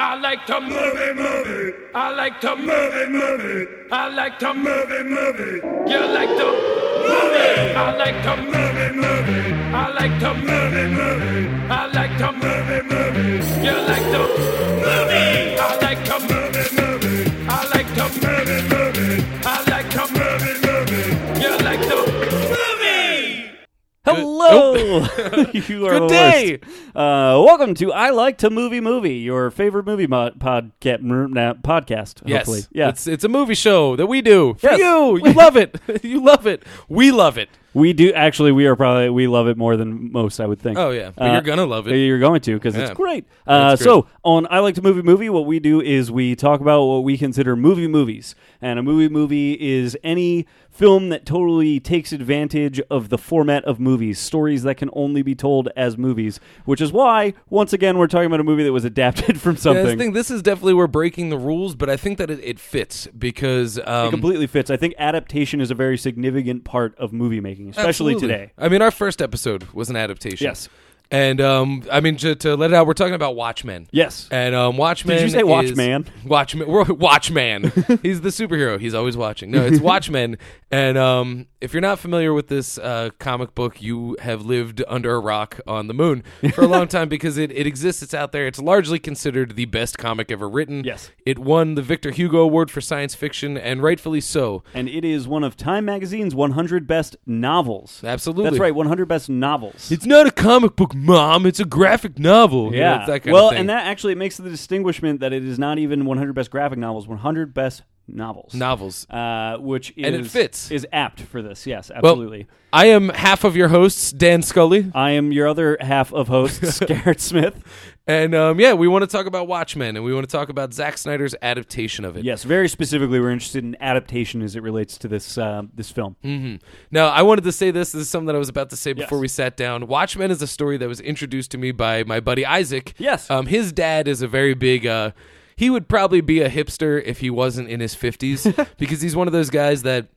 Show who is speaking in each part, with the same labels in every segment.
Speaker 1: I like to move it, move it. I like to move it, move it. I like to move it, move it. You like to move it. I like to move it, move it. I like to move it, move it. I like to move it, move it. You like to move it. I like to move it, move it. I like to move it, move it. I like to move it, move it. You like to move it.
Speaker 2: Hello, you are
Speaker 3: Good
Speaker 2: the
Speaker 3: day.
Speaker 2: worst. Uh, welcome to I Like to Movie Movie, your favorite movie mod- podcast. podcast,
Speaker 3: Yes.
Speaker 2: hopefully, yeah.
Speaker 3: It's it's a movie show that we do. For
Speaker 2: Yes.
Speaker 3: you. You love it. you love it. We love it.
Speaker 2: we do actually. We are probably we love it more than most. I would think. Uh,
Speaker 3: Oh, yeah. But you're gonna love it.
Speaker 2: You're going to because
Speaker 3: Yeah.
Speaker 2: it's great. Uh,
Speaker 3: That's
Speaker 2: So on I Like to Movie Movie, what we do is we talk about what we consider movie movies, and a movie movie is any film that totally takes advantage of the format of movies, stories that can only be told as movies, which is why once again we're talking about a movie that was adapted from
Speaker 3: Yeah, this
Speaker 2: something.
Speaker 3: thing, this is definitely we're breaking the rules, but I think that it, it fits because um,
Speaker 2: it completely fits. I think adaptation is a very significant part of movie making, especially
Speaker 3: Absolutely.
Speaker 2: today.
Speaker 3: I mean, our first episode was an adaptation.
Speaker 2: Yes.
Speaker 3: And um, I mean, to, to let it out, we're talking about Watchmen.
Speaker 2: Yes.
Speaker 3: And um, Watchmen.
Speaker 2: Did you say
Speaker 3: is-
Speaker 2: Watchman?
Speaker 3: Watchman. we're- Watchman. He's the superhero. He's always watching. No, it's Watchmen. And um, if you're not familiar with this uh, comic book, you have lived under a rock on the moon for a long time because it, it exists. It's out there. It's largely considered the best comic ever written.
Speaker 2: Yes.
Speaker 3: It won the Victor Hugo Award for science fiction, and rightfully so.
Speaker 2: And it is one of Time Magazine's 100 best novels.
Speaker 3: Absolutely.
Speaker 2: That's right, 100 best novels.
Speaker 3: It's not a comic book, mom. It's a graphic novel. You know,
Speaker 2: yeah.
Speaker 3: it's that kind
Speaker 2: well,
Speaker 3: of thing.
Speaker 2: and that actually makes the distinguishment that it is not even 100 best graphic novels, 100 best novels.
Speaker 3: novels.
Speaker 2: Uh, which is
Speaker 3: And it fits.
Speaker 2: is apt for this. Yes,
Speaker 3: Well,
Speaker 2: absolutely.
Speaker 3: I am half of your hosts, Dan Scully,
Speaker 2: I am your other half of hosts, Garrett Smith.
Speaker 3: and um, yeah, we want to talk about Watchmen, and we want to talk about Zack Snyder's adaptation of it.
Speaker 2: Yes, very specifically, we're interested in adaptation as it relates to this uh, this film.
Speaker 3: Mm. Now, I wanted to say this. This is something that I was about to say before
Speaker 2: Yes.
Speaker 3: we sat down. Watchmen is a story that was introduced to me by my buddy Isaac.
Speaker 2: Yes.
Speaker 3: Um, his dad is a very big. Uh, he would probably be a hipster if he wasn't in his fifties because he's one of those guys that.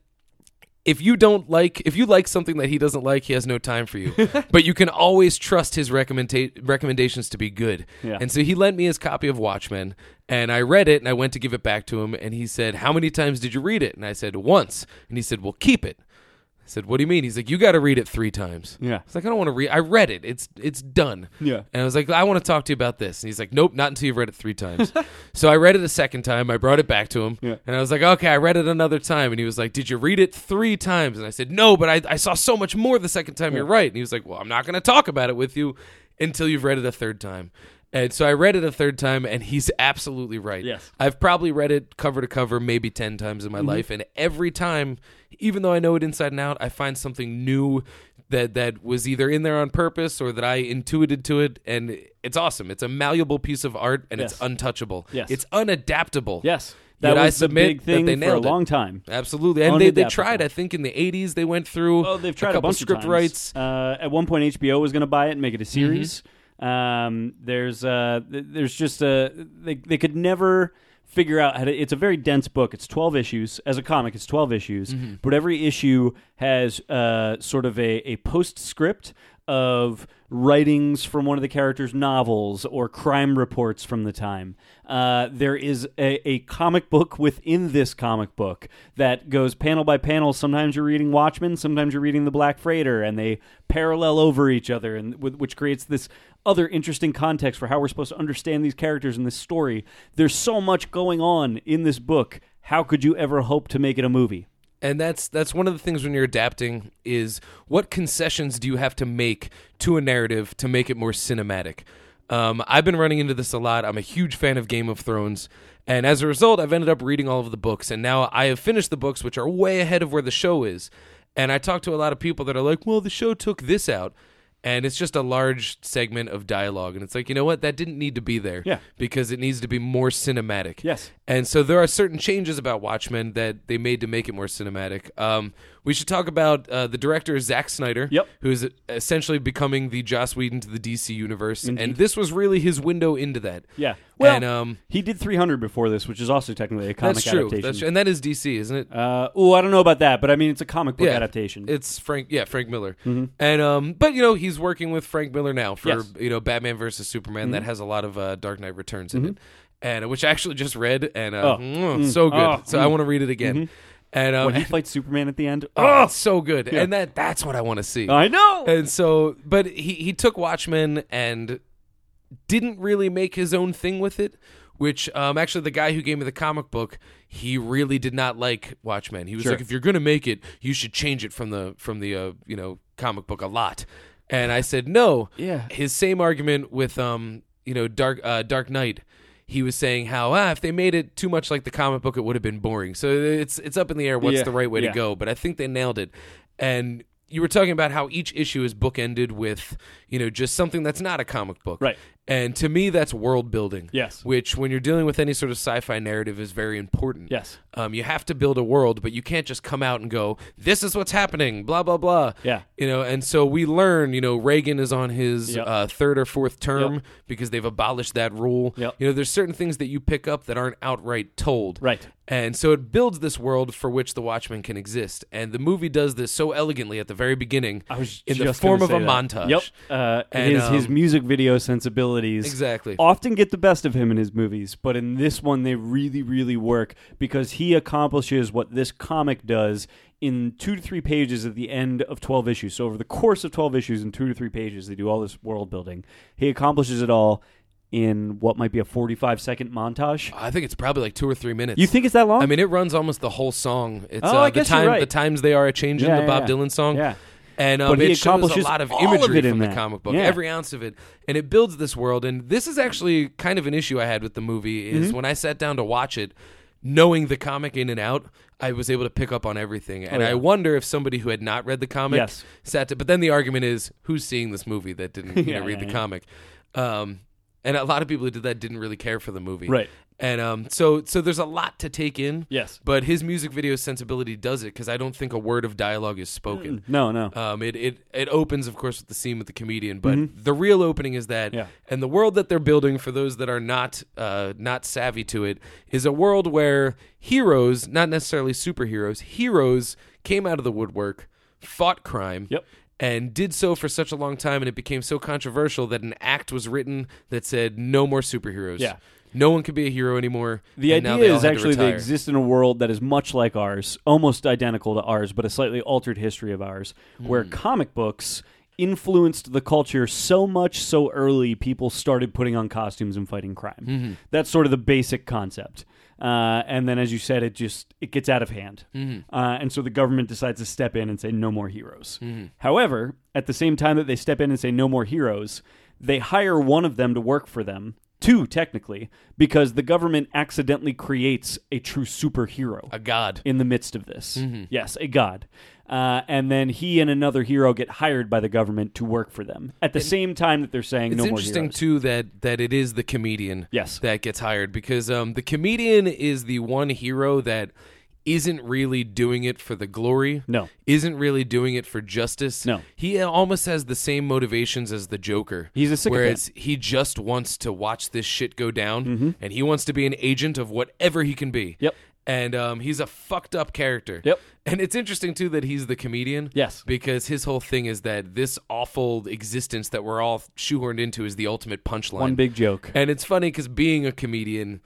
Speaker 3: If you don't like, if you like something that he doesn't like, he has no time for you. but you can always trust his recommenda- recommendations to be good.
Speaker 2: Yeah.
Speaker 3: And so he lent me his copy of Watchmen, and I read it, and I went to give it back to him, and he said, "How many times did you read it?" And I said, "Once." And he said, "Well, keep it." I said, "What do you mean?" He's like, "You got to read it three times."
Speaker 2: Yeah.
Speaker 3: I was like, "I don't want to read. I read it. It's it's done."
Speaker 2: Yeah.
Speaker 3: And I was like, "I want to talk to you about this." And he's like, "Nope, not until you've read it three times." so I read it a second time. I brought it back to him,
Speaker 2: Yeah.
Speaker 3: and I was like, "Okay, I read it another time." And he was like, "Did you read it three times?" And I said, "No, but I, I saw so much more the second time. You're right." And he was like, "Well, I'm not going to talk about it with you until you've read it a third time." And so I read it a third time, and he's absolutely right.
Speaker 2: Yes.
Speaker 3: I've probably read it cover to cover maybe 10 times in my
Speaker 2: Mm-hmm.
Speaker 3: life and every time even though I know it inside and out I find something new that that was either in there on purpose or that I intuited to it and it's awesome. It's a malleable piece of art and
Speaker 2: Yes.
Speaker 3: it's untouchable.
Speaker 2: Yes.
Speaker 3: It's unadaptable.
Speaker 2: Yes,
Speaker 3: Yet
Speaker 2: that
Speaker 3: I
Speaker 2: was the
Speaker 3: submit
Speaker 2: big
Speaker 3: that
Speaker 2: thing
Speaker 3: they
Speaker 2: for a
Speaker 3: nailed it.
Speaker 2: long time.
Speaker 3: Absolutely. And they, they
Speaker 2: Unadaptable.
Speaker 3: tried I think in the 80s they went through
Speaker 2: Oh, they've tried a,
Speaker 3: couple
Speaker 2: bunch
Speaker 3: script
Speaker 2: of times.
Speaker 3: rights. Mm-hmm.
Speaker 2: Uh, at one point, HBO was going to buy it and make it a series. Um, there's uh, th- there's just a they they could never figure out how to. It's a very dense book. It's 12 issues as a comic. It's 12 issues,
Speaker 3: Mm-hmm.
Speaker 2: but every issue has uh, sort of a a postscript of writings from one of the characters' novels or crime reports from the time. Uh, there is a, a comic book within this comic book that goes panel by panel. Sometimes you're reading Watchmen, sometimes you're reading The Black Freighter, and they parallel over each other, and with- which creates this other interesting context for how we're supposed to understand these characters in this story. There's so much going on in this book. How could you ever hope to make it a movie?
Speaker 3: and that's that's one of the things when you're adapting is what concessions do you have to make to a narrative to make it more cinematic um, i've been running into this a lot i'm a huge fan of game of thrones and as a result i've ended up reading all of the books and now i have finished the books which are way ahead of where the show is and i talk to a lot of people that are like well the show took this out and it's just a large segment of dialogue and it's like you know what that didn't need to be there
Speaker 2: Yeah.
Speaker 3: because it needs to be more cinematic
Speaker 2: Yes.
Speaker 3: and so there are certain changes about Watchmen that they made to make it more cinematic. Um, we should talk about uh, the director Zack Snyder,
Speaker 2: Yep.
Speaker 3: who is essentially becoming the Joss Whedon to the DC universe, and this was really his window into that.
Speaker 2: Yeah. Well,
Speaker 3: and, um,
Speaker 2: he did 300 before this, which is also technically a comic
Speaker 3: that's true.
Speaker 2: adaptation.
Speaker 3: That's true. and that is DC, isn't it?
Speaker 2: Uh, oh, I don't know about that, but I mean, it's a comic book
Speaker 3: Yeah.
Speaker 2: adaptation. Mm-hmm.
Speaker 3: It's Frank, yeah, Frank Miller, and um, but you know he's working with Frank Miller now for
Speaker 2: Yes. Mm-hmm.
Speaker 3: you know Batman versus Superman that has a lot of uh, Dark Knight Returns in it, and which I actually just read, and uh,
Speaker 2: Oh.
Speaker 3: mm, so good.
Speaker 2: Oh.
Speaker 3: so I want to read it again. And um,
Speaker 2: When he fights Superman at the end,
Speaker 3: oh,
Speaker 2: oh,
Speaker 3: it's so good. And that that's what I want to see.
Speaker 2: I know.
Speaker 3: and so, but he he took Watchmen and didn't really make his own thing with it. Which um, actually, the guy who gave me the comic book, he really did not like Watchmen. He was
Speaker 2: Sure.
Speaker 3: like, "If you're gonna make it, you should change it from the from the uh, you know comic book a lot." And I said, "No."
Speaker 2: Yeah.
Speaker 3: His same argument with um you know Dark uh, Dark Knight. He was saying how ah, if they made it too much like the comic book, it would have been boring. So it's it's up in the air what's
Speaker 2: Yeah.
Speaker 3: the right way
Speaker 2: Yeah.
Speaker 3: to go. But I think they nailed it. And you were talking about how each issue is bookended with you know just something that's not a comic book,
Speaker 2: Right.
Speaker 3: And to me, that's world building.
Speaker 2: Yes.
Speaker 3: Which, when you're dealing with any sort of sci-fi narrative, is very important.
Speaker 2: Yes.
Speaker 3: Um, you have to build a world, but you can't just come out and go, "This is what's happening," blah blah blah.
Speaker 2: Yeah.
Speaker 3: You know, and so we learn. You know, Reagan is on his
Speaker 2: Yep.
Speaker 3: uh, third or fourth term
Speaker 2: Yep.
Speaker 3: because they've abolished that rule.
Speaker 2: Yep.
Speaker 3: You know, there's certain things that you pick up that aren't outright told.
Speaker 2: Right.
Speaker 3: And so it builds this world for which the Watchmen can exist, and the movie does this so elegantly at the very beginning,
Speaker 2: I was
Speaker 3: in the
Speaker 2: just
Speaker 3: form
Speaker 2: gonna
Speaker 3: of a
Speaker 2: say that.
Speaker 3: montage.
Speaker 2: Yep. Uh,
Speaker 3: And,
Speaker 2: his his
Speaker 3: um,
Speaker 2: music video sensibilities
Speaker 3: Exactly.
Speaker 2: often get the best of him in his movies, but in this one they really really work because he accomplishes what this comic does in 2 to 3 pages at the end of 12 issues. So over the course of 12 issues in 2 to 3 pages they do all this world building. He accomplishes it all in what might be a 45 second montage.
Speaker 3: I think it's probably like two or three minutes.
Speaker 2: You think it's that long?
Speaker 3: I mean, it runs almost the whole song. It's
Speaker 2: Oh,
Speaker 3: uh,
Speaker 2: I
Speaker 3: the
Speaker 2: guess you're
Speaker 3: time
Speaker 2: right.
Speaker 3: the times they are a changing
Speaker 2: Yeah,
Speaker 3: the
Speaker 2: yeah,
Speaker 3: Bob
Speaker 2: yeah.
Speaker 3: Dylan song.
Speaker 2: Yeah.
Speaker 3: And um,
Speaker 2: But he
Speaker 3: it shows a
Speaker 2: accomplishes
Speaker 3: lot of
Speaker 2: all of
Speaker 3: imagery
Speaker 2: it in
Speaker 3: from the
Speaker 2: that.
Speaker 3: comic book,
Speaker 2: Yeah.
Speaker 3: every ounce of it, and it builds this world. And this is actually kind of an issue I had with the movie is
Speaker 2: Mm-hmm.
Speaker 3: when I sat down to watch it, knowing the comic in and out, I was able to pick up on everything. And
Speaker 2: Oh, yeah.
Speaker 3: I wonder if somebody who had not read the comic
Speaker 2: Yes.
Speaker 3: sat to. But then the argument is, who's seeing this movie that didn't you
Speaker 2: Yeah,
Speaker 3: know, read
Speaker 2: yeah,
Speaker 3: the
Speaker 2: yeah.
Speaker 3: comic? Um, and a lot of people who did that didn't really care for the movie,
Speaker 2: Right.
Speaker 3: And um, so, so there's a lot to take in.
Speaker 2: Yes.
Speaker 3: But his music video sensibility does it because I don't think a word of dialogue is spoken.
Speaker 2: no, no.
Speaker 3: Um, it, it it opens, of course, with the scene with the comedian, but the real opening is that,
Speaker 2: Mm-hmm. Yeah.
Speaker 3: and the world that they're building for those that are not uh, not savvy to it is a world where heroes, not necessarily superheroes, heroes came out of the woodwork, fought crime,
Speaker 2: Yep.
Speaker 3: and did so for such a long time, and it became so controversial that an act was written that said no more superheroes.
Speaker 2: Yeah.
Speaker 3: No one can be a hero anymore.
Speaker 2: The
Speaker 3: and now
Speaker 2: idea
Speaker 3: they all
Speaker 2: is
Speaker 3: had to
Speaker 2: actually they
Speaker 3: retire.
Speaker 2: exist in a world that is much like ours, almost identical to ours, but a slightly altered history of ours, where
Speaker 3: Hmm.
Speaker 2: comic books influenced the culture so much so early people started putting on costumes and fighting crime.
Speaker 3: Mm-hmm.
Speaker 2: That's sort of the basic concept. Uh, and then, as you said, it just it gets out of hand,
Speaker 3: Mm-hmm.
Speaker 2: uh, and so the government decides to step in and say no more heroes.
Speaker 3: Mm-hmm.
Speaker 2: However, at the same time that they step in and say no more heroes, they hire one of them to work for them, two technically, because the government accidentally creates a true superhero
Speaker 3: a Mm-hmm. god.
Speaker 2: in the midst of this. Yes, a god. Uh, and then he and another hero get hired by the government to work for them at the same time that they're saying
Speaker 3: It's
Speaker 2: no more
Speaker 3: interesting
Speaker 2: heroes.
Speaker 3: too that that it is the comedian
Speaker 2: Yes.
Speaker 3: that gets hired because um, the comedian is the one hero that isn't really doing it for the glory.
Speaker 2: No.
Speaker 3: Isn't really doing it for justice.
Speaker 2: No.
Speaker 3: He uh, almost has the same motivations as the Joker.
Speaker 2: He's a sycophant.
Speaker 3: Whereas he just wants to watch this shit go down and he wants to be an agent of whatever he can be.
Speaker 2: Mm-hmm. Yep.
Speaker 3: And um, he's a fucked up character.
Speaker 2: Yep.
Speaker 3: And it's interesting too that he's the comedian.
Speaker 2: Yes.
Speaker 3: Because his whole thing is that this awful existence that we're all shoehorned into is the ultimate punchline.
Speaker 2: One big joke.
Speaker 3: And it's funny because being a comedian,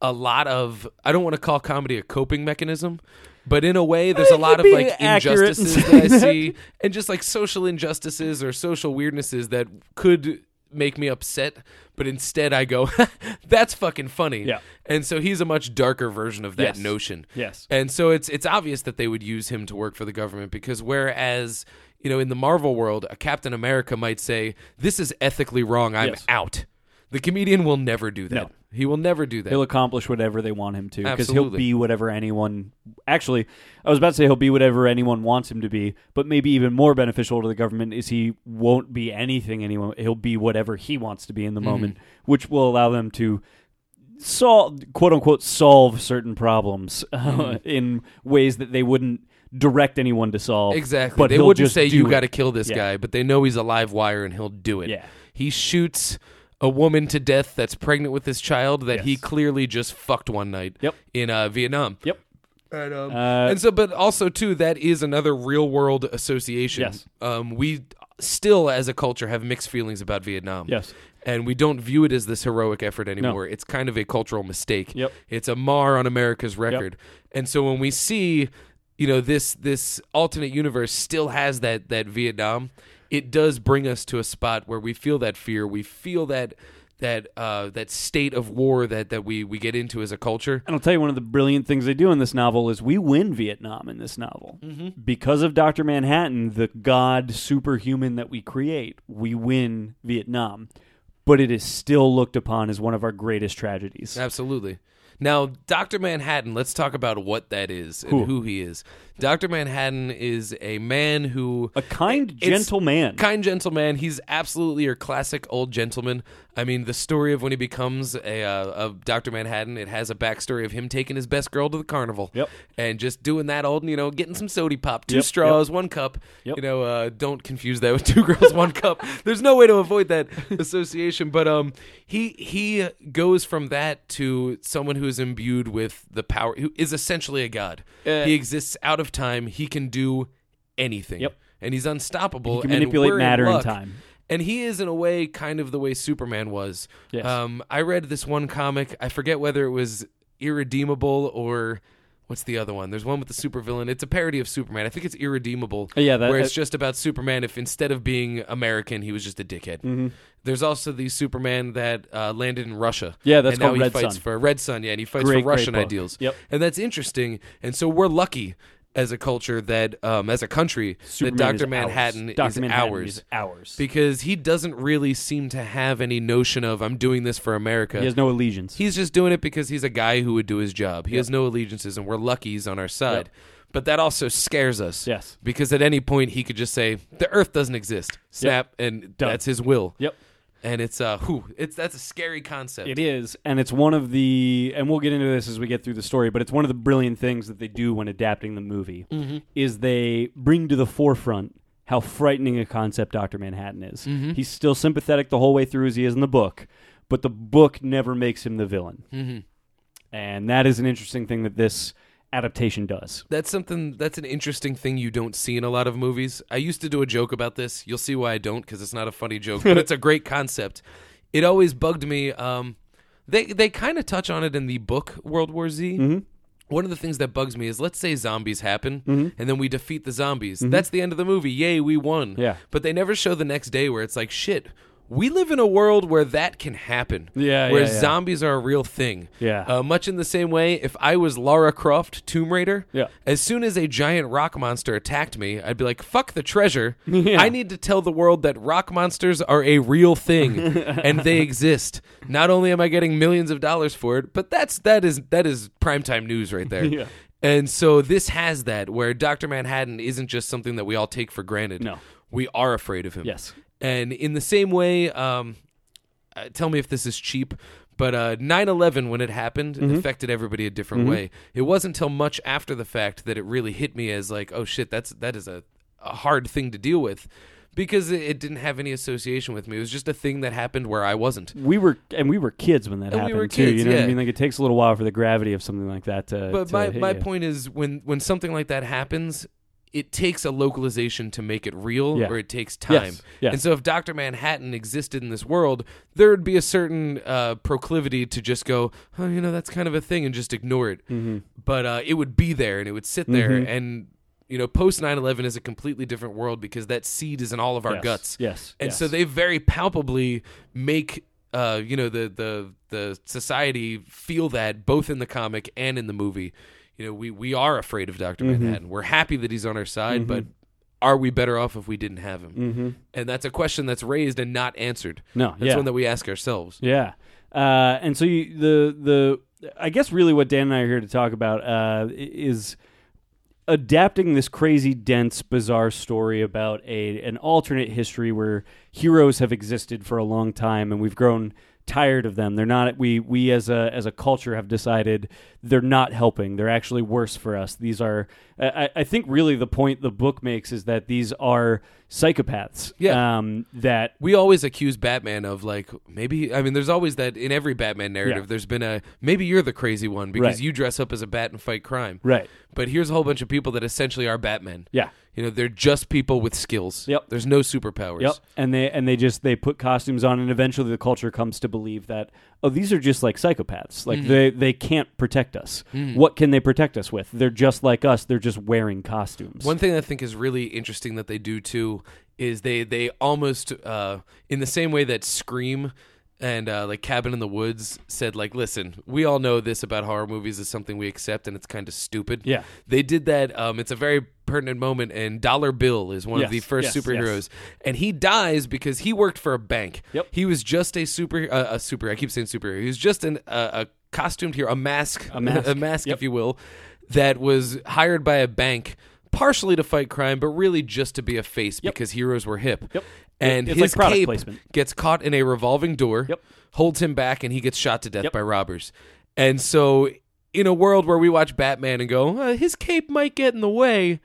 Speaker 3: a lot of I don't want to call comedy a coping mechanism, but in a way, there's a
Speaker 2: think
Speaker 3: lot of
Speaker 2: you'd
Speaker 3: like
Speaker 2: be accurate in
Speaker 3: injustices that I
Speaker 2: saying that.
Speaker 3: see, and just like social injustices or social weirdnesses that could make me upset. But instead, I go, "That's fucking funny."
Speaker 2: Yeah.
Speaker 3: And so he's a much darker version of that
Speaker 2: Yes.
Speaker 3: notion.
Speaker 2: Yes.
Speaker 3: And so it's it's obvious that they would use him to work for the government because whereas you know in the Marvel world a Captain America might say this is ethically wrong I'm
Speaker 2: Yes.
Speaker 3: out. The comedian will never do that.
Speaker 2: No.
Speaker 3: He will never do that.
Speaker 2: He'll accomplish whatever they want him to because he'll
Speaker 3: Absolutely.
Speaker 2: be whatever anyone. Actually, I was about to say he'll be whatever anyone wants him to be, but maybe even more beneficial to the government is he won't be anything anyone. He'll be whatever he wants to be in the
Speaker 3: Mm-hmm.
Speaker 2: moment, which will allow them to solve, quote unquote, solve certain problems uh,
Speaker 3: Mm-hmm.
Speaker 2: in ways that they wouldn't direct anyone to solve.
Speaker 3: exactly.
Speaker 2: but
Speaker 3: they
Speaker 2: he'll
Speaker 3: wouldn't
Speaker 2: just
Speaker 3: say
Speaker 2: do
Speaker 3: you
Speaker 2: it."
Speaker 3: got to kill this
Speaker 2: Yeah.
Speaker 3: guy, but they know he's a live wire and he'll do it.
Speaker 2: Yeah.
Speaker 3: He shoots a woman to death that's pregnant with his child that he
Speaker 2: Yes.
Speaker 3: clearly just fucked one night
Speaker 2: Yep.
Speaker 3: in uh, Vietnam.
Speaker 2: Yep.
Speaker 3: And, um,
Speaker 2: Uh,
Speaker 3: and so, but also too, that is another real world association.
Speaker 2: Yes.
Speaker 3: Um, we still as a culture have mixed feelings about Vietnam.
Speaker 2: Yes.
Speaker 3: And we don't view it as this heroic effort anymore. It's kind of a cultural mistake.
Speaker 2: Yep.
Speaker 3: It's a mar on America's record. And so when we see, you know, this this alternate universe still has that that Vietnam, it does bring us to a spot where we feel that fear, we feel that that uh, that state of war that that we we get into as a culture.
Speaker 2: And I'll tell you one of the brilliant things they do in this novel is we win Vietnam in this novel.
Speaker 3: Mm-hmm.
Speaker 2: Because of Dr. Manhattan, the god superhuman that we create, we win Vietnam. But it is still looked upon as one of our greatest tragedies.
Speaker 3: Absolutely. Now, Dr. Manhattan, let's talk about what that is and who he is. Dr. Manhattan is a man who
Speaker 2: A kind,
Speaker 3: It's-
Speaker 2: gentle man.
Speaker 3: Kind gentleman. He's absolutely your classic old gentleman. I mean, the story of when he becomes a, uh, a Dr. Manhattan, it has a backstory of him taking his best girl to the carnival.
Speaker 2: Yep.
Speaker 3: And just doing that old, you know, getting some sody pop, two
Speaker 2: Yep,
Speaker 3: straws, one cup.
Speaker 2: Yep.
Speaker 3: You know, uh, don't confuse that with two girls, one cup. There's no way to avoid that association. But um, he he goes from that to someone who is imbued with the power, who is essentially a god.
Speaker 2: Uh,
Speaker 3: he exists out of time. He can do anything.
Speaker 2: Yep.
Speaker 3: And he's unstoppable
Speaker 2: can
Speaker 3: and
Speaker 2: manipulate
Speaker 3: we're in
Speaker 2: matter and
Speaker 3: luck.
Speaker 2: time.
Speaker 3: And he is, in a way, kind of the way Superman was.
Speaker 2: Yes.
Speaker 3: Um, I read this one comic. I forget whether it was Irredeemable or what's the other one. There's one with the supervillain. It's a parody of Superman. I think it's Irredeemable.
Speaker 2: Uh, Yeah, that-
Speaker 3: where it's
Speaker 2: that-
Speaker 3: just about Superman. If instead of being American, he was just a dickhead.
Speaker 2: Mm-hmm.
Speaker 3: There's also the Superman that uh, landed in Russia.
Speaker 2: Yeah, that's
Speaker 3: and now
Speaker 2: called
Speaker 3: he
Speaker 2: Red
Speaker 3: fights
Speaker 2: Sun.
Speaker 3: for Red Sun. Yeah, and he fights
Speaker 2: Great,
Speaker 3: for
Speaker 2: great
Speaker 3: Russian
Speaker 2: book.
Speaker 3: ideals.
Speaker 2: Yep.
Speaker 3: And that's interesting. And so we're lucky. As a culture, that um, as a country, that
Speaker 2: Superman is
Speaker 3: Doctor
Speaker 2: ours.
Speaker 3: Manhattan
Speaker 2: Dr.
Speaker 3: is
Speaker 2: Manhattan
Speaker 3: ours
Speaker 2: is ours.
Speaker 3: because he doesn't really seem to have any notion of I'm doing this for America.
Speaker 2: he has no allegiance.
Speaker 3: he's just doing it because he's a guy who would do his job. He has no allegiances, and we're lucky he's on our side. But that also scares us.
Speaker 2: Yes.
Speaker 3: Because at any point he could just say the Earth doesn't exist, snap, and
Speaker 2: Done.
Speaker 3: that's his will.
Speaker 2: Yep.
Speaker 3: And it's uh, whew, it's that's a scary concept.
Speaker 2: It is, and it's one of the, and we'll get into this as we get through the story, but it's one of the brilliant things that they do when adapting the movie
Speaker 3: Mm-hmm.
Speaker 2: is they bring to the forefront how frightening a concept Doctor Manhattan is.
Speaker 3: Mm-hmm.
Speaker 2: He's still sympathetic the whole way through as he is in the book, but the book never makes him the villain,
Speaker 3: Mm-hmm.
Speaker 2: and that is an interesting thing that this adaptation does.
Speaker 3: That's something that's an interesting thing you don't see in a lot of movies. I used to do a joke about this. You'll see why I don't because it's not a funny joke, but it's a great concept. It always bugged me. Um, they they kind of touch on it in the book World War Z.
Speaker 2: Mm-hmm.
Speaker 3: One of the things that bugs me is let's say zombies happen
Speaker 2: Mm-hmm.
Speaker 3: and then we defeat the zombies. That's the end of the movie. Yay, we won.
Speaker 2: Yeah.
Speaker 3: But they never show the next day where it's like shit. We live in a world where that can happen.
Speaker 2: Yeah,
Speaker 3: where
Speaker 2: yeah, yeah.
Speaker 3: zombies are a real thing.
Speaker 2: Yeah.
Speaker 3: Uh, much in the same way, if I was Lara Croft, Tomb Raider,
Speaker 2: Yeah.
Speaker 3: as soon as a giant rock monster attacked me, I'd be like, fuck the treasure. I need to tell the world that rock monsters are a real thing and they exist. Not only am I getting millions of dollars for it, but that's that is that is primetime news right there.
Speaker 2: Yeah.
Speaker 3: And so this has that where Dr. Manhattan isn't just something that we all take for granted.
Speaker 2: No.
Speaker 3: We are afraid of him.
Speaker 2: Yes.
Speaker 3: And in the same way, um, uh, tell me if this is cheap, but uh, 9/11 when it happened it affected everybody a different way. It wasn't until much after the fact that it really hit me as like, oh shit, that's that is a, a hard thing to deal with because it, it didn't have any association with me. It was just a thing that happened where I wasn't.
Speaker 2: We were, and we were kids when that
Speaker 3: And we
Speaker 2: happened
Speaker 3: were
Speaker 2: too.
Speaker 3: kids,
Speaker 2: you know what
Speaker 3: yeah.
Speaker 2: I mean? Like it takes a little while for the gravity of something like that to.
Speaker 3: But
Speaker 2: to
Speaker 3: my,
Speaker 2: hit
Speaker 3: my
Speaker 2: you.
Speaker 3: point is when when something like that happens, it takes a localization to make it real,
Speaker 2: Yeah.
Speaker 3: or it takes time.
Speaker 2: yes.
Speaker 3: And so, if Doctor Manhattan existed in this world, there would be a certain uh, proclivity to just go, oh, you know, that's kind of a thing, and just ignore it.
Speaker 2: Mm-hmm.
Speaker 3: But uh, it would be there, and it would sit there, and you know, post 9-11 is a completely different world because that seed is in all of our
Speaker 2: Yes,
Speaker 3: guts.
Speaker 2: yes,
Speaker 3: And
Speaker 2: yes.
Speaker 3: so they very palpably make uh, you know the the the society feel that both in the comic and in the movie. You know, we we are afraid of Doctor
Speaker 2: Mm-hmm.
Speaker 3: Manhattan. We're happy that he's on our side, but are we better off if we didn't have him? Mm-hmm. And that's a question that's raised and not answered.
Speaker 2: No,
Speaker 3: that's
Speaker 2: yeah.
Speaker 3: one that we ask ourselves.
Speaker 2: Yeah, uh, and so you, the the I guess really what Dan and I are here to talk about uh, i- is adapting this crazy, dense, bizarre story about a an alternate history where heroes have existed for a long time and we've grown tired of them. They're not we we as a as a culture have decided they're not helping. They're actually worse for us. These are I, I I think really the point the book makes is that these are psychopaths.
Speaker 3: Yeah.
Speaker 2: Um, that
Speaker 3: we always accuse Batman of like maybe I mean there's always that in every Batman narrative
Speaker 2: Yeah.
Speaker 3: there's been a maybe you're the crazy one because
Speaker 2: Right.
Speaker 3: you dress up as a bat and fight crime.
Speaker 2: Right.
Speaker 3: But here's a whole bunch of people that essentially are Batman.
Speaker 2: Yeah.
Speaker 3: You know, they're just people with skills.
Speaker 2: Yep.
Speaker 3: There's no superpowers.
Speaker 2: Yep. And they and they just they put costumes on, and eventually the culture comes to believe that oh, these are just like psychopaths.
Speaker 3: Mm-hmm.
Speaker 2: Like they they can't protect us.
Speaker 3: Mm.
Speaker 2: What can they protect us with? They're just like us. They're just wearing costumes.
Speaker 3: One thing I think is really interesting that they do too is they they almost uh, in the same way that Scream and uh, like Cabin in the Woods said like listen we all know this about horror movies is something we accept and it's kind of stupid
Speaker 2: Yeah.
Speaker 3: they did that um, it's a very pertinent moment and Dollar Bill is one
Speaker 2: Yes,
Speaker 3: of the first
Speaker 2: yes,
Speaker 3: superheroes
Speaker 2: yes.
Speaker 3: and he dies because he worked for a bank
Speaker 2: Yep.
Speaker 3: he was just a super uh, a super I keep saying superhero he was just an uh, a costumed hero a mask a
Speaker 2: mask.
Speaker 3: a mask if you will that was hired by a bank partially to fight crime but really just to be a face because heroes were hip
Speaker 2: Yep.
Speaker 3: and
Speaker 2: It's like
Speaker 3: his
Speaker 2: product
Speaker 3: cape
Speaker 2: placement.
Speaker 3: gets caught in a revolving door
Speaker 2: Yep.
Speaker 3: holds him back and he gets shot to death
Speaker 2: Yep.
Speaker 3: by robbers and so in a world where we watch batman and go uh, his cape might get in the way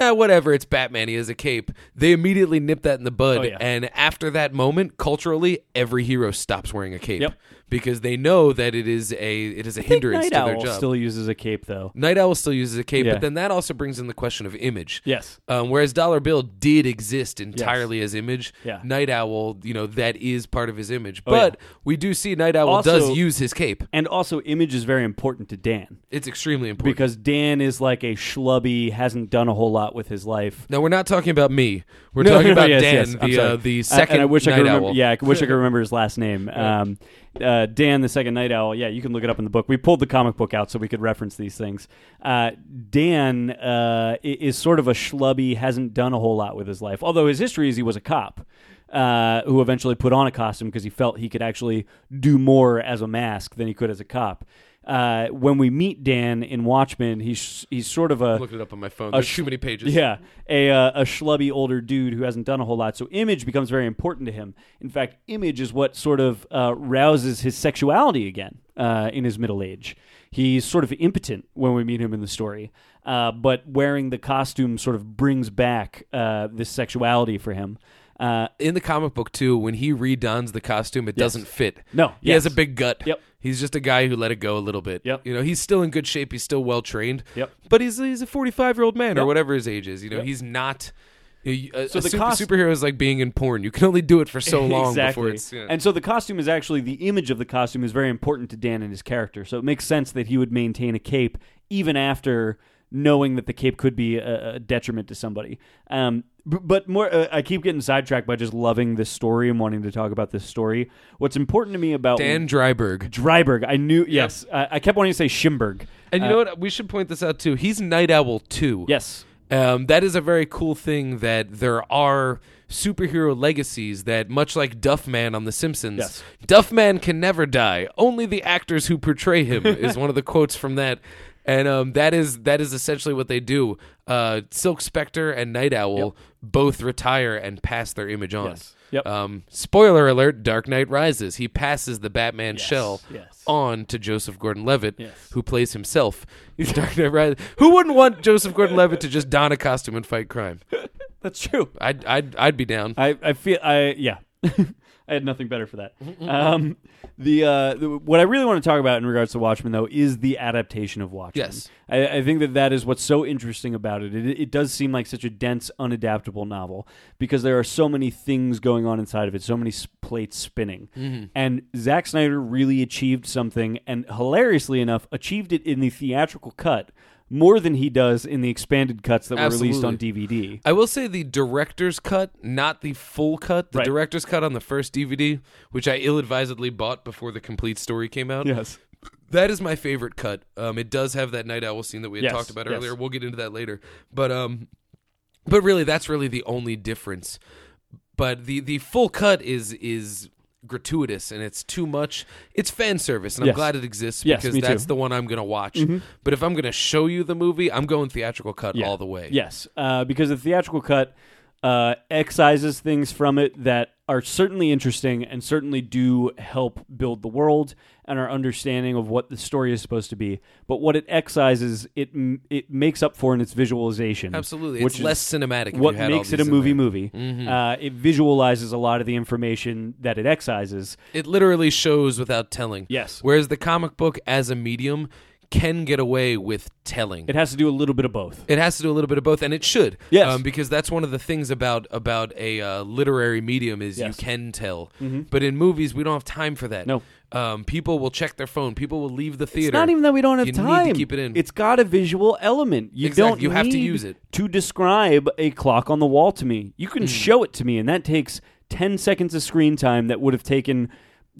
Speaker 3: eh, whatever it's batman he has a cape they immediately nip that in the bud
Speaker 2: Oh, yeah.
Speaker 3: and after that moment culturally every hero stops wearing a cape
Speaker 2: Yep.
Speaker 3: because they know that it is a it is a
Speaker 2: I think
Speaker 3: hindrance
Speaker 2: Night
Speaker 3: to their
Speaker 2: Owl
Speaker 3: job
Speaker 2: still uses a cape though.
Speaker 3: Night Owl still uses a cape,
Speaker 2: Yeah.
Speaker 3: but then that also brings in the question of image.
Speaker 2: Yes.
Speaker 3: Um, whereas Dollar Bill did exist entirely as image.
Speaker 2: Yeah. Oh,
Speaker 3: Night Owl, you know, that is part of his image.
Speaker 2: yeah.
Speaker 3: But we do see Night Owl
Speaker 2: Also-
Speaker 3: does use his cape.
Speaker 2: And also, image is very important to Dan
Speaker 3: It's extremely important.
Speaker 2: because Dan is like a schlubby, hasn't done a whole lot with his life.
Speaker 3: now we're not talking about me. We're talking about
Speaker 2: yes,
Speaker 3: Dan,
Speaker 2: yes, I'm
Speaker 3: the
Speaker 2: sorry.
Speaker 3: uh, the
Speaker 2: Uh,
Speaker 3: second
Speaker 2: and I wish
Speaker 3: Night
Speaker 2: I could
Speaker 3: Owl.
Speaker 2: remember, Yeah, I wish I could remember his last name. Um, uh, Dan, the second night owl. Yeah, you can look it up in the book. We pulled the comic book out so we could reference these things. Uh, Dan uh, i- is sort of a schlubby, hasn't done a whole lot with his life. Although his history is he was a cop. Uh, who eventually put on a costume because he felt he could actually do more as a mask than he could as a cop. Uh, when we meet Dan in Watchmen, he's he's sort of a
Speaker 3: Looked it up on my phone. There's
Speaker 2: sh-
Speaker 3: too many pages.
Speaker 2: yeah, a uh, a schlubby older dude who hasn't done a whole lot. So image becomes very important to him. In fact, image is what sort of uh, rouses his sexuality again uh, in his middle age. He's sort of impotent when we meet him in the story, uh, but wearing the costume sort of brings back uh, this sexuality for him. Uh,
Speaker 3: In the comic book too, when he redons the costume, it doesn't fit.
Speaker 2: No,
Speaker 3: He
Speaker 2: yes.
Speaker 3: has a big gut.
Speaker 2: Yep.
Speaker 3: He's just a guy who let it go a little bit.
Speaker 2: Yep.
Speaker 3: You know, he's still in good shape. He's still well trained.
Speaker 2: Yep.
Speaker 3: But he's he's a forty five year old man or
Speaker 2: Yep.
Speaker 3: whatever his age is. You know,
Speaker 2: Yep.
Speaker 3: he's not. uh, A, so
Speaker 2: the
Speaker 3: the
Speaker 2: cost-
Speaker 3: superhero is like being in porn. You can only do it for so long
Speaker 2: exactly.
Speaker 3: before it's. yeah.
Speaker 2: And so the costume is actually the image of the costume is very important to Dan and his character. So it makes sense that he would maintain a cape even after knowing that the cape could be a, a detriment to somebody. Um, b- but more, uh, I keep getting sidetracked by just loving this story and wanting to talk about this story. What's important to me about
Speaker 3: Dan Dryberg.
Speaker 2: Dryberg, I knew yes, I, I kept wanting to say Schimberg.
Speaker 3: And you know what? We should point this out too. He's Night Owl too.
Speaker 2: Yes,
Speaker 3: Um, that is a very cool thing that there are superhero legacies that, much like Duffman on The Simpsons,
Speaker 2: Yes.
Speaker 3: Duffman can never die. Only the actors who portray him is one of the quotes from that. And um, that is that is essentially what they do. Uh, Silk Spectre and Night Owl both retire and pass their image on.
Speaker 2: Yes. Yep.
Speaker 3: Um, spoiler alert: Dark Knight Rises. He passes the Batman shell
Speaker 2: yes.
Speaker 3: on to Joseph Gordon-Levitt,
Speaker 2: Yes.
Speaker 3: who plays himself. in Dark Knight Rises. Who wouldn't want Joseph Gordon-Levitt to just don a costume and fight crime?
Speaker 2: that's true.
Speaker 3: I'd I'd, I'd be down.
Speaker 2: I, I feel I yeah. I had nothing better for that.
Speaker 3: Mm-hmm,
Speaker 2: Um, the, uh, the what I really want to talk about in regards to Watchmen though is the adaptation of Watchmen.
Speaker 3: Yes.
Speaker 2: I, I think that that is what's so interesting about it. it. It does seem like such a dense, unadaptable novel because there are so many things going on inside of it, so many s- plates spinning.
Speaker 3: Mm-hmm.
Speaker 2: And Zack Snyder really achieved something, and hilariously enough, achieved it in the theatrical cut more than he does in the expanded cuts that were released on DVD.
Speaker 3: I will say the director's cut, not the full cut. The
Speaker 2: Right.
Speaker 3: director's cut on the first DVD, which I ill-advisedly bought before the complete story came out.
Speaker 2: Yes.
Speaker 3: That is my favorite cut. Um, it does have that night owl scene that we had
Speaker 2: Yes,
Speaker 3: talked about
Speaker 2: yes.
Speaker 3: earlier. We'll get into that later. But um, but really, that's really the only difference. But the the full cut is is gratuitous and it's too much. It's fan service, and
Speaker 2: Yes.
Speaker 3: I'm glad it exists
Speaker 2: Yes,
Speaker 3: because
Speaker 2: me too. Mm-hmm.
Speaker 3: that's the one I'm going to watch. But if I'm going to show you the movie, I'm going theatrical cut
Speaker 2: Yeah.
Speaker 3: all the way.
Speaker 2: Yes, uh, because the theatrical cut uh, excises things from it that are certainly interesting and certainly do help build the world and our understanding of what the story is supposed to be. But what it excises, it m- it makes up for in its visualization.
Speaker 3: Absolutely,
Speaker 2: which
Speaker 3: it's
Speaker 2: is
Speaker 3: less cinematic. if
Speaker 2: What
Speaker 3: you had all
Speaker 2: makes it a
Speaker 3: these in
Speaker 2: movie
Speaker 3: there. Mm-hmm.
Speaker 2: movie? Uh, it visualizes a lot of the information that it excises.
Speaker 3: It literally shows without telling.
Speaker 2: Yes.
Speaker 3: Whereas the comic book as a medium can get away with telling.
Speaker 2: It has to do a little bit of both.
Speaker 3: It has to do a little bit of both, and it should. um,
Speaker 2: Yes.
Speaker 3: because that's one of the things about about a uh, literary medium is
Speaker 2: Yes. Mm-hmm.
Speaker 3: you can tell. But in movies, we don't have time for that.
Speaker 2: No.
Speaker 3: Um, people will check their phone. People will leave the theater.
Speaker 2: It's not even that we don't have
Speaker 3: You need to
Speaker 2: time.
Speaker 3: keep it in.
Speaker 2: has got a visual element. You
Speaker 3: Exactly.
Speaker 2: don't.
Speaker 3: You have to
Speaker 2: need
Speaker 3: use it. Mm.
Speaker 2: to describe a clock on the wall to me. You can show it to me, and that takes ten seconds of screen time that would have taken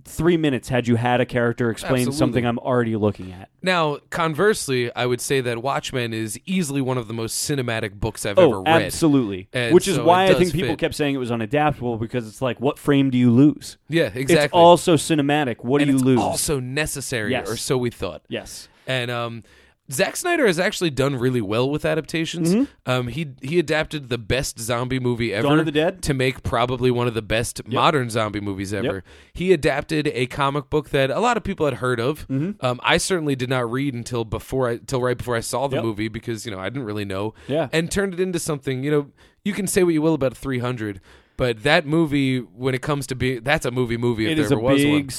Speaker 2: three minutes had you had a character explain
Speaker 3: Absolutely.
Speaker 2: something I'm already looking at.
Speaker 3: Now, conversely, I would say that Watchmen is easily one of the most cinematic books I've ever
Speaker 2: Oh,
Speaker 3: read.
Speaker 2: absolutely.
Speaker 3: And
Speaker 2: Which is
Speaker 3: so
Speaker 2: why
Speaker 3: it
Speaker 2: I
Speaker 3: does
Speaker 2: think people
Speaker 3: fit.
Speaker 2: kept saying it was unadaptable because it's like, what frame do you lose?
Speaker 3: Yeah, exactly.
Speaker 2: It's also cinematic. What
Speaker 3: and
Speaker 2: do you
Speaker 3: it's
Speaker 2: lose?
Speaker 3: also necessary,
Speaker 2: Yes.
Speaker 3: or so we thought.
Speaker 2: yes.
Speaker 3: And um, Zack Snyder has actually done really well with adaptations.
Speaker 2: Mm-hmm.
Speaker 3: Um, he he adapted the best zombie movie ever,
Speaker 2: of the Dead?
Speaker 3: to make probably one of the best modern zombie movies ever. He adapted a comic book that a lot of people had heard of.
Speaker 2: Mm-hmm.
Speaker 3: Um, I certainly did not read until before I, till right before I saw the
Speaker 2: Yep.
Speaker 3: movie because you know I didn't really know.
Speaker 2: Yeah.
Speaker 3: and turned it into something. You know, you can say what you will about Three Hundred. But that movie, when it comes to being, that's a movie movie if
Speaker 2: It
Speaker 3: there
Speaker 2: is a
Speaker 3: ever was one.
Speaker 2: big,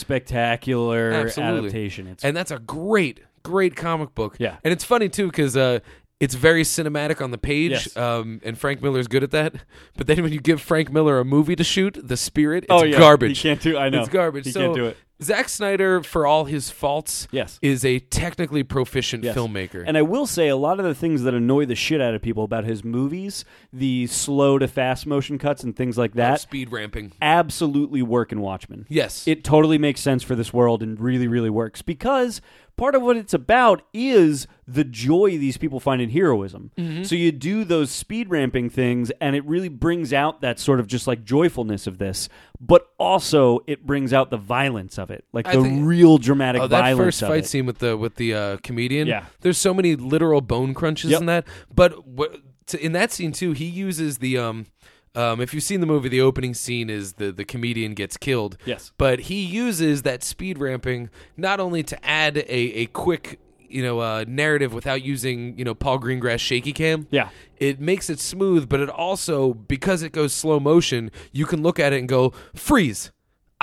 Speaker 2: spectacular
Speaker 3: Absolutely.
Speaker 2: adaptation. It's
Speaker 3: and that's a great, great comic book.
Speaker 2: Yeah.
Speaker 3: and it's funny too because uh, it's very cinematic on the page.
Speaker 2: Yes.
Speaker 3: Um, and Frank Miller's good at that. But then when you give Frank Miller a movie to shoot, The Spirit, it's
Speaker 2: oh yeah,
Speaker 3: garbage.
Speaker 2: He can't do. I know
Speaker 3: It's garbage.
Speaker 2: He
Speaker 3: so
Speaker 2: can't do it.
Speaker 3: Zack Snyder, for all his faults,
Speaker 2: Yes.
Speaker 3: is a technically proficient
Speaker 2: Yes.
Speaker 3: filmmaker.
Speaker 2: And I will say a lot of the things that annoy the shit out of people about his movies, the slow to fast motion cuts and things like that,
Speaker 3: speed ramping.
Speaker 2: absolutely work in Watchmen.
Speaker 3: Yes.
Speaker 2: It totally makes sense for this world and really, really works because part of what it's about is the joy these people find in heroism.
Speaker 3: Mm-hmm.
Speaker 2: So you do those speed ramping things and it really brings out that sort of just like joyfulness of this, but also it brings out the violence of it, like
Speaker 3: I
Speaker 2: the
Speaker 3: think-
Speaker 2: real dramatic
Speaker 3: Oh, that
Speaker 2: violence
Speaker 3: first
Speaker 2: of
Speaker 3: fight
Speaker 2: it.
Speaker 3: scene with the with the uh, comedian.
Speaker 2: Yeah.
Speaker 3: there's so many literal bone crunches
Speaker 2: Yep.
Speaker 3: in that. But wh- to, in that scene too, he uses the um, um, if you've seen the movie, the opening scene is the the comedian gets killed.
Speaker 2: Yes.
Speaker 3: but he uses that speed ramping not only to add a a quick you know uh, narrative without using you know Paul Greengrass shaky cam.
Speaker 2: Yeah.
Speaker 3: It makes it smooth, but it also because it goes slow motion, you can look at it and go freeze.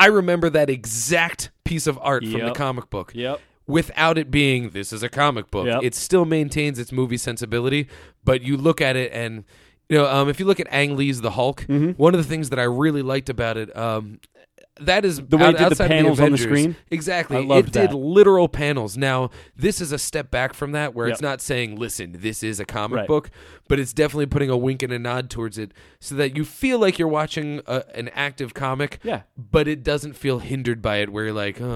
Speaker 3: I remember that exact piece of art from the
Speaker 2: Yep.
Speaker 3: comic book
Speaker 2: Yep.
Speaker 3: without it being this is a comic book.
Speaker 2: Yep.
Speaker 3: It still maintains its movie sensibility, but you look at it and you know um, if you look at Ang Lee's The Hulk,
Speaker 2: Mm-hmm.
Speaker 3: one of the things that I really liked about it. Um, that is the
Speaker 2: way it did the panels on the
Speaker 3: Avengers.
Speaker 2: screen?
Speaker 3: Exactly,
Speaker 2: I loved
Speaker 3: it did
Speaker 2: that.
Speaker 3: literal panels. Now this is a step back from that, where it's
Speaker 2: Yep.
Speaker 3: not saying, "Listen, this is a comic
Speaker 2: Right.
Speaker 3: book," but it's definitely putting a wink and a nod towards it, so that you feel like you're watching a, an active comic.
Speaker 2: Yeah.
Speaker 3: but it doesn't feel hindered by it, where you're like, "Oh,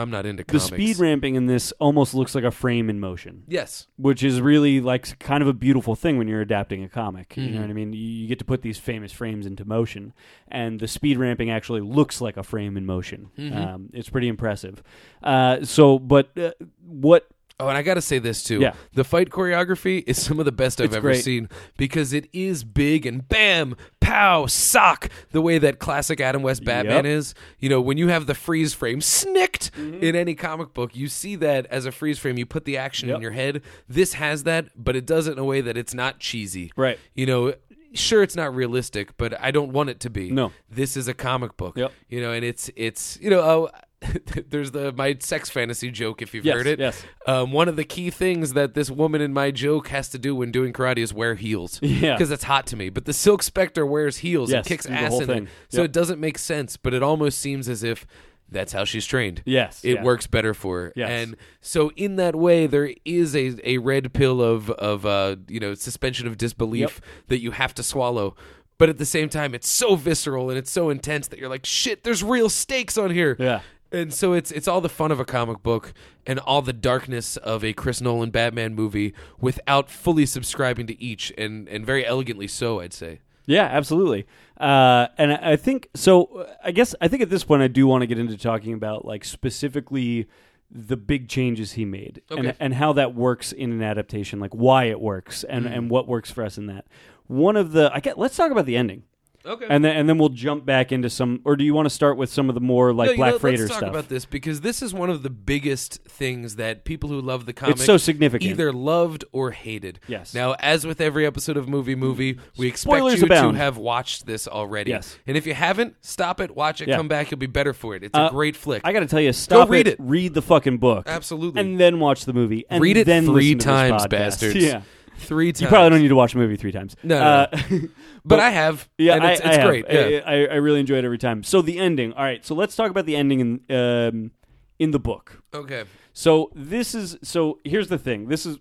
Speaker 3: I'm not into
Speaker 2: The
Speaker 3: comics."
Speaker 2: speed ramping in this almost looks like a frame in motion,
Speaker 3: Yes.
Speaker 2: which is really like kind of a beautiful thing when you're adapting a comic. You know what I mean? You, you get to put these famous frames into motion, and the speed ramping actually looks like a frame in motion. Um, it's pretty impressive. Uh, so, but uh, what?
Speaker 3: Oh, and I got to say this too.
Speaker 2: Yeah.
Speaker 3: The fight choreography is some of the best I've
Speaker 2: It's
Speaker 3: ever
Speaker 2: great.
Speaker 3: seen because it is big and bam, pow, sock, the way that classic Adam West Batman
Speaker 2: Yep.
Speaker 3: is. You know, when you have the freeze frame snicked
Speaker 2: Mm-hmm.
Speaker 3: in any comic book, you see that as a freeze frame. You put the action in
Speaker 2: Yep.
Speaker 3: your head. This has that, but it does it in a way that it's not cheesy.
Speaker 2: Right.
Speaker 3: You know, sure it's not realistic, but I don't want it to be.
Speaker 2: No.
Speaker 3: This is a comic book.
Speaker 2: Yep.
Speaker 3: You know, and it's it's, you know, oh, there's the my sex fantasy joke if you've
Speaker 2: Yes,
Speaker 3: heard it.
Speaker 2: yes.
Speaker 3: Um, one of the key things that this woman in my joke has to do when doing karate is wear heels.
Speaker 2: Yeah.
Speaker 3: Because that's hot to me. But the Silk Spectre wears heels and
Speaker 2: Yes,
Speaker 3: kicks
Speaker 2: do the
Speaker 3: ass
Speaker 2: whole
Speaker 3: in
Speaker 2: thing.
Speaker 3: it. So
Speaker 2: Yep.
Speaker 3: it doesn't make sense, but it almost seems as if that's how she's trained.
Speaker 2: Yes,
Speaker 3: It
Speaker 2: yeah.
Speaker 3: works better for her.
Speaker 2: Yes.
Speaker 3: And so in that way, there is a, a red pill of, of uh, you know, suspension of disbelief that you have to swallow. But at the same time, it's so visceral and it's so intense that you're like, shit, there's real stakes on here.
Speaker 2: Yeah.
Speaker 3: And so it's it's all the fun of a comic book and all the darkness of a Chris Nolan Batman movie without fully subscribing to each and and very elegantly so I'd say.
Speaker 2: Yeah, absolutely. Uh, and I I think so. uh, I guess I think at this point I do want to get into talking about like specifically the big changes he made
Speaker 3: Okay.
Speaker 2: and, and how that works in an adaptation, like why it works and, and what works for us in that. One of the I get let's talk about the ending
Speaker 3: Okay.
Speaker 2: and then and then we'll jump back into some. Or do you want to start with some of the more like
Speaker 3: No, you
Speaker 2: Black
Speaker 3: know,
Speaker 2: Freighter
Speaker 3: let's talk
Speaker 2: stuff?
Speaker 3: about this because this is one of the biggest things that people who love the comic
Speaker 2: so significant.
Speaker 3: either loved or hated.
Speaker 2: Yes.
Speaker 3: Now, as with every episode of Movie Movie, we expect
Speaker 2: Spoilers
Speaker 3: you
Speaker 2: abound.
Speaker 3: to have watched this already.
Speaker 2: Yes.
Speaker 3: And if you haven't, stop it, watch it,
Speaker 2: Yeah.
Speaker 3: come back. You'll be better for it. It's
Speaker 2: Uh,
Speaker 3: a great flick.
Speaker 2: I got to tell you, stop
Speaker 3: read it.
Speaker 2: Read the fucking book.
Speaker 3: Absolutely.
Speaker 2: And then watch the movie. And
Speaker 3: Read it
Speaker 2: then
Speaker 3: three
Speaker 2: listen to this
Speaker 3: times,
Speaker 2: podcast.
Speaker 3: bastards.
Speaker 2: Yeah.
Speaker 3: Three times.
Speaker 2: You probably don't need to watch a movie three times.
Speaker 3: No, no,
Speaker 2: no.
Speaker 3: but, I have.
Speaker 2: Yeah,
Speaker 3: and
Speaker 2: I-
Speaker 3: it's,
Speaker 2: I,
Speaker 3: it's
Speaker 2: have.
Speaker 3: great. yeah.
Speaker 2: I, I, I really enjoy it every time. So the ending. All right. So let's talk about the ending in um, in the book.
Speaker 3: okay.
Speaker 2: So this is so here's the thing. This is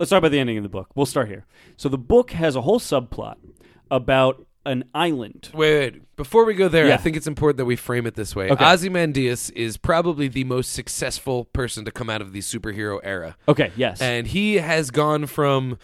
Speaker 2: let's talk about the ending of the book. We'll start here. So the book has a whole subplot about an island.
Speaker 3: Wait, wait. Before we go there,
Speaker 2: Yeah.
Speaker 3: I think it's important that we frame it this way.
Speaker 2: Okay.
Speaker 3: Ozymandias is probably the most successful person to come out of the superhero era.
Speaker 2: Okay. Yes.
Speaker 3: and he has gone from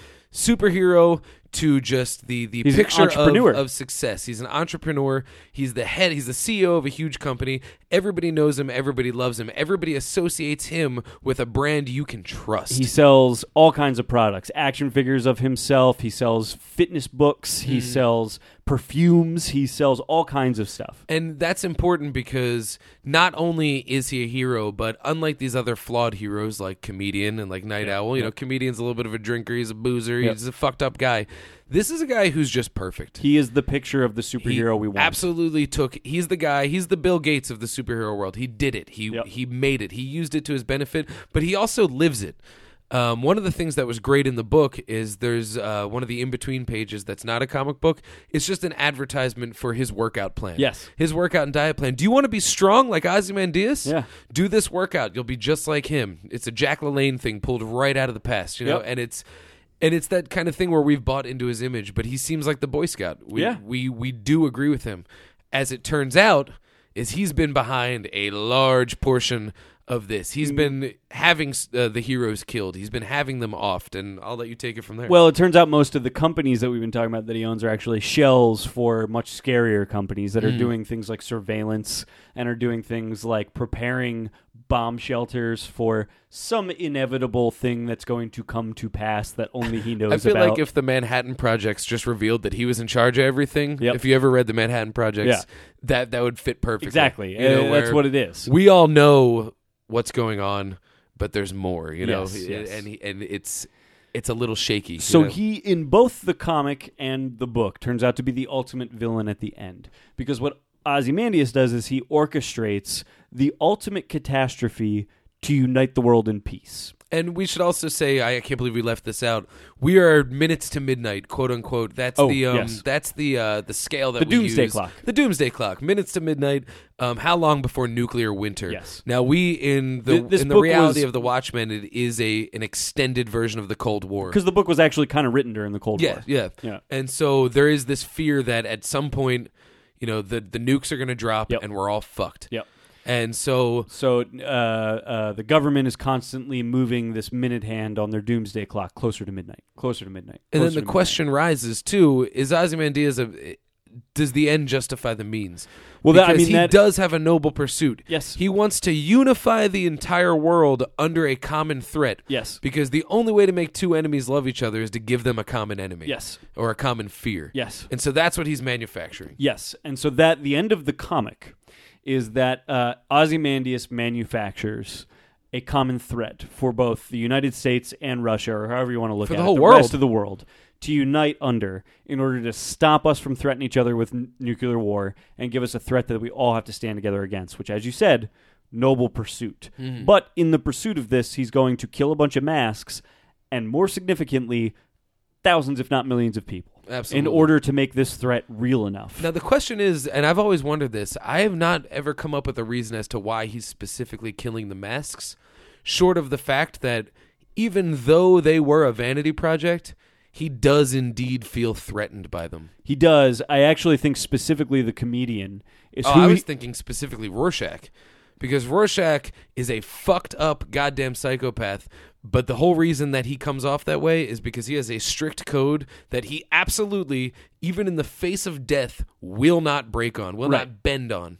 Speaker 3: superhero to just the the
Speaker 2: He's an
Speaker 3: picture of-
Speaker 2: entrepreneur.
Speaker 3: Of, success. He's an entrepreneur. He's the head. He's the CEO of a huge company. Everybody knows him. Everybody loves him. Everybody associates him with a brand you can trust.
Speaker 2: He sells all kinds of products, action figures of himself. He sells fitness books.
Speaker 3: Mm-hmm.
Speaker 2: He sells perfumes. He sells all kinds of stuff.
Speaker 3: and that's important because not only is he a hero, but unlike these other flawed heroes like Comedian and like Night Owl, you know, Comedian's a little bit of a drinker, he's a boozer, he's a fucked up guy. This is a guy who's just perfect.
Speaker 2: He is the picture of the superhero
Speaker 3: He
Speaker 2: we want.
Speaker 3: Absolutely took. He's the guy. He's the Bill Gates of the superhero world. He did it. He
Speaker 2: Yep.
Speaker 3: he made it. He used it to his benefit, but he also lives it. Um, one of the things that was great in the book is there's uh, one of the in between pages that's not a comic book. It's just an advertisement for his workout plan.
Speaker 2: Yes.
Speaker 3: his workout and diet plan. Do you want to be strong like Ozymandias?
Speaker 2: Yeah.
Speaker 3: do this workout. You'll be just like him. It's a Jack LaLanne thing pulled right out of the past. You know,
Speaker 2: Yep.
Speaker 3: and it's. And it's that kind of thing where we've bought into his image, but he seems like the Boy Scout. We,
Speaker 2: Yeah.
Speaker 3: we we do agree with him. As it turns out, is he's been behind a large portion of this.
Speaker 2: Hmm.
Speaker 3: He's been having uh, the heroes killed. He's been having them offed, and I'll let you take it from there.
Speaker 2: Well, it turns out most of the companies that we've been talking about that he owns are actually shells for much scarier companies
Speaker 3: Mm.
Speaker 2: that are doing things like surveillance and are doing things like preparing bomb shelters for some inevitable thing that's going to come to pass that only he knows
Speaker 3: I feel
Speaker 2: about.
Speaker 3: like if the Manhattan Projects just revealed that he was in charge of everything,
Speaker 2: Yep.
Speaker 3: if you ever read the Manhattan Projects,
Speaker 2: Yeah.
Speaker 3: that that would fit perfectly.
Speaker 2: exactly.
Speaker 3: You know,
Speaker 2: Uh, that's
Speaker 3: where
Speaker 2: what it is.
Speaker 3: We all know what's going on, but there's more. You know,
Speaker 2: Yes, yes.
Speaker 3: and he- and it's it's a little shaky. you
Speaker 2: So
Speaker 3: know?
Speaker 2: he, in both the comic and the book, turns out to be the ultimate villain at the end. Because what Ozymandias does is he orchestrates the ultimate catastrophe to unite the world in peace.
Speaker 3: And we should also say, I can't believe we left this out. We are minutes to midnight, quote unquote. That's
Speaker 2: Oh,
Speaker 3: the um,
Speaker 2: yes.
Speaker 3: that's the uh, the scale that
Speaker 2: The
Speaker 3: we
Speaker 2: doomsday
Speaker 3: use.
Speaker 2: clock.
Speaker 3: The doomsday clock, minutes to midnight. Um, how long before nuclear winter?
Speaker 2: Yes.
Speaker 3: Now we in the
Speaker 2: Th- this
Speaker 3: in the
Speaker 2: book
Speaker 3: reality
Speaker 2: was-
Speaker 3: of the Watchmen, it is a an extended version of the Cold War.
Speaker 2: Because the book was actually kind of written during the Cold
Speaker 3: Yeah,
Speaker 2: War.
Speaker 3: yeah,
Speaker 2: Yeah.
Speaker 3: And so there is this fear that at some point, you know, the the nukes are going to drop
Speaker 2: Yep.
Speaker 3: and we're all fucked.
Speaker 2: Yep.
Speaker 3: And so
Speaker 2: So uh, uh, the government is constantly moving this minute hand on their doomsday clock closer to midnight, closer to midnight.
Speaker 3: And then
Speaker 2: closer
Speaker 3: the
Speaker 2: to midnight.
Speaker 3: question rises too: Is Ozymandias a? Does the end justify the means?
Speaker 2: Well, that- I
Speaker 3: Because
Speaker 2: mean,
Speaker 3: he
Speaker 2: that-
Speaker 3: does have a noble pursuit.
Speaker 2: Yes.
Speaker 3: he wants to unify the entire world under a common threat.
Speaker 2: Yes.
Speaker 3: because the only way to make two enemies love each other is to give them a common enemy.
Speaker 2: Yes.
Speaker 3: or a common fear.
Speaker 2: Yes.
Speaker 3: and so that's what he's manufacturing.
Speaker 2: Yes, and so that the end of the comic is that uh, Ozymandias manufactures a common threat for both the United States and Russia, or however you want to look
Speaker 3: For
Speaker 2: at
Speaker 3: the
Speaker 2: it,
Speaker 3: whole
Speaker 2: the
Speaker 3: world.
Speaker 2: rest of the world, to unite under in order to stop us from threatening each other with n- nuclear war and give us a threat that we all have to stand together against. Which, as you said, noble pursuit.
Speaker 3: Mm-hmm.
Speaker 2: But in the pursuit of this, he's going to kill a bunch of masks, and more significantly, thousands, if not millions, of people. In
Speaker 3: Absolutely.
Speaker 2: order to make this threat real enough.
Speaker 3: Now the question is, and I've always wondered this. I have not ever come up with a reason as to why he's specifically killing the masks, short of the fact that even though they were a vanity project, he does indeed feel threatened by them.
Speaker 2: He does. I actually think specifically the comedian is
Speaker 3: Oh,
Speaker 2: who
Speaker 3: I was
Speaker 2: he-
Speaker 3: thinking specifically Rorschach, because Rorschach is a fucked up goddamn psychopath. But the whole reason that he comes off that way is because he has a strict code that he absolutely, even in the face of death, will not break on, will not bend on.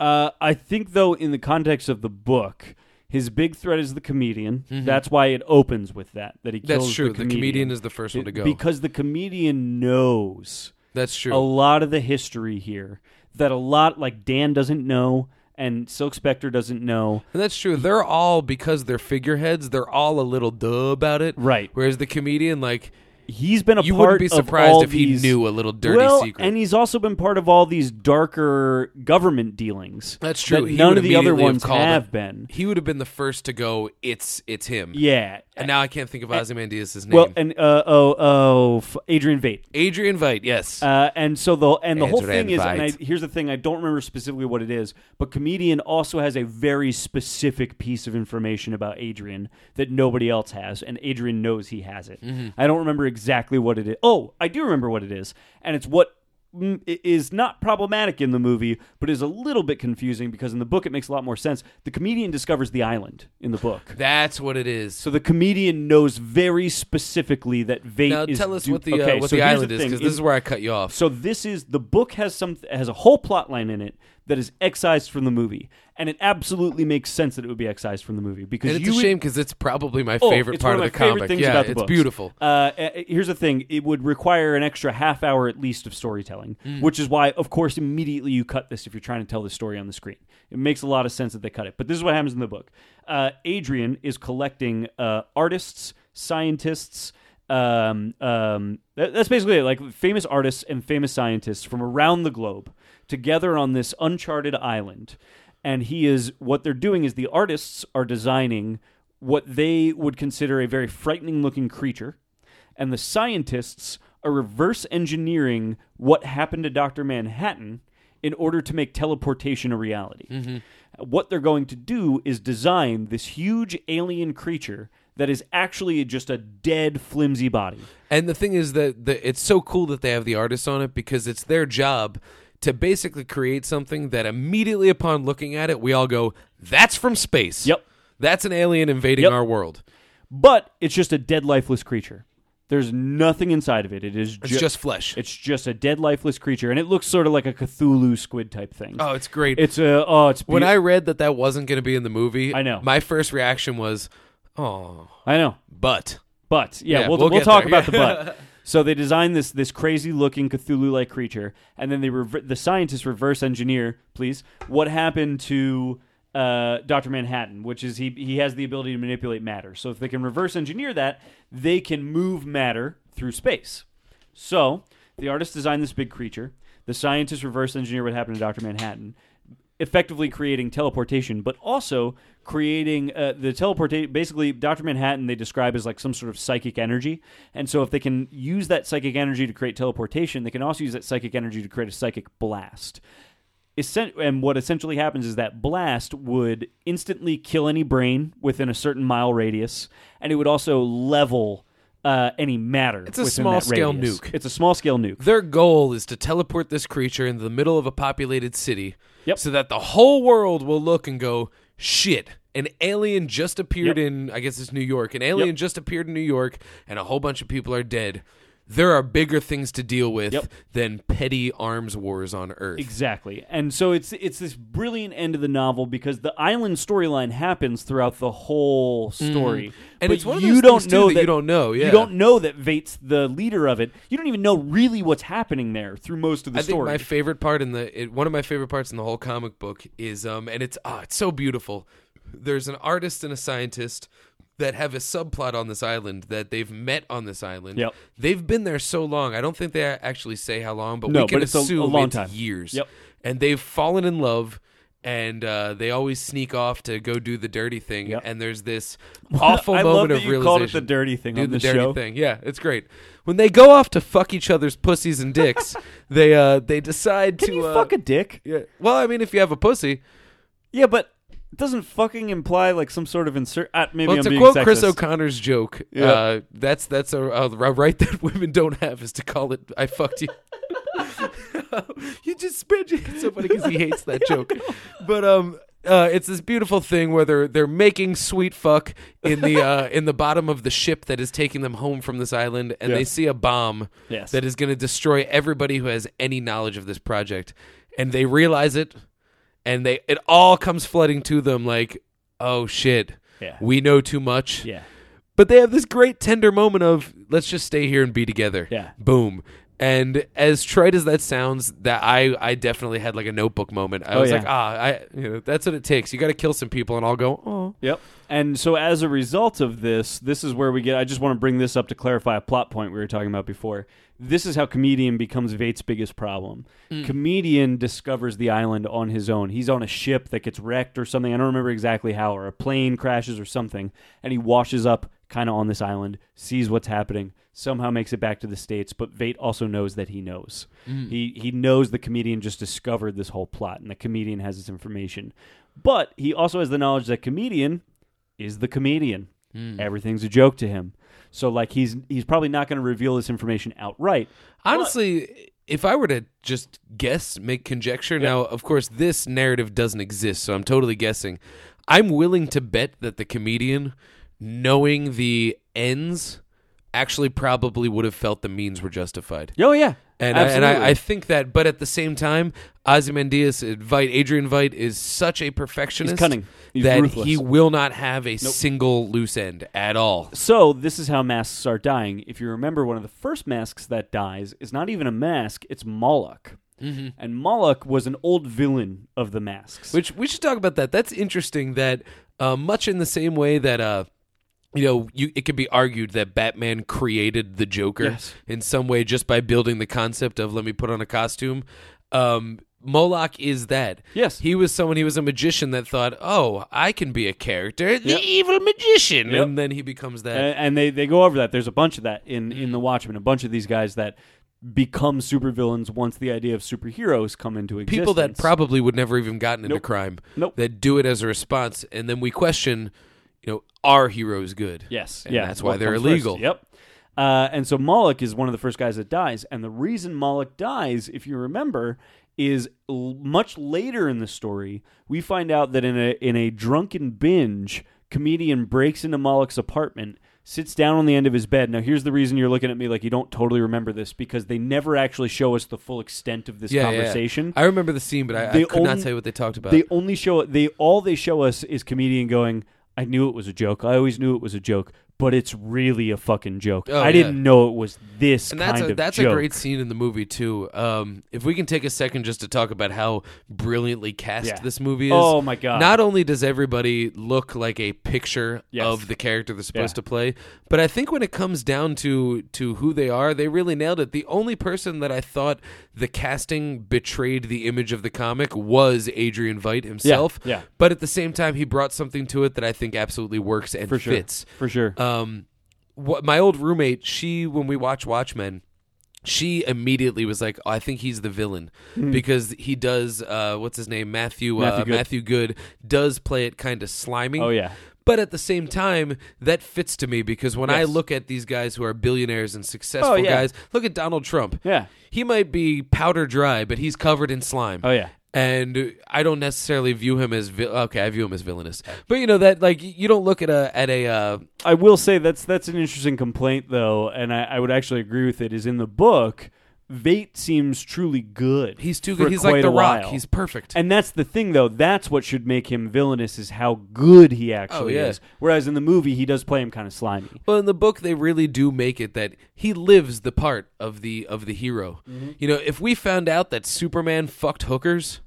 Speaker 2: uh, I think though in the context of the book, his big threat is the comedian. That's why it opens with that that he
Speaker 3: Mm-hmm. That's
Speaker 2: kills
Speaker 3: true.
Speaker 2: The
Speaker 3: The
Speaker 2: comedian.
Speaker 3: comedian is the first one to go.
Speaker 2: because the comedian knows
Speaker 3: That's true.
Speaker 2: a lot of the history here that a lot like Dan doesn't know and Silk Spectre doesn't know.
Speaker 3: And that's true. They're all because they're figureheads. They're all a little duh about it,
Speaker 2: Right.
Speaker 3: Whereas the comedian, like,
Speaker 2: He's been a
Speaker 3: you
Speaker 2: part
Speaker 3: wouldn't be
Speaker 2: of all
Speaker 3: surprised if
Speaker 2: these-
Speaker 3: he knew a little dirty
Speaker 2: well,
Speaker 3: secret.
Speaker 2: and he's also been part of all these darker government dealings.
Speaker 3: that's true.
Speaker 2: that
Speaker 3: He
Speaker 2: none
Speaker 3: would
Speaker 2: of the other
Speaker 3: immediately
Speaker 2: ones
Speaker 3: called
Speaker 2: have
Speaker 3: it.
Speaker 2: been.
Speaker 3: He would have been the first to go. It's it's him.
Speaker 2: Yeah.
Speaker 3: And now I can't think of Ozymandias' name.
Speaker 2: well, and uh, oh, oh, f- Adrian Vate.
Speaker 3: Adrian Veidt. Yes.
Speaker 2: Uh, and so the and the whole
Speaker 3: Adrian
Speaker 2: thing is, and I,
Speaker 3: Veidt.
Speaker 2: here's the thing: I don't remember specifically what it is, but comedian also has a very specific piece of information about Adrian that nobody else has, and Adrian knows he has it.
Speaker 3: Mm-hmm.
Speaker 2: I don't remember exactly what it is. Oh, I do remember what it is, and it's what mm, i- is not problematic in the movie, but is a little bit confusing because in the book it makes a lot more sense. The comedian discovers the island in the book.
Speaker 3: that's what it is.
Speaker 2: So the comedian knows very specifically that Vate
Speaker 3: now
Speaker 2: is
Speaker 3: tell us
Speaker 2: du-
Speaker 3: what the uh,
Speaker 2: okay,
Speaker 3: what
Speaker 2: so
Speaker 3: the
Speaker 2: here's
Speaker 3: island is
Speaker 2: thing.
Speaker 3: because
Speaker 2: In-
Speaker 3: this is where I cut you off.
Speaker 2: so this is the book has some has a whole plot line in it that is excised from the movie, and it absolutely makes sense that it would be excised from the movie because
Speaker 3: and it's
Speaker 2: you
Speaker 3: a
Speaker 2: would-
Speaker 3: shame because it's probably my
Speaker 2: Oh,
Speaker 3: favorite
Speaker 2: it's
Speaker 3: part
Speaker 2: one of
Speaker 3: of the
Speaker 2: my favorite
Speaker 3: comic.
Speaker 2: things
Speaker 3: yeah,
Speaker 2: about the
Speaker 3: it's
Speaker 2: books.
Speaker 3: beautiful.
Speaker 2: Uh, a- a- here's the thing: it would require an extra half hour at least of storytelling,
Speaker 3: Mm.
Speaker 2: which is why, of course, immediately you cut this if you're trying to tell the story on the screen. It makes a lot of sense that they cut it, but this is what happens in the book. Uh, Adrian is collecting uh, artists, scientists. Um, um, that- that's basically it. Like famous artists and famous scientists from around the globe together on this uncharted island, and he is what they're doing is the artists are designing what they would consider a very frightening looking creature, and the scientists are reverse engineering what happened to Dr. Manhattan in order to make teleportation a reality.
Speaker 3: Mm-hmm.
Speaker 2: What they're going to do is design this huge alien creature that is actually just a dead, flimsy body.
Speaker 3: And the thing is that the, it's so cool that they have the artists on it because it's their job to basically create something that immediately upon looking at it, we all go, "That's from space."
Speaker 2: Yep.
Speaker 3: That's an alien invading
Speaker 2: Yep.
Speaker 3: our world.
Speaker 2: But it's just a dead, lifeless creature. There's nothing inside of it. It is
Speaker 3: It's
Speaker 2: ju-
Speaker 3: just flesh.
Speaker 2: It's just a dead, lifeless creature, and it looks sort of like a Cthulhu squid type thing.
Speaker 3: oh, it's great.
Speaker 2: It's a oh, it's
Speaker 3: when
Speaker 2: beau-
Speaker 3: I read that that wasn't going to be in the movie,
Speaker 2: I know.
Speaker 3: My first reaction was, "Oh,
Speaker 2: I know.
Speaker 3: but."
Speaker 2: But yeah,
Speaker 3: Yeah,
Speaker 2: we'll,
Speaker 3: we'll
Speaker 2: we'll,
Speaker 3: get
Speaker 2: talk
Speaker 3: there.
Speaker 2: about the butt. So they design this this crazy looking Cthulhu like creature, and then they rever- the scientists reverse engineer, please, what happened to uh, Doctor Manhattan, which is he he has the ability to manipulate matter. So if they can reverse engineer that, they can move matter through space. So the artist designed this big creature. The scientists reverse engineer what happened to Doctor Manhattan, effectively creating teleportation, but also creating uh, the teleportation. Basically, Doctor Manhattan they describe as like some sort of psychic energy, and so if they can use that psychic energy to create teleportation, they can also use that psychic energy to create a psychic blast. Essen- and what essentially happens is that blast would instantly kill any brain within a certain mile radius, and it would also level uh, any matter. It's
Speaker 3: a small-scale nuke.
Speaker 2: It's a small scale nuke.
Speaker 3: Their goal is to teleport this creature into the middle of a populated city
Speaker 2: Yep.
Speaker 3: so that the whole world will look and go, shit, an alien just appeared
Speaker 2: Yep.
Speaker 3: in, I guess it's New York. An alien
Speaker 2: Yep.
Speaker 3: just appeared in New York and a whole bunch of people are dead. There are bigger things to deal with
Speaker 2: Yep.
Speaker 3: than petty arms wars on Earth.
Speaker 2: Exactly. And so it's it's this brilliant end of the novel because the island storyline happens throughout the whole story.
Speaker 3: Mm-hmm. And
Speaker 2: but
Speaker 3: it's one of
Speaker 2: you
Speaker 3: those
Speaker 2: don't
Speaker 3: things, too,
Speaker 2: know
Speaker 3: that you don't know, yeah.
Speaker 2: You don't know that Vate's the leader of it. You don't even know really what's happening there through most of the
Speaker 3: I think
Speaker 2: story.
Speaker 3: my favorite part in the it, one of my favorite parts in the whole comic book is um and it's ah it's so beautiful. There's an artist and a scientist that have a subplot on this island that they've met on this island.
Speaker 2: Yep.
Speaker 3: They've been there so long. I don't think they actually say how long, but
Speaker 2: No,
Speaker 3: we can
Speaker 2: but it's a- a
Speaker 3: assume
Speaker 2: long
Speaker 3: it's
Speaker 2: time.
Speaker 3: years.
Speaker 2: Yep.
Speaker 3: And they've fallen in love. And uh, they always sneak off to go do the dirty thing,
Speaker 2: Yep.
Speaker 3: and there's this awful
Speaker 2: I love
Speaker 3: moment
Speaker 2: that
Speaker 3: of
Speaker 2: you
Speaker 3: realization.
Speaker 2: called it the dirty thing
Speaker 3: Do
Speaker 2: on
Speaker 3: the
Speaker 2: this
Speaker 3: dirty
Speaker 2: show.
Speaker 3: thing. Yeah, it's great. When they go off to fuck each other's pussies and dicks, they uh they decide
Speaker 2: Can
Speaker 3: to
Speaker 2: you
Speaker 3: uh,
Speaker 2: fuck a dick?
Speaker 3: yeah. Well, I mean, if you have a pussy,
Speaker 2: Yeah, but it doesn't fucking imply like some sort of insert. Uh, maybe
Speaker 3: well,
Speaker 2: I'm
Speaker 3: to
Speaker 2: being
Speaker 3: quote
Speaker 2: sexist.
Speaker 3: Chris O'Connor's joke,
Speaker 2: Yeah.
Speaker 3: uh, that's that's a, a right that women don't have is to call it "I fucked you." you just spread your so funny because he hates that joke. But um, uh, it's this beautiful thing where they're they're making sweet fuck in the uh, in the bottom of the ship that is taking them home from this island, and
Speaker 2: Yeah.
Speaker 3: they see a bomb
Speaker 2: Yes.
Speaker 3: that is going to destroy everybody who has any knowledge of this project, and they realize it, and they it all comes flooding to them like, oh shit.
Speaker 2: Yeah.
Speaker 3: We know too much.
Speaker 2: yeah.
Speaker 3: But they have this great tender moment of let's just stay here and be together.
Speaker 2: Yeah.
Speaker 3: Boom. And as trite as that sounds, that I, I definitely had like a notebook moment. I
Speaker 2: Oh,
Speaker 3: was
Speaker 2: yeah.
Speaker 3: like, ah, I, you know, that's what it takes. You got to kill some people, and I'll go, oh,
Speaker 2: Yep. And so as a result of this, this is where we get I just want to bring this up to clarify a plot point we were talking about before. This is how comedian becomes Vate's biggest problem.
Speaker 3: Hmm.
Speaker 2: Comedian discovers the island on his own. He's on a ship that gets wrecked or something. I don't remember exactly how, or a plane crashes or something, and he washes up kind of on this island, sees what's happening, somehow makes it back to the states, but Vate also knows that he knows. He he knows the comedian just discovered this whole plot and the comedian has this information. But he also has the knowledge that comedian is the comedian. Everything's a joke to him. So like he's he's probably not going to reveal this information outright.
Speaker 3: Honestly, if I were to just guess, make conjecture, now, of course, this narrative doesn't exist, so I'm totally guessing. I'm willing to bet that the comedian, knowing the ends, actually probably would have felt the means were justified.
Speaker 2: Oh yeah.
Speaker 3: And, I, and I, I think that, but at the same time, Ozymandias, uh, Vite, Adrian Vite is such a perfectionist.
Speaker 2: cunning. He's
Speaker 3: that
Speaker 2: ruthless.
Speaker 3: he will not have a single loose end at all.
Speaker 2: So this is how masks are dying. If you remember, one of the first masks that dies is not even a mask; it's Moloch. And Moloch was an old villain of the masks.
Speaker 3: Mm-hmm. Which we should talk about that. That's interesting. That uh, much in the same way that uh, you know, you it could be argued that Batman created the Joker
Speaker 2: Yes.
Speaker 3: in some way just by building the concept of let me put on a costume. Um, Moloch is that.
Speaker 2: Yes.
Speaker 3: he was someone. He was a magician that thought, "Oh, I can be a character, the evil magician,"
Speaker 2: Yep.
Speaker 3: and then he becomes that.
Speaker 2: and, and they, they go over that. There's a bunch of that in, in
Speaker 3: Mm-hmm.
Speaker 2: the Watchmen. A bunch of these guys that become supervillains once the idea of superheroes come into existence.
Speaker 3: people that probably would never even gotten into
Speaker 2: Nope.
Speaker 3: crime
Speaker 2: Nope.
Speaker 3: that do it as a response, and then we question, you know, are heroes good?
Speaker 2: Yes,
Speaker 3: and
Speaker 2: yeah,
Speaker 3: that's why
Speaker 2: what
Speaker 3: they're
Speaker 2: comes first.
Speaker 3: illegal.
Speaker 2: Yep. Uh, and so Moloch is one of the first guys that dies, and the reason Moloch dies, if you remember, is l- much later in the story we find out that in a in a drunken binge, comedian breaks into Moloch's apartment. Sits down on the end of his bed. Now, here's the reason you're looking at me like you don't totally remember this because they never actually show us the full extent of this
Speaker 3: Yeah, yeah, yeah.
Speaker 2: conversation.
Speaker 3: I remember the scene, but I, I
Speaker 2: They
Speaker 3: could not
Speaker 2: only-
Speaker 3: tell you what they talked about.
Speaker 2: They only show they all they show us is comedian going, I knew it was a joke. I always knew it was a joke, but it's really a fucking joke.
Speaker 3: Oh,
Speaker 2: I
Speaker 3: yeah.
Speaker 2: didn't know it was this
Speaker 3: and that's
Speaker 2: kind
Speaker 3: a,
Speaker 2: of
Speaker 3: that's
Speaker 2: joke.
Speaker 3: a great scene in the movie too. Um, if we can take a second just to talk about how brilliantly cast
Speaker 2: Yeah.
Speaker 3: this movie is.
Speaker 2: Oh, my God.
Speaker 3: Not only does everybody look like a picture
Speaker 2: Yes.
Speaker 3: of the character they're supposed
Speaker 2: Yeah.
Speaker 3: to play, but I think when it comes down to to who they are, they really nailed it. The only person that I thought the casting betrayed the image of the comic was Adrian Veidt himself.
Speaker 2: yeah.
Speaker 3: But at the same time, he brought something to it that I think absolutely works and
Speaker 2: for sure.
Speaker 3: fits
Speaker 2: For sure.
Speaker 3: um what my old roommate she when we watch watchmen she immediately was like oh, i think he's the villain because he does uh what's his name matthew
Speaker 2: Hmm. Matthew
Speaker 3: uh,
Speaker 2: Good.
Speaker 3: matthew good does play it kind of slimy
Speaker 2: Oh, yeah.
Speaker 3: but at the same time, that fits to me because when I
Speaker 2: Yes. Oh,
Speaker 3: look at these guys who are billionaires and successful
Speaker 2: yeah.
Speaker 3: guys, look at Donald Trump.
Speaker 2: Yeah.
Speaker 3: He might be powder dry, but he's covered in slime.
Speaker 2: Oh, yeah.
Speaker 3: And I don't necessarily view him as vi- okay. I view him as villainous, but you know that like you don't look at a at a uh,
Speaker 2: I will say that's that's an interesting complaint though, and I, I would actually agree with it, is in the book, Vate seems truly good.
Speaker 3: He's too
Speaker 2: for
Speaker 3: good. He's like
Speaker 2: quite
Speaker 3: The
Speaker 2: a
Speaker 3: Rock.
Speaker 2: while.
Speaker 3: He's perfect.
Speaker 2: And that's the thing, though. That's what should make him villainous is how good he actually
Speaker 3: Oh, yeah.
Speaker 2: is. Whereas in the movie, he does play him kind of slimy.
Speaker 3: well, in the book, they really do make it that he lives the part of the of the hero. You know, if we found out that Superman fucked hookers,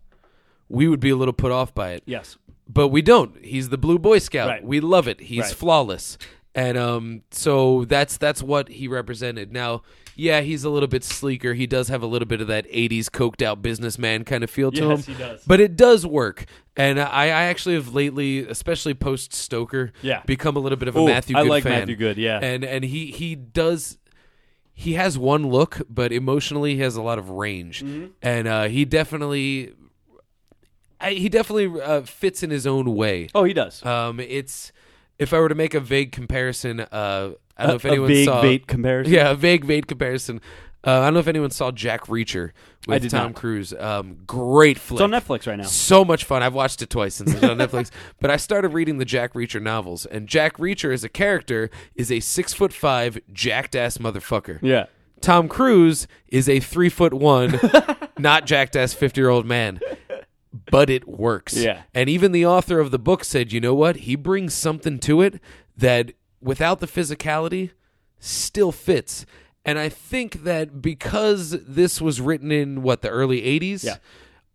Speaker 3: we would be a little put off by it.
Speaker 2: Yes.
Speaker 3: But we don't. He's the blue boy scout.
Speaker 2: Right.
Speaker 3: We love it. He's
Speaker 2: Right.
Speaker 3: flawless. And um so that's that's what he represented. Now, yeah, he's a little bit sleeker. He does have a little bit of that 80s coked out businessman kind of feel to
Speaker 2: Yes,
Speaker 3: him.
Speaker 2: he does.
Speaker 3: But it does work. And I, I actually have lately, especially post Stoker,
Speaker 2: Yeah.
Speaker 3: become a little bit of a
Speaker 2: Ooh,
Speaker 3: Matthew
Speaker 2: I
Speaker 3: Good
Speaker 2: like
Speaker 3: fan.
Speaker 2: Matthew Good, yeah.
Speaker 3: And and he he does he has one look, but emotionally he has a lot of range,
Speaker 2: Mm-hmm.
Speaker 3: and uh, he definitely I, he definitely uh, fits in his own way.
Speaker 2: Oh, he does.
Speaker 3: Um, it's if I were to make a vague comparison, uh, I don't know if
Speaker 2: a
Speaker 3: anyone
Speaker 2: vague
Speaker 3: saw
Speaker 2: Vate comparison?
Speaker 3: Yeah, a vague Vate comparison. Uh, I don't know if anyone saw Jack Reacher with
Speaker 2: did
Speaker 3: Tom
Speaker 2: not.
Speaker 3: Cruise. Um, great flick.
Speaker 2: It's on Netflix right now.
Speaker 3: So much fun. I've watched it twice since it's on Netflix. But I started reading the Jack Reacher novels, and Jack Reacher as a character is a six foot five jacked ass motherfucker.
Speaker 2: Yeah.
Speaker 3: Tom Cruise is a three foot one, not jacked ass fifty year old man. But it works.
Speaker 2: Yeah.
Speaker 3: And even the author of the book said, you know what? He brings something to it that without the physicality still fits. And I think that because this was written in what the early 80s,
Speaker 2: Yeah.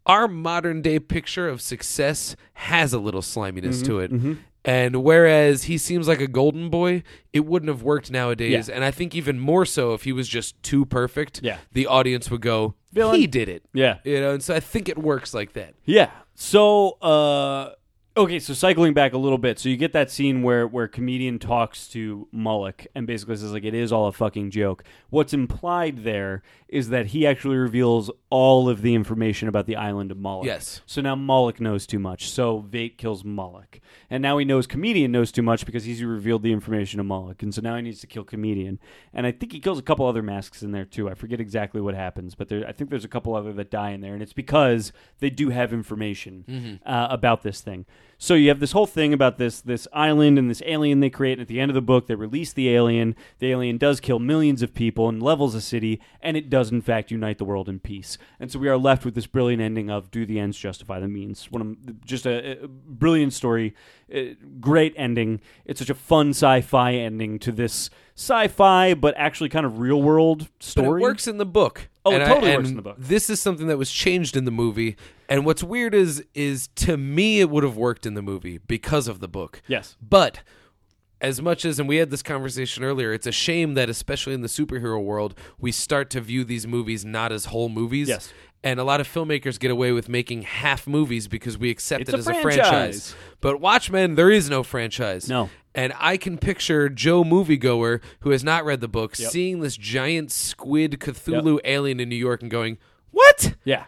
Speaker 3: our modern day picture of success has a little sliminess
Speaker 2: Mm-hmm,
Speaker 3: to it. And whereas he seems like a golden boy, it wouldn't have worked nowadays.
Speaker 2: Yeah.
Speaker 3: And I think even more so if he was just too perfect,
Speaker 2: Yeah.
Speaker 3: the audience would go,
Speaker 2: Villain.
Speaker 3: "He did it."
Speaker 2: Yeah.
Speaker 3: You know, and so I think it works like that.
Speaker 2: Yeah. So, uh, okay, so cycling back a little bit, so you get that scene where where comedian talks to Mullock and basically says like it is all a fucking joke. What's implied there is that he actually reveals all of the information about the island of Mullock.
Speaker 3: Yes.
Speaker 2: So now Moloch knows too much. So Vate kills Moloch. And now he knows Comedian knows too much because he's revealed the information to Moloch. And so now he needs to kill Comedian. And I think he kills a couple other masks in there too. I forget exactly what happens, but there, I think there's a couple other that die in there. And it's because they do have information uh, about this thing. So you have this whole thing about this this island and this alien they create. And at the end of the book, they release the alien. The alien does kill millions of people and levels a city, and it does in fact unite the world in peace. And so we are left with this brilliant ending of "Do the ends justify the means?" One of, just a, a brilliant story, uh, great ending. It's such a fun sci-fi ending to this sci-fi, but actually kind of real world
Speaker 3: But
Speaker 2: story.
Speaker 3: it works in the book.
Speaker 2: Oh, it
Speaker 3: And I-
Speaker 2: totally
Speaker 3: and
Speaker 2: works in the book.
Speaker 3: This is something that was changed in the movie. And what's weird is is to me it would have worked in the movie because of the book.
Speaker 2: Yes.
Speaker 3: But as much as and we had this conversation earlier, it's a shame that especially in the superhero world, we start to view these movies not as whole movies.
Speaker 2: Yes.
Speaker 3: And a lot of filmmakers get away with making half movies because we accept
Speaker 2: It's
Speaker 3: it
Speaker 2: a
Speaker 3: as
Speaker 2: franchise.
Speaker 3: a franchise. But Watchmen, there is no franchise.
Speaker 2: No.
Speaker 3: And I can picture Joe moviegoer who has not read the book
Speaker 2: Yep.
Speaker 3: seeing this giant squid Cthulhu alien in New York and going, "What?"
Speaker 2: Yeah.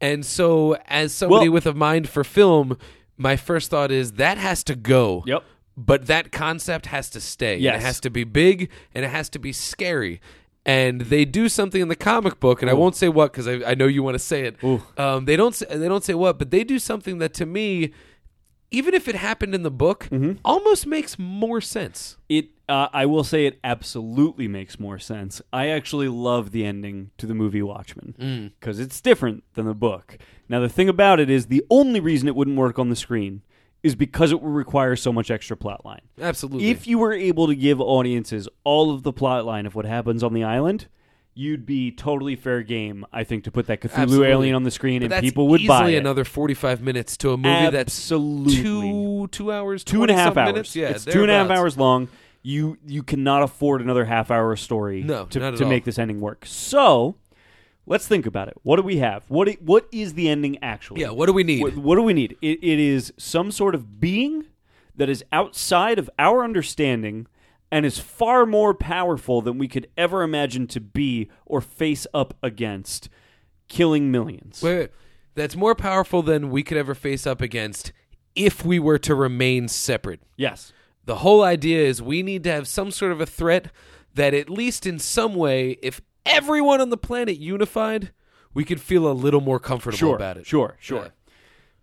Speaker 3: And so as somebody
Speaker 2: Well-
Speaker 3: with a mind for film, my first thought is that has to go.
Speaker 2: Yep.
Speaker 3: But that concept has to stay. and
Speaker 2: Yes.
Speaker 3: it has to be big and it has to be scary. And they do something in the comic book, and I won't say what because I, I know you want to say it.
Speaker 2: Ooh.
Speaker 3: Um, they don't. Say, they don't say what, but they do something that to me, even if it happened in the book,
Speaker 2: Mm-hmm.
Speaker 3: almost makes more sense.
Speaker 2: It, uh, I will say, it absolutely makes more sense. I actually love the ending to the movie
Speaker 3: Mm.
Speaker 2: Watchmen because it's different than the book. Now, the thing about it is, the only reason it wouldn't work on the screen is because it would require so much extra plotline.
Speaker 3: Absolutely.
Speaker 2: If you were able to give audiences all of the plotline of what happens on the island, you'd be totally fair game, I think, to put that Cthulhu
Speaker 3: Absolutely.
Speaker 2: alien on the screen
Speaker 3: But
Speaker 2: and
Speaker 3: that's
Speaker 2: people would
Speaker 3: easily
Speaker 2: buy it.
Speaker 3: another forty-five minutes to a movie
Speaker 2: Absolutely.
Speaker 3: that's two two hours,
Speaker 2: two and a half
Speaker 3: 20-something
Speaker 2: hours.
Speaker 3: Minutes? Yeah,
Speaker 2: it's two and a half
Speaker 3: thereabouts.
Speaker 2: hours long. You you cannot afford another half hour story
Speaker 3: No,
Speaker 2: to,
Speaker 3: not at
Speaker 2: to
Speaker 3: all.
Speaker 2: make this ending work. So let's think about it. What do we have? What i- what is the ending actually?
Speaker 3: Yeah, what do we need?
Speaker 2: What, what do we need? It, it is some sort of being that is outside of our understanding and is far more powerful than we could ever imagine to be or face up against, killing millions.
Speaker 3: Wait, wait. That's more powerful than we could ever face up against if we were to remain separate.
Speaker 2: Yes.
Speaker 3: The whole idea is we need to have some sort of a threat that, at least in some way, if everyone on the planet unified, we could feel a little more comfortable
Speaker 2: sure,
Speaker 3: about it.
Speaker 2: Sure, sure.
Speaker 3: Yeah.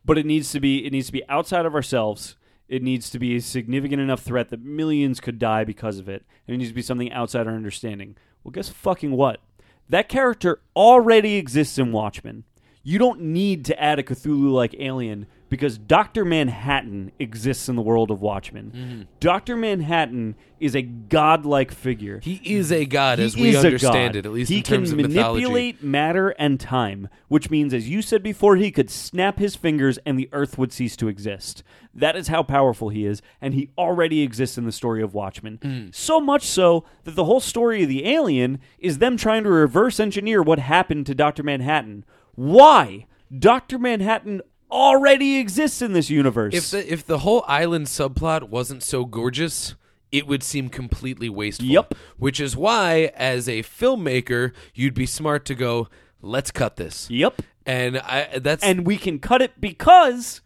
Speaker 2: But it needs to be it needs to be outside of ourselves. It needs to be a significant enough threat that millions could die because of it, and it needs to be something outside our understanding. Well, guess fucking what? That character already exists in Watchmen. You don't need to add a Cthulhu like alien because Dr. Manhattan exists in the world of Watchmen.
Speaker 3: Mm-hmm.
Speaker 2: Dr. Manhattan is a godlike figure
Speaker 3: He is a god as
Speaker 2: he
Speaker 3: we
Speaker 2: is a
Speaker 3: understand
Speaker 2: god.
Speaker 3: it, at least
Speaker 2: he
Speaker 3: in terms
Speaker 2: can
Speaker 3: of mythology.
Speaker 2: manipulate matter and time, which means, as you said before, he could snap his fingers and the Earth would cease to exist. That is how powerful he is, and he already exists in the story of Watchmen.
Speaker 3: Hmm.
Speaker 2: So much so that the whole story of the alien is them trying to reverse engineer what happened to Doctor Manhattan. Why? Doctor Manhattan already exists in this universe.
Speaker 3: If the, if the whole island subplot wasn't so gorgeous, it would seem completely wasteful.
Speaker 2: Yep.
Speaker 3: Which is why, as a filmmaker, you'd be smart to go, let's cut this.
Speaker 2: yep.
Speaker 3: And I that's
Speaker 2: and we can cut it because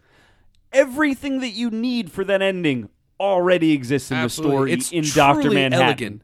Speaker 2: everything that you need for that ending already exists in
Speaker 3: absolutely-
Speaker 2: the
Speaker 3: it's
Speaker 2: story in Doctor
Speaker 3: truly
Speaker 2: Manhattan.
Speaker 3: Elegant.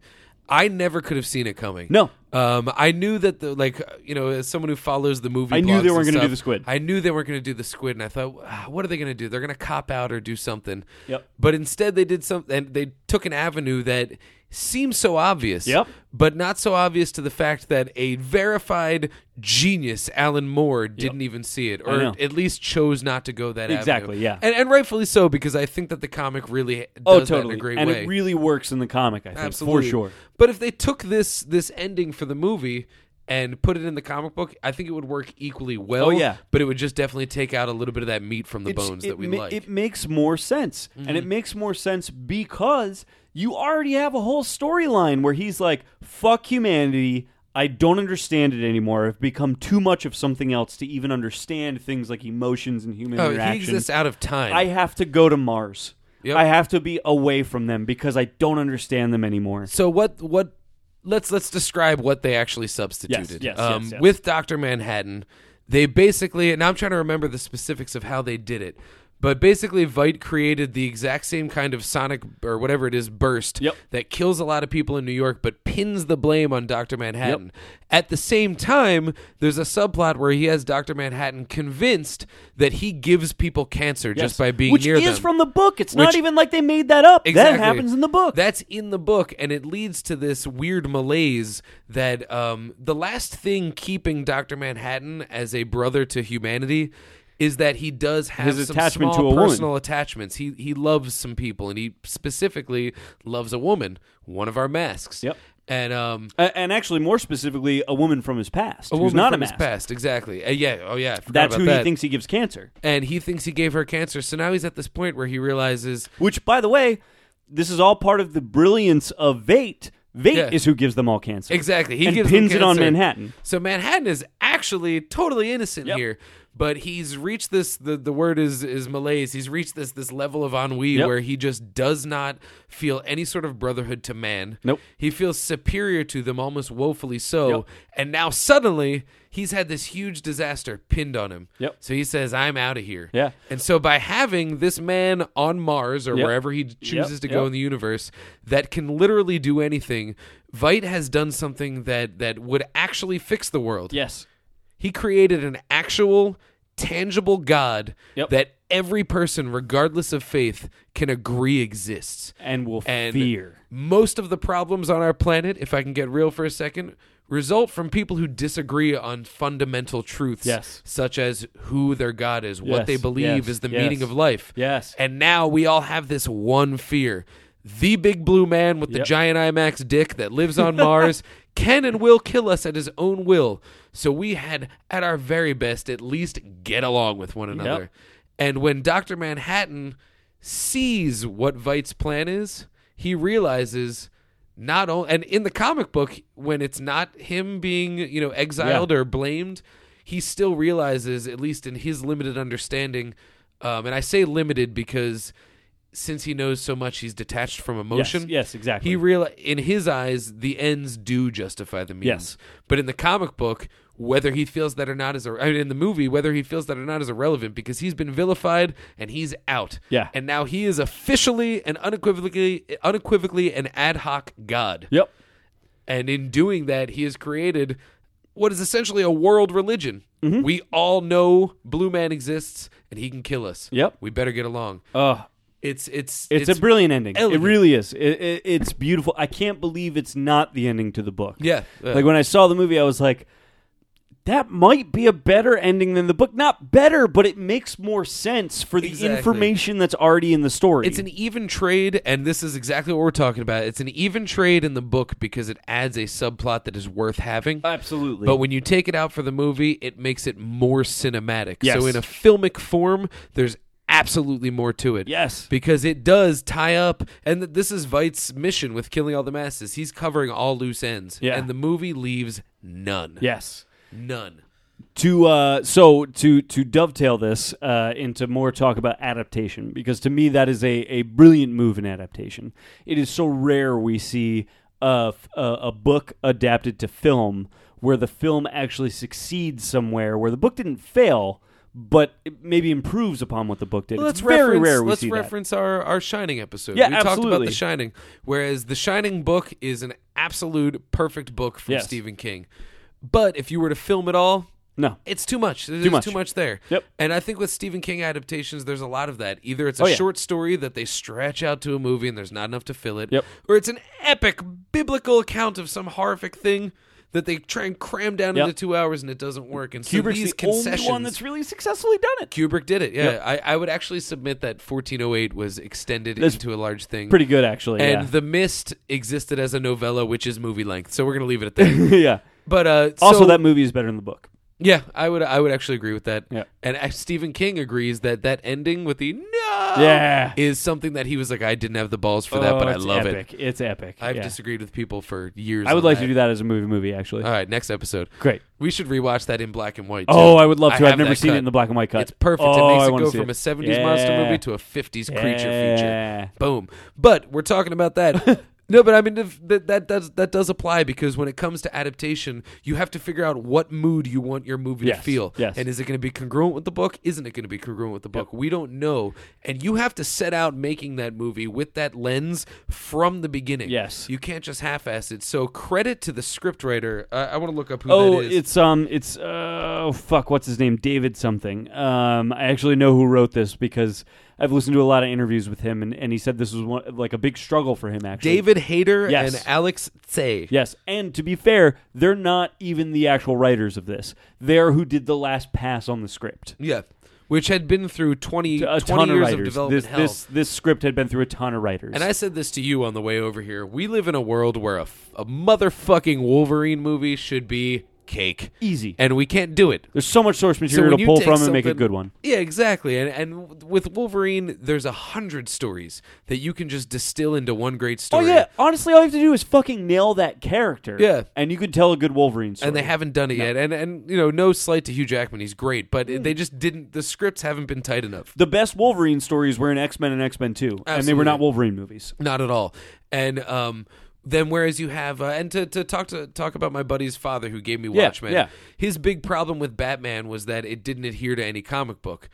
Speaker 3: I never could have seen it coming.
Speaker 2: No.
Speaker 3: Um, I knew that the like you know as someone who follows the movie,
Speaker 2: I knew they
Speaker 3: blogs
Speaker 2: weren't
Speaker 3: and
Speaker 2: gonna do
Speaker 3: stuff,
Speaker 2: the squid.
Speaker 3: I knew they weren't going to do the squid, and I thought, "Ah, what are they going to do? They're going to cop out or do something.
Speaker 2: Yep.
Speaker 3: But instead, they did something. and They took an avenue that seems so obvious.
Speaker 2: Yep.
Speaker 3: But not so obvious to the fact that a verified genius, Alan Moore, didn't even see it,
Speaker 2: I
Speaker 3: or
Speaker 2: know.
Speaker 3: at least chose not to go that avenue.
Speaker 2: Exactly, yeah.
Speaker 3: And, and rightfully so, because I think that the comic really does
Speaker 2: Oh,
Speaker 3: that
Speaker 2: totally.
Speaker 3: in a great
Speaker 2: and
Speaker 3: way.
Speaker 2: it really works in the comic, I think,
Speaker 3: Absolutely.
Speaker 2: for sure.
Speaker 3: But if they took this this ending for the movie and put it in the comic book, I think it would work equally well.
Speaker 2: Oh, yeah.
Speaker 3: But it would just definitely take out a little bit of that meat from the
Speaker 2: It's-
Speaker 3: bones
Speaker 2: it
Speaker 3: that we
Speaker 2: ma-
Speaker 3: like. Mm-hmm.
Speaker 2: It makes more sense, and it makes more sense because you already have a whole storyline where he's like, "Fuck humanity." I don't understand it anymore. I've become too much of something else to even understand things like emotions and human
Speaker 3: oh, he
Speaker 2: interaction.
Speaker 3: exists out of time.
Speaker 2: I have to go to Mars.
Speaker 3: Yep.
Speaker 2: I have to be away from them because I don't understand them anymore.
Speaker 3: so what what let's let's describe what they actually substituted. Um,
Speaker 2: yes, yes, yes.
Speaker 3: With Dr. Manhattan, they basically and I'm trying to remember the specifics of how they did it. But basically, Vite created the exact same kind of sonic or whatever it is burst
Speaker 2: Yep.
Speaker 3: that kills a lot of people in New York, but pins the blame on Dr. Manhattan. At the same time, there's a subplot where he has Dr. Manhattan convinced that he gives people cancer just by being
Speaker 2: Which
Speaker 3: near
Speaker 2: is
Speaker 3: them.
Speaker 2: from the book. It's
Speaker 3: Which-
Speaker 2: not even like they made that up.
Speaker 3: Exactly.
Speaker 2: That happens in the book.
Speaker 3: That's in the book, and it leads to this weird malaise that um, the last thing keeping Doctor Manhattan as a brother to humanity is that he does have
Speaker 2: His
Speaker 3: some
Speaker 2: attachment
Speaker 3: small
Speaker 2: to a woman.
Speaker 3: personal attachments. He he loves some people, and he specifically loves a woman, one of our masks.
Speaker 2: Yep.
Speaker 3: And um,
Speaker 2: A- and actually, more specifically, a woman from his past
Speaker 3: a
Speaker 2: who's
Speaker 3: woman
Speaker 2: not
Speaker 3: from
Speaker 2: a
Speaker 3: his
Speaker 2: mask.
Speaker 3: past, exactly. Uh, yeah. Oh yeah. I forgot
Speaker 2: That's
Speaker 3: about
Speaker 2: who
Speaker 3: that.
Speaker 2: he thinks he gives cancer.
Speaker 3: And he thinks he gave her cancer, so now he's at this point where he realizes
Speaker 2: Which, by the way, this is all part of the brilliance of Vate. Vate
Speaker 3: Yeah.
Speaker 2: is who gives them all cancer.
Speaker 3: Exactly. He
Speaker 2: and
Speaker 3: gives them
Speaker 2: pins it on
Speaker 3: cancer.
Speaker 2: Manhattan.
Speaker 3: So Manhattan is actually totally innocent
Speaker 2: Yep.
Speaker 3: here, but he's reached this the, the word is is malaise. He's reached this this level of ennui
Speaker 2: Yep.
Speaker 3: where he just does not feel any sort of brotherhood to man.
Speaker 2: Nope.
Speaker 3: He feels superior to them almost woefully so.
Speaker 2: Yep.
Speaker 3: And now suddenly he's had this huge disaster pinned on him.
Speaker 2: Yep.
Speaker 3: So he says, I'm out of here.
Speaker 2: Yeah.
Speaker 3: And so by having this man on Mars or
Speaker 2: Yep.
Speaker 3: wherever he chooses to go
Speaker 2: yep.
Speaker 3: in the universe that can literally do anything, Vite has done something that that would actually fix the world.
Speaker 2: Yes.
Speaker 3: He created an actual tangible god
Speaker 2: Yep.
Speaker 3: that every person regardless of faith can agree exists.
Speaker 2: And will
Speaker 3: And
Speaker 2: fear.
Speaker 3: most of the problems on our planet, if I can get real for a second, result from people who disagree on fundamental truths
Speaker 2: Yes.
Speaker 3: such as who their god is, what
Speaker 2: Yes,
Speaker 3: they believe
Speaker 2: yes,
Speaker 3: is the
Speaker 2: yes,
Speaker 3: meaning of life.
Speaker 2: yes.
Speaker 3: And now we all have this one fear. The big blue man with the
Speaker 2: Yep.
Speaker 3: giant IMAX dick that lives on Mars can and will kill us at his own will. So we had, at our very best, at least get along with one another. And when Dr. Manhattan sees what Vite's plan is, he realizes not only, and in the comic book, when it's not him being, you know, exiled or blamed, he still realizes, at least in his limited understanding, um, and I say limited because since he knows so much, he's detached from emotion.
Speaker 2: yes, exactly.
Speaker 3: He real in his eyes, the ends do justify the means.
Speaker 2: Yes.
Speaker 3: But in the comic book, whether he feels that or not is, ir- I mean, in the movie, whether he feels that or not is irrelevant because he's been vilified and he's out.
Speaker 2: Yeah.
Speaker 3: And now he is officially and unequivocally, unequivocally an ad hoc god.
Speaker 2: Yep.
Speaker 3: And in doing that, he has created what is essentially a world religion.
Speaker 2: Mm-hmm.
Speaker 3: We all know Blue Man exists and he can kill us.
Speaker 2: Yep.
Speaker 3: We better get along.
Speaker 2: Ugh.
Speaker 3: It's it's
Speaker 2: It's, a brilliant ending.
Speaker 3: elegant.
Speaker 2: It really is. It, it, it's beautiful. I can't believe it's not the ending to the book.
Speaker 3: Yeah. yeah.
Speaker 2: Like when I saw the movie, I was like, that might be a better ending than the book. Not better, but it makes more sense for the
Speaker 3: Exactly.
Speaker 2: information that's already in the story.
Speaker 3: It's an e- even trade, and this is exactly what we're talking about. It's an even trade in the book because it adds a subplot that is worth having.
Speaker 2: absolutely.
Speaker 3: But when you take it out for the movie, it makes it more cinematic.
Speaker 2: Yes.
Speaker 3: So in a filmic form, there's absolutely more to it.
Speaker 2: Yes.
Speaker 3: Because it does tie up and th- this is Vite's mission with killing all the masses. He's covering all loose ends.
Speaker 2: Yeah.
Speaker 3: And the movie leaves none.
Speaker 2: yes.
Speaker 3: None.
Speaker 2: to uh, so to to dovetail this uh, into more talk about adaptation because to me that is a, a brilliant move in adaptation. It is so rare we see a, f- a, a book adapted to film where the film actually succeeds somewhere where the book didn't fail but it maybe improves upon what the book did. it's
Speaker 3: let's
Speaker 2: very
Speaker 3: reference,
Speaker 2: rare we
Speaker 3: let's
Speaker 2: see that.
Speaker 3: reference our our Shining episode.
Speaker 2: Yeah,
Speaker 3: we talked about
Speaker 2: absolutely.
Speaker 3: the Shining, whereas the Shining book is an absolute perfect book from
Speaker 2: Yes.
Speaker 3: Stephen King. But if you were to film it all,
Speaker 2: No.
Speaker 3: It's too much. There's
Speaker 2: much.
Speaker 3: too much there.
Speaker 2: Yep.
Speaker 3: And I think with Stephen King adaptations, there's a lot of that. Either it's a
Speaker 2: Oh, yeah.
Speaker 3: short story that they stretch out to a movie and there's not enough to fill it,
Speaker 2: Yep.
Speaker 3: or it's an epic biblical account of some horrific thing that they try and cram down
Speaker 2: Yep.
Speaker 3: into two hours and it doesn't work. And so
Speaker 2: Kubrick's
Speaker 3: these
Speaker 2: the only
Speaker 3: concessions,
Speaker 2: one that's really successfully done it.
Speaker 3: Kubrick did it. Yeah, I, I would actually submit that 1408 was extended into a large thing.
Speaker 2: Pretty good, actually.
Speaker 3: And
Speaker 2: yeah.
Speaker 3: The Mist existed as a novella, which is movie length. So we're gonna leave it at that.
Speaker 2: yeah.
Speaker 3: But uh,
Speaker 2: Also,
Speaker 3: so-
Speaker 2: that movie is better than the book.
Speaker 3: yeah, I would I would actually agree with that.
Speaker 2: Yeah.
Speaker 3: And uh, Stephen King agrees that that ending with the no
Speaker 2: Yeah.
Speaker 3: is something that he was like I didn't have the balls for that, but
Speaker 2: Oh,
Speaker 3: I
Speaker 2: it's
Speaker 3: love it.
Speaker 2: epic. It's epic.
Speaker 3: I've
Speaker 2: yeah.
Speaker 3: disagreed with people for years.
Speaker 2: I would
Speaker 3: on
Speaker 2: like to do that as a movie movie, actually.
Speaker 3: All right, next episode.
Speaker 2: Great.
Speaker 3: We should rewatch that in black and white.
Speaker 2: Oh,
Speaker 3: too.
Speaker 2: I would love to. I've
Speaker 3: have
Speaker 2: never
Speaker 3: that
Speaker 2: seen
Speaker 3: cut.
Speaker 2: it in the black and white cut.
Speaker 3: It's perfect.
Speaker 2: Oh,
Speaker 3: it makes
Speaker 2: I
Speaker 3: it
Speaker 2: wanna
Speaker 3: go
Speaker 2: see
Speaker 3: from a 70s
Speaker 2: Yeah.
Speaker 3: monster movie to a 50s creature feature.
Speaker 2: Yeah.
Speaker 3: Boom. But we're talking about that. no, but I mean if- that that does that does apply because when it comes to adaptation, you have to figure out what mood you want your movie to
Speaker 2: Yes,
Speaker 3: feel.
Speaker 2: yes.
Speaker 3: And is it going to be congruent with the book? Isn't it going to be congruent with the book? We don't know. And you have to set out making that movie with that lens from the beginning.
Speaker 2: Yes.
Speaker 3: You can't just half-ass it. So credit to the scriptwriter. I, I want to look up who
Speaker 2: Oh,
Speaker 3: that is.
Speaker 2: it's um, it's uh, oh fuck, what's his name? David something. Um, I actually know who wrote this because I've listened to a lot of interviews with him, and, and he said this was one, like a big struggle for him. Actually,
Speaker 3: David Hayter
Speaker 2: Yes.
Speaker 3: and Alex Tse.
Speaker 2: Yes, and to be fair, they're not even the actual writers of this. They're who did the last pass on the script.
Speaker 3: Yeah. Which had been through 20,
Speaker 2: A
Speaker 3: 20
Speaker 2: ton of
Speaker 3: years
Speaker 2: writers.
Speaker 3: of development
Speaker 2: this
Speaker 3: hell.
Speaker 2: this this script had been through a ton of writers.
Speaker 3: and I said this to you on the way over here. We live in a world where a, f- a motherfucking Wolverine movie should be cake.
Speaker 2: easy.
Speaker 3: And we can't do it.
Speaker 2: There's so much source
Speaker 3: So
Speaker 2: material
Speaker 3: when
Speaker 2: to
Speaker 3: you
Speaker 2: pull
Speaker 3: take
Speaker 2: from and make a
Speaker 3: something-
Speaker 2: good one.
Speaker 3: Yeah, exactly. And and with Wolverine, there's a hundred stories that you can just distill into one great
Speaker 2: Oh
Speaker 3: story.
Speaker 2: yeah, honestly, all you have to do is fucking nail that character.
Speaker 3: Yeah.
Speaker 2: and you could tell a good Wolverine story.
Speaker 3: And they haven't done it yet. And and you know, no slight to Hugh Jackman, he's great, but
Speaker 2: Mm.
Speaker 3: they just didn't. The scripts haven't been tight enough.
Speaker 2: the best Wolverine stories were in X Men and X Men Two, and they
Speaker 3: Absolutely.
Speaker 2: were not Wolverine movies.
Speaker 3: Not at all. And um, then whereas you have uh, and to, to talk to talk about my buddy's father who gave me
Speaker 2: Yeah,
Speaker 3: Watchmen.
Speaker 2: yeah.
Speaker 3: His big problem with Batman was that it didn't adhere to any comic book.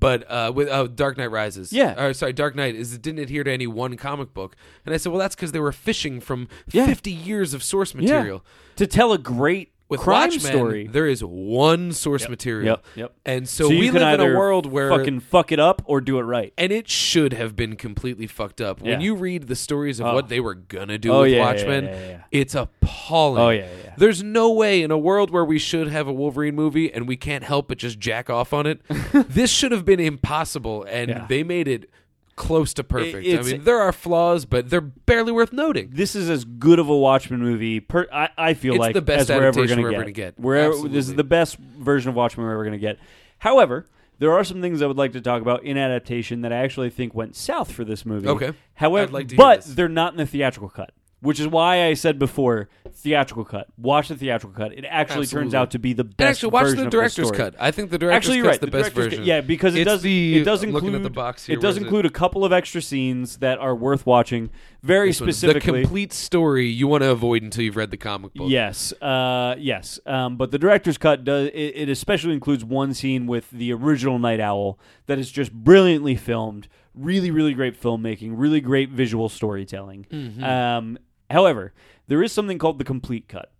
Speaker 3: But uh, with uh, Dark Knight Rises,
Speaker 2: Yeah.
Speaker 3: or sorry, Dark Knight is it didn't adhere to any one comic book, and I said, well, that's because they were fishing from
Speaker 2: Yeah.
Speaker 3: fifty years of source material.
Speaker 2: to tell a great
Speaker 3: With
Speaker 2: crime
Speaker 3: Watchmen,
Speaker 2: story.
Speaker 3: there is one source material,
Speaker 2: Yep, yep.
Speaker 3: and so,
Speaker 2: you
Speaker 3: we
Speaker 2: can
Speaker 3: live in
Speaker 2: either
Speaker 3: a world where
Speaker 2: fucking fuck it up or do it right.
Speaker 3: and it should have been completely fucked up. When
Speaker 2: Yeah.
Speaker 3: you read the stories of what they were gonna do
Speaker 2: Oh,
Speaker 3: with
Speaker 2: yeah, yeah,
Speaker 3: Watchmen,
Speaker 2: yeah, yeah, yeah.
Speaker 3: it's appalling.
Speaker 2: Oh, yeah, yeah, yeah.
Speaker 3: There's no way in a world where we should have a Wolverine movie and we can't help but just jack off on it. this should have been impossible, and
Speaker 2: Yeah.
Speaker 3: they made it close to perfect. I
Speaker 2: it's-
Speaker 3: mean, there are flaws, but they're barely worth noting.
Speaker 2: This is as good of a Watchmen movie. Per, I, I feel
Speaker 3: It's
Speaker 2: like
Speaker 3: the best
Speaker 2: as we're ever
Speaker 3: adaptation
Speaker 2: going
Speaker 3: we're
Speaker 2: to
Speaker 3: ever
Speaker 2: get.
Speaker 3: gonna get.
Speaker 2: Wherever, this
Speaker 3: Absolutely.
Speaker 2: is the best version of Watchmen we're ever going to get. However, there are some things I would like to talk about in adaptation that I actually think went south for this movie.
Speaker 3: Okay.
Speaker 2: However,
Speaker 3: I'd like to hear
Speaker 2: but
Speaker 3: this.
Speaker 2: they're not in the theatrical cut, which is why I said before theatrical cut. Watch the theatrical cut. It actually turns
Speaker 3: Absolutely.
Speaker 2: out to be the best.
Speaker 3: And actually, watch
Speaker 2: version
Speaker 3: the
Speaker 2: of
Speaker 3: director's
Speaker 2: story.
Speaker 3: cut. I think the director's
Speaker 2: Actually, you're
Speaker 3: cut's
Speaker 2: right.
Speaker 3: the, best
Speaker 2: director's cut-
Speaker 3: version.
Speaker 2: yeah, because it
Speaker 3: It's
Speaker 2: does.
Speaker 3: the-
Speaker 2: it does
Speaker 3: I'm
Speaker 2: include.
Speaker 3: looking at the box here.
Speaker 2: it does
Speaker 3: Where is
Speaker 2: include a couple of extra scenes that are worth watching. Very
Speaker 3: the
Speaker 2: specifically,
Speaker 3: complete story you want to avoid until you've read the comic book.
Speaker 2: yes, uh, yes. Um, but the director's cut does. It, it especially includes one scene with the original Night Owl that is just brilliantly filmed. Really, really great filmmaking. Really great visual storytelling. Um, however, there is something called the complete cut.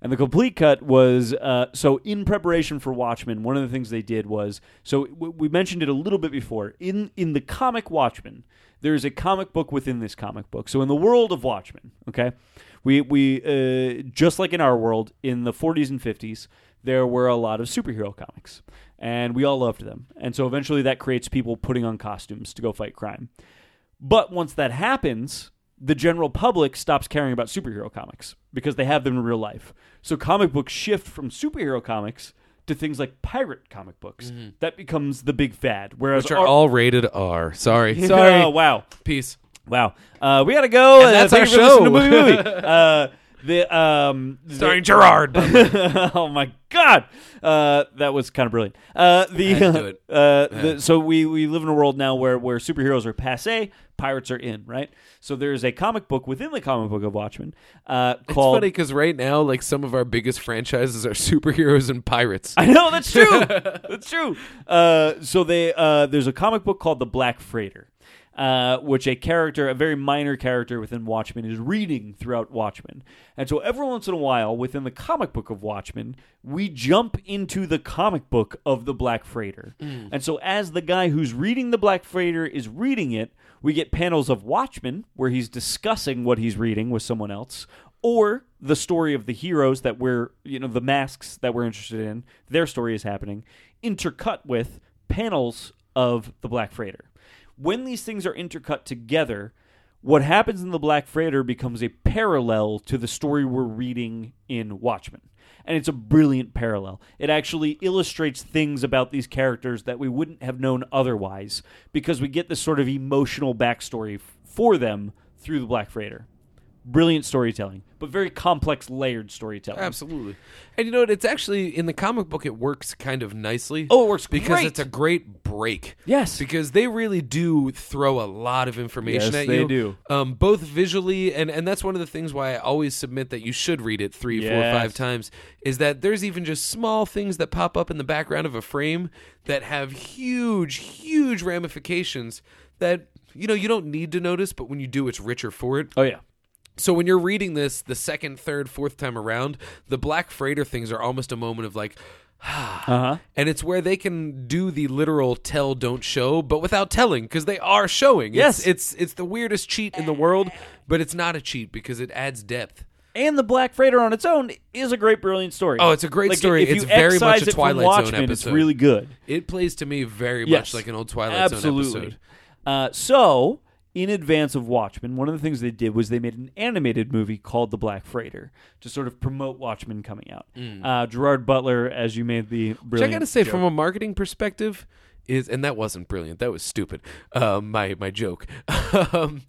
Speaker 2: And the complete cut was uh, so in preparation for Watchmen. One of the things they did was so w- we mentioned it a little bit before. In in the comic Watchmen, there is a comic book within this comic book. So in the world of Watchmen, okay, we we uh, just like in our world in the 40s and 50s, there were a lot of superhero comics, and we all loved them. And so eventually, that creates people putting on costumes to go fight crime. But once that happens, the general public stops caring about superhero comics because they have them in real life. So comic books shift from superhero comics to things like pirate comic books. That becomes the big fad. Whereas
Speaker 3: Mm-hmm. Which are
Speaker 2: our-
Speaker 3: all rated R. Sorry.
Speaker 2: Oh, wow.
Speaker 3: Peace.
Speaker 2: Wow. Uh, we got to go.
Speaker 3: And
Speaker 2: Uh,
Speaker 3: that's
Speaker 2: thank you
Speaker 3: our
Speaker 2: for listening
Speaker 3: show.
Speaker 2: To movie, movie. Uh, the um the-
Speaker 3: Starring Gerard Butler.
Speaker 2: oh my god, uh, that was kind of brilliant. Uh, the,
Speaker 3: I had to do it.
Speaker 2: Uh, the so we we live in a world now where where superheroes are passe, pirates are in, right? So there is a comic book within the comic book of Watchmen uh,
Speaker 3: It's
Speaker 2: called.
Speaker 3: funny because right now, like some of our biggest franchises are superheroes and pirates.
Speaker 2: I know that's true. that's true. Uh, so they uh, there's a comic book called The Black Freighter. uh, which a character, a very minor character within Watchmen, is reading throughout Watchmen. And so every once in a while, within the comic book of Watchmen, we jump into the comic book of the Black Freighter. And so as the guy who's reading the Black Freighter is reading it, we get panels of Watchmen where he's discussing what he's reading with someone else, or the story of the heroes that we're, you know, the masks that we're interested in, their story is happening, intercut with panels of the Black Freighter. When these things are intercut together, what happens in the Black Freighter becomes a parallel to the story we're reading in Watchmen. And it's a brilliant parallel. It actually illustrates things about these characters that we wouldn't have known otherwise because we get this sort of emotional backstory f- for them through the Black Freighter. Brilliant storytelling, but very complex, layered storytelling.
Speaker 3: Absolutely. And you know what? It's actually in the comic book it works kind of nicely.
Speaker 2: Oh, it works
Speaker 3: because
Speaker 2: great.
Speaker 3: it's a great break.
Speaker 2: Yes.
Speaker 3: Because they really do throw a lot of information
Speaker 2: Yes,
Speaker 3: at
Speaker 2: they
Speaker 3: you.
Speaker 2: do.
Speaker 3: Um, both visually and and that's one of the things why I always submit that you should read it three, four,
Speaker 2: Yes.
Speaker 3: five times is that there's even just small things that pop up in the background of a frame that have huge, huge ramifications that you know you don't need to notice, but when you do, it's richer for it.
Speaker 2: Oh, yeah.
Speaker 3: So when you're reading this the second, third, fourth time around, the Black Freighter things are almost a moment of like,
Speaker 2: Uh huh.
Speaker 3: and it's where they can do the literal tell, don't show, but without telling because they are showing.
Speaker 2: Yes.
Speaker 3: it's, it's it's the weirdest cheat in the world, but it's not a cheat because it adds depth.
Speaker 2: and the Black Freighter on its own is a great, brilliant story.
Speaker 3: Oh, it's a great
Speaker 2: Like,
Speaker 3: story.
Speaker 2: If you
Speaker 3: It's very
Speaker 2: excise
Speaker 3: much a
Speaker 2: it from
Speaker 3: Twilight Zone
Speaker 2: Watchmen, It's
Speaker 3: episode.
Speaker 2: really good.
Speaker 3: It plays to me very much
Speaker 2: Yes.
Speaker 3: like an old Twilight
Speaker 2: Absolutely.
Speaker 3: Zone episode.
Speaker 2: Uh, so, in advance of Watchmen, one of the things they did was they made an animated movie called The Black Freighter to sort of promote Watchmen coming out. Uh, Gerard Butler, as you made the
Speaker 3: Mm. Which I
Speaker 2: brilliant.
Speaker 3: gotta say,
Speaker 2: joke.
Speaker 3: from a marketing perspective, is and that wasn't brilliant. That was stupid. Um, my my joke. um,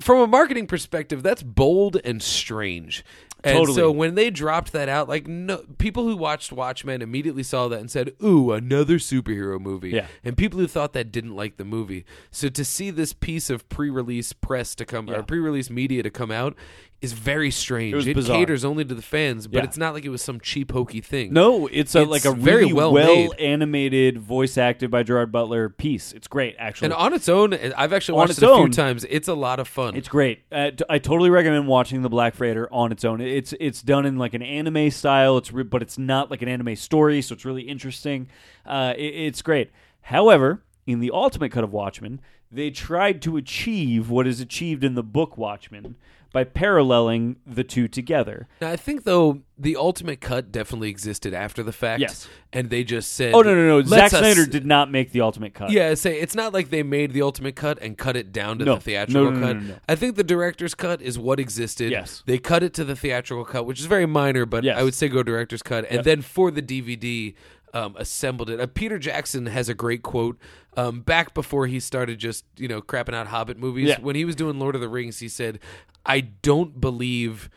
Speaker 3: from a marketing perspective, that's bold and strange. And
Speaker 2: Totally.
Speaker 3: so when they dropped that out, like no people who watched Watchmen immediately saw that and said, "Ooh, another superhero movie."
Speaker 2: Yeah.
Speaker 3: And people who thought that didn't like the movie. So to see this piece of pre-release press to come or pre-release media to come out is very strange. It,
Speaker 2: was bizarre.
Speaker 3: caters only to the fans, but
Speaker 2: Yeah.
Speaker 3: it's not like it was some cheap hokey thing.
Speaker 2: no, it's, a,
Speaker 3: It's
Speaker 2: like a
Speaker 3: very
Speaker 2: really
Speaker 3: well
Speaker 2: well,
Speaker 3: made.
Speaker 2: animated, voice acted by Gerard Butler piece. It's great, actually.
Speaker 3: And on its own, I've actually
Speaker 2: On
Speaker 3: watched
Speaker 2: its
Speaker 3: it a few
Speaker 2: own.
Speaker 3: times. It's a lot of fun.
Speaker 2: It's great. Uh, t- I totally recommend watching The Black Freighter on its own. It's it's done in like an anime style. It's re- but it's not like an anime story, so it's really interesting. Uh, i- it's great. However, in the ultimate cut of Watchmen, they tried to achieve what is achieved in the book Watchmen by paralleling the two together.
Speaker 3: now, I think though the ultimate cut definitely existed after the fact.
Speaker 2: Yes.
Speaker 3: and they just said,
Speaker 2: Oh no no no! Zack
Speaker 3: "Let's us-
Speaker 2: Snyder did not make the ultimate cut.
Speaker 3: Yeah, say it's not like they made the ultimate cut and cut it down to
Speaker 2: No.
Speaker 3: the theatrical
Speaker 2: No, no, no,
Speaker 3: cut.
Speaker 2: no, no, no.
Speaker 3: I think the director's cut is what existed.
Speaker 2: Yes.
Speaker 3: they cut it to the theatrical cut, which is very minor, but
Speaker 2: Yes.
Speaker 3: I would say go director's cut, and then for the DVD. Um, assembled it. Uh, Peter Jackson has a great quote. Um, back before he started just you know crapping out Hobbit movies,
Speaker 2: Yeah.
Speaker 3: when he was doing Lord of the Rings, he said, "I don't believe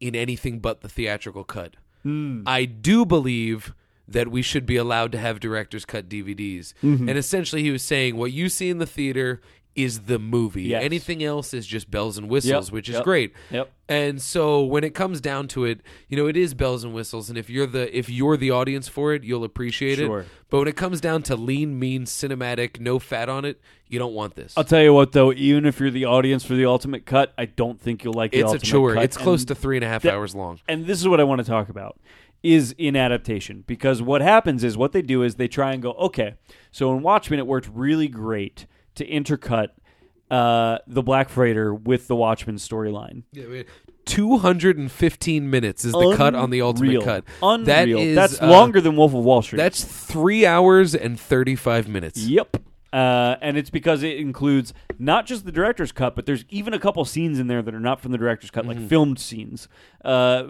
Speaker 3: in anything but the theatrical cut.
Speaker 2: Hmm.
Speaker 3: I do believe that we should be allowed to have director's cut DVDs.
Speaker 2: Mm-hmm.
Speaker 3: And essentially, he was saying what you see in the theater is the movie.
Speaker 2: Yes.
Speaker 3: Anything else is just bells and whistles,
Speaker 2: Yep,
Speaker 3: which is
Speaker 2: yep,
Speaker 3: great.
Speaker 2: yep.
Speaker 3: And so when it comes down to it, you know, it is bells and whistles. And if you're the if you're the audience for it, you'll appreciate
Speaker 2: Sure.
Speaker 3: it. But when it comes down to lean, mean, cinematic, no fat on it, you don't want this.
Speaker 2: I'll tell you what though, even if you're the audience for the ultimate cut, I don't think you'll like the
Speaker 3: it's a
Speaker 2: ultimate
Speaker 3: chore.
Speaker 2: cut.
Speaker 3: It's close
Speaker 2: And
Speaker 3: to three and a half
Speaker 2: that-
Speaker 3: hours long.
Speaker 2: and this is what I want to talk about is in adaptation because what happens is what they do is they try and go okay so in Watchmen it worked really great to intercut uh, the Black Freighter with the Watchmen storyline
Speaker 3: 215 minutes is the cut on the ultimate
Speaker 2: Unreal.
Speaker 3: cut.
Speaker 2: unreal
Speaker 3: That is
Speaker 2: that's
Speaker 3: uh,
Speaker 2: longer than Wolf of Wall Street
Speaker 3: That's three hours and 35 minutes.
Speaker 2: yep uh, and it's because it includes not just the director's cut, but there's even a couple scenes in there that are not from the director's cut,
Speaker 3: Mm-hmm.
Speaker 2: like filmed scenes uh,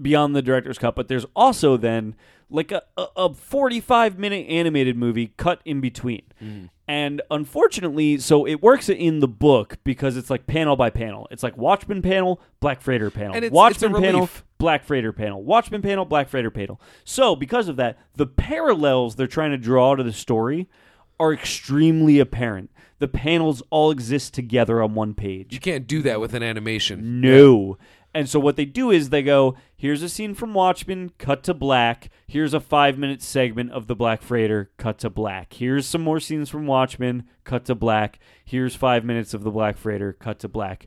Speaker 2: beyond the director's cut. But there's also then like a, a, a 45 minute animated movie cut in between.
Speaker 3: Mm.
Speaker 2: And unfortunately, so it works in the book because it's like panel by panel. It's like Watchmen panel, Black Freighter panel,
Speaker 3: And it's- it's a
Speaker 2: Watchmen panel,
Speaker 3: relief.
Speaker 2: Black Freighter panel, Watchmen panel, Black Freighter panel. So, because of that, the parallels they're trying to draw to the story are extremely apparent. The panels all exist together on one
Speaker 3: You
Speaker 2: page.
Speaker 3: can't do that with an animation.
Speaker 2: No. And so what they do is they go, here's a scene from Watchmen, cut to black. Here's a five minute segment of the Black Freighter, cut to black. Here's some more scenes from Watchmen, cut to black. Here's five minutes of the Black Freighter, cut to black.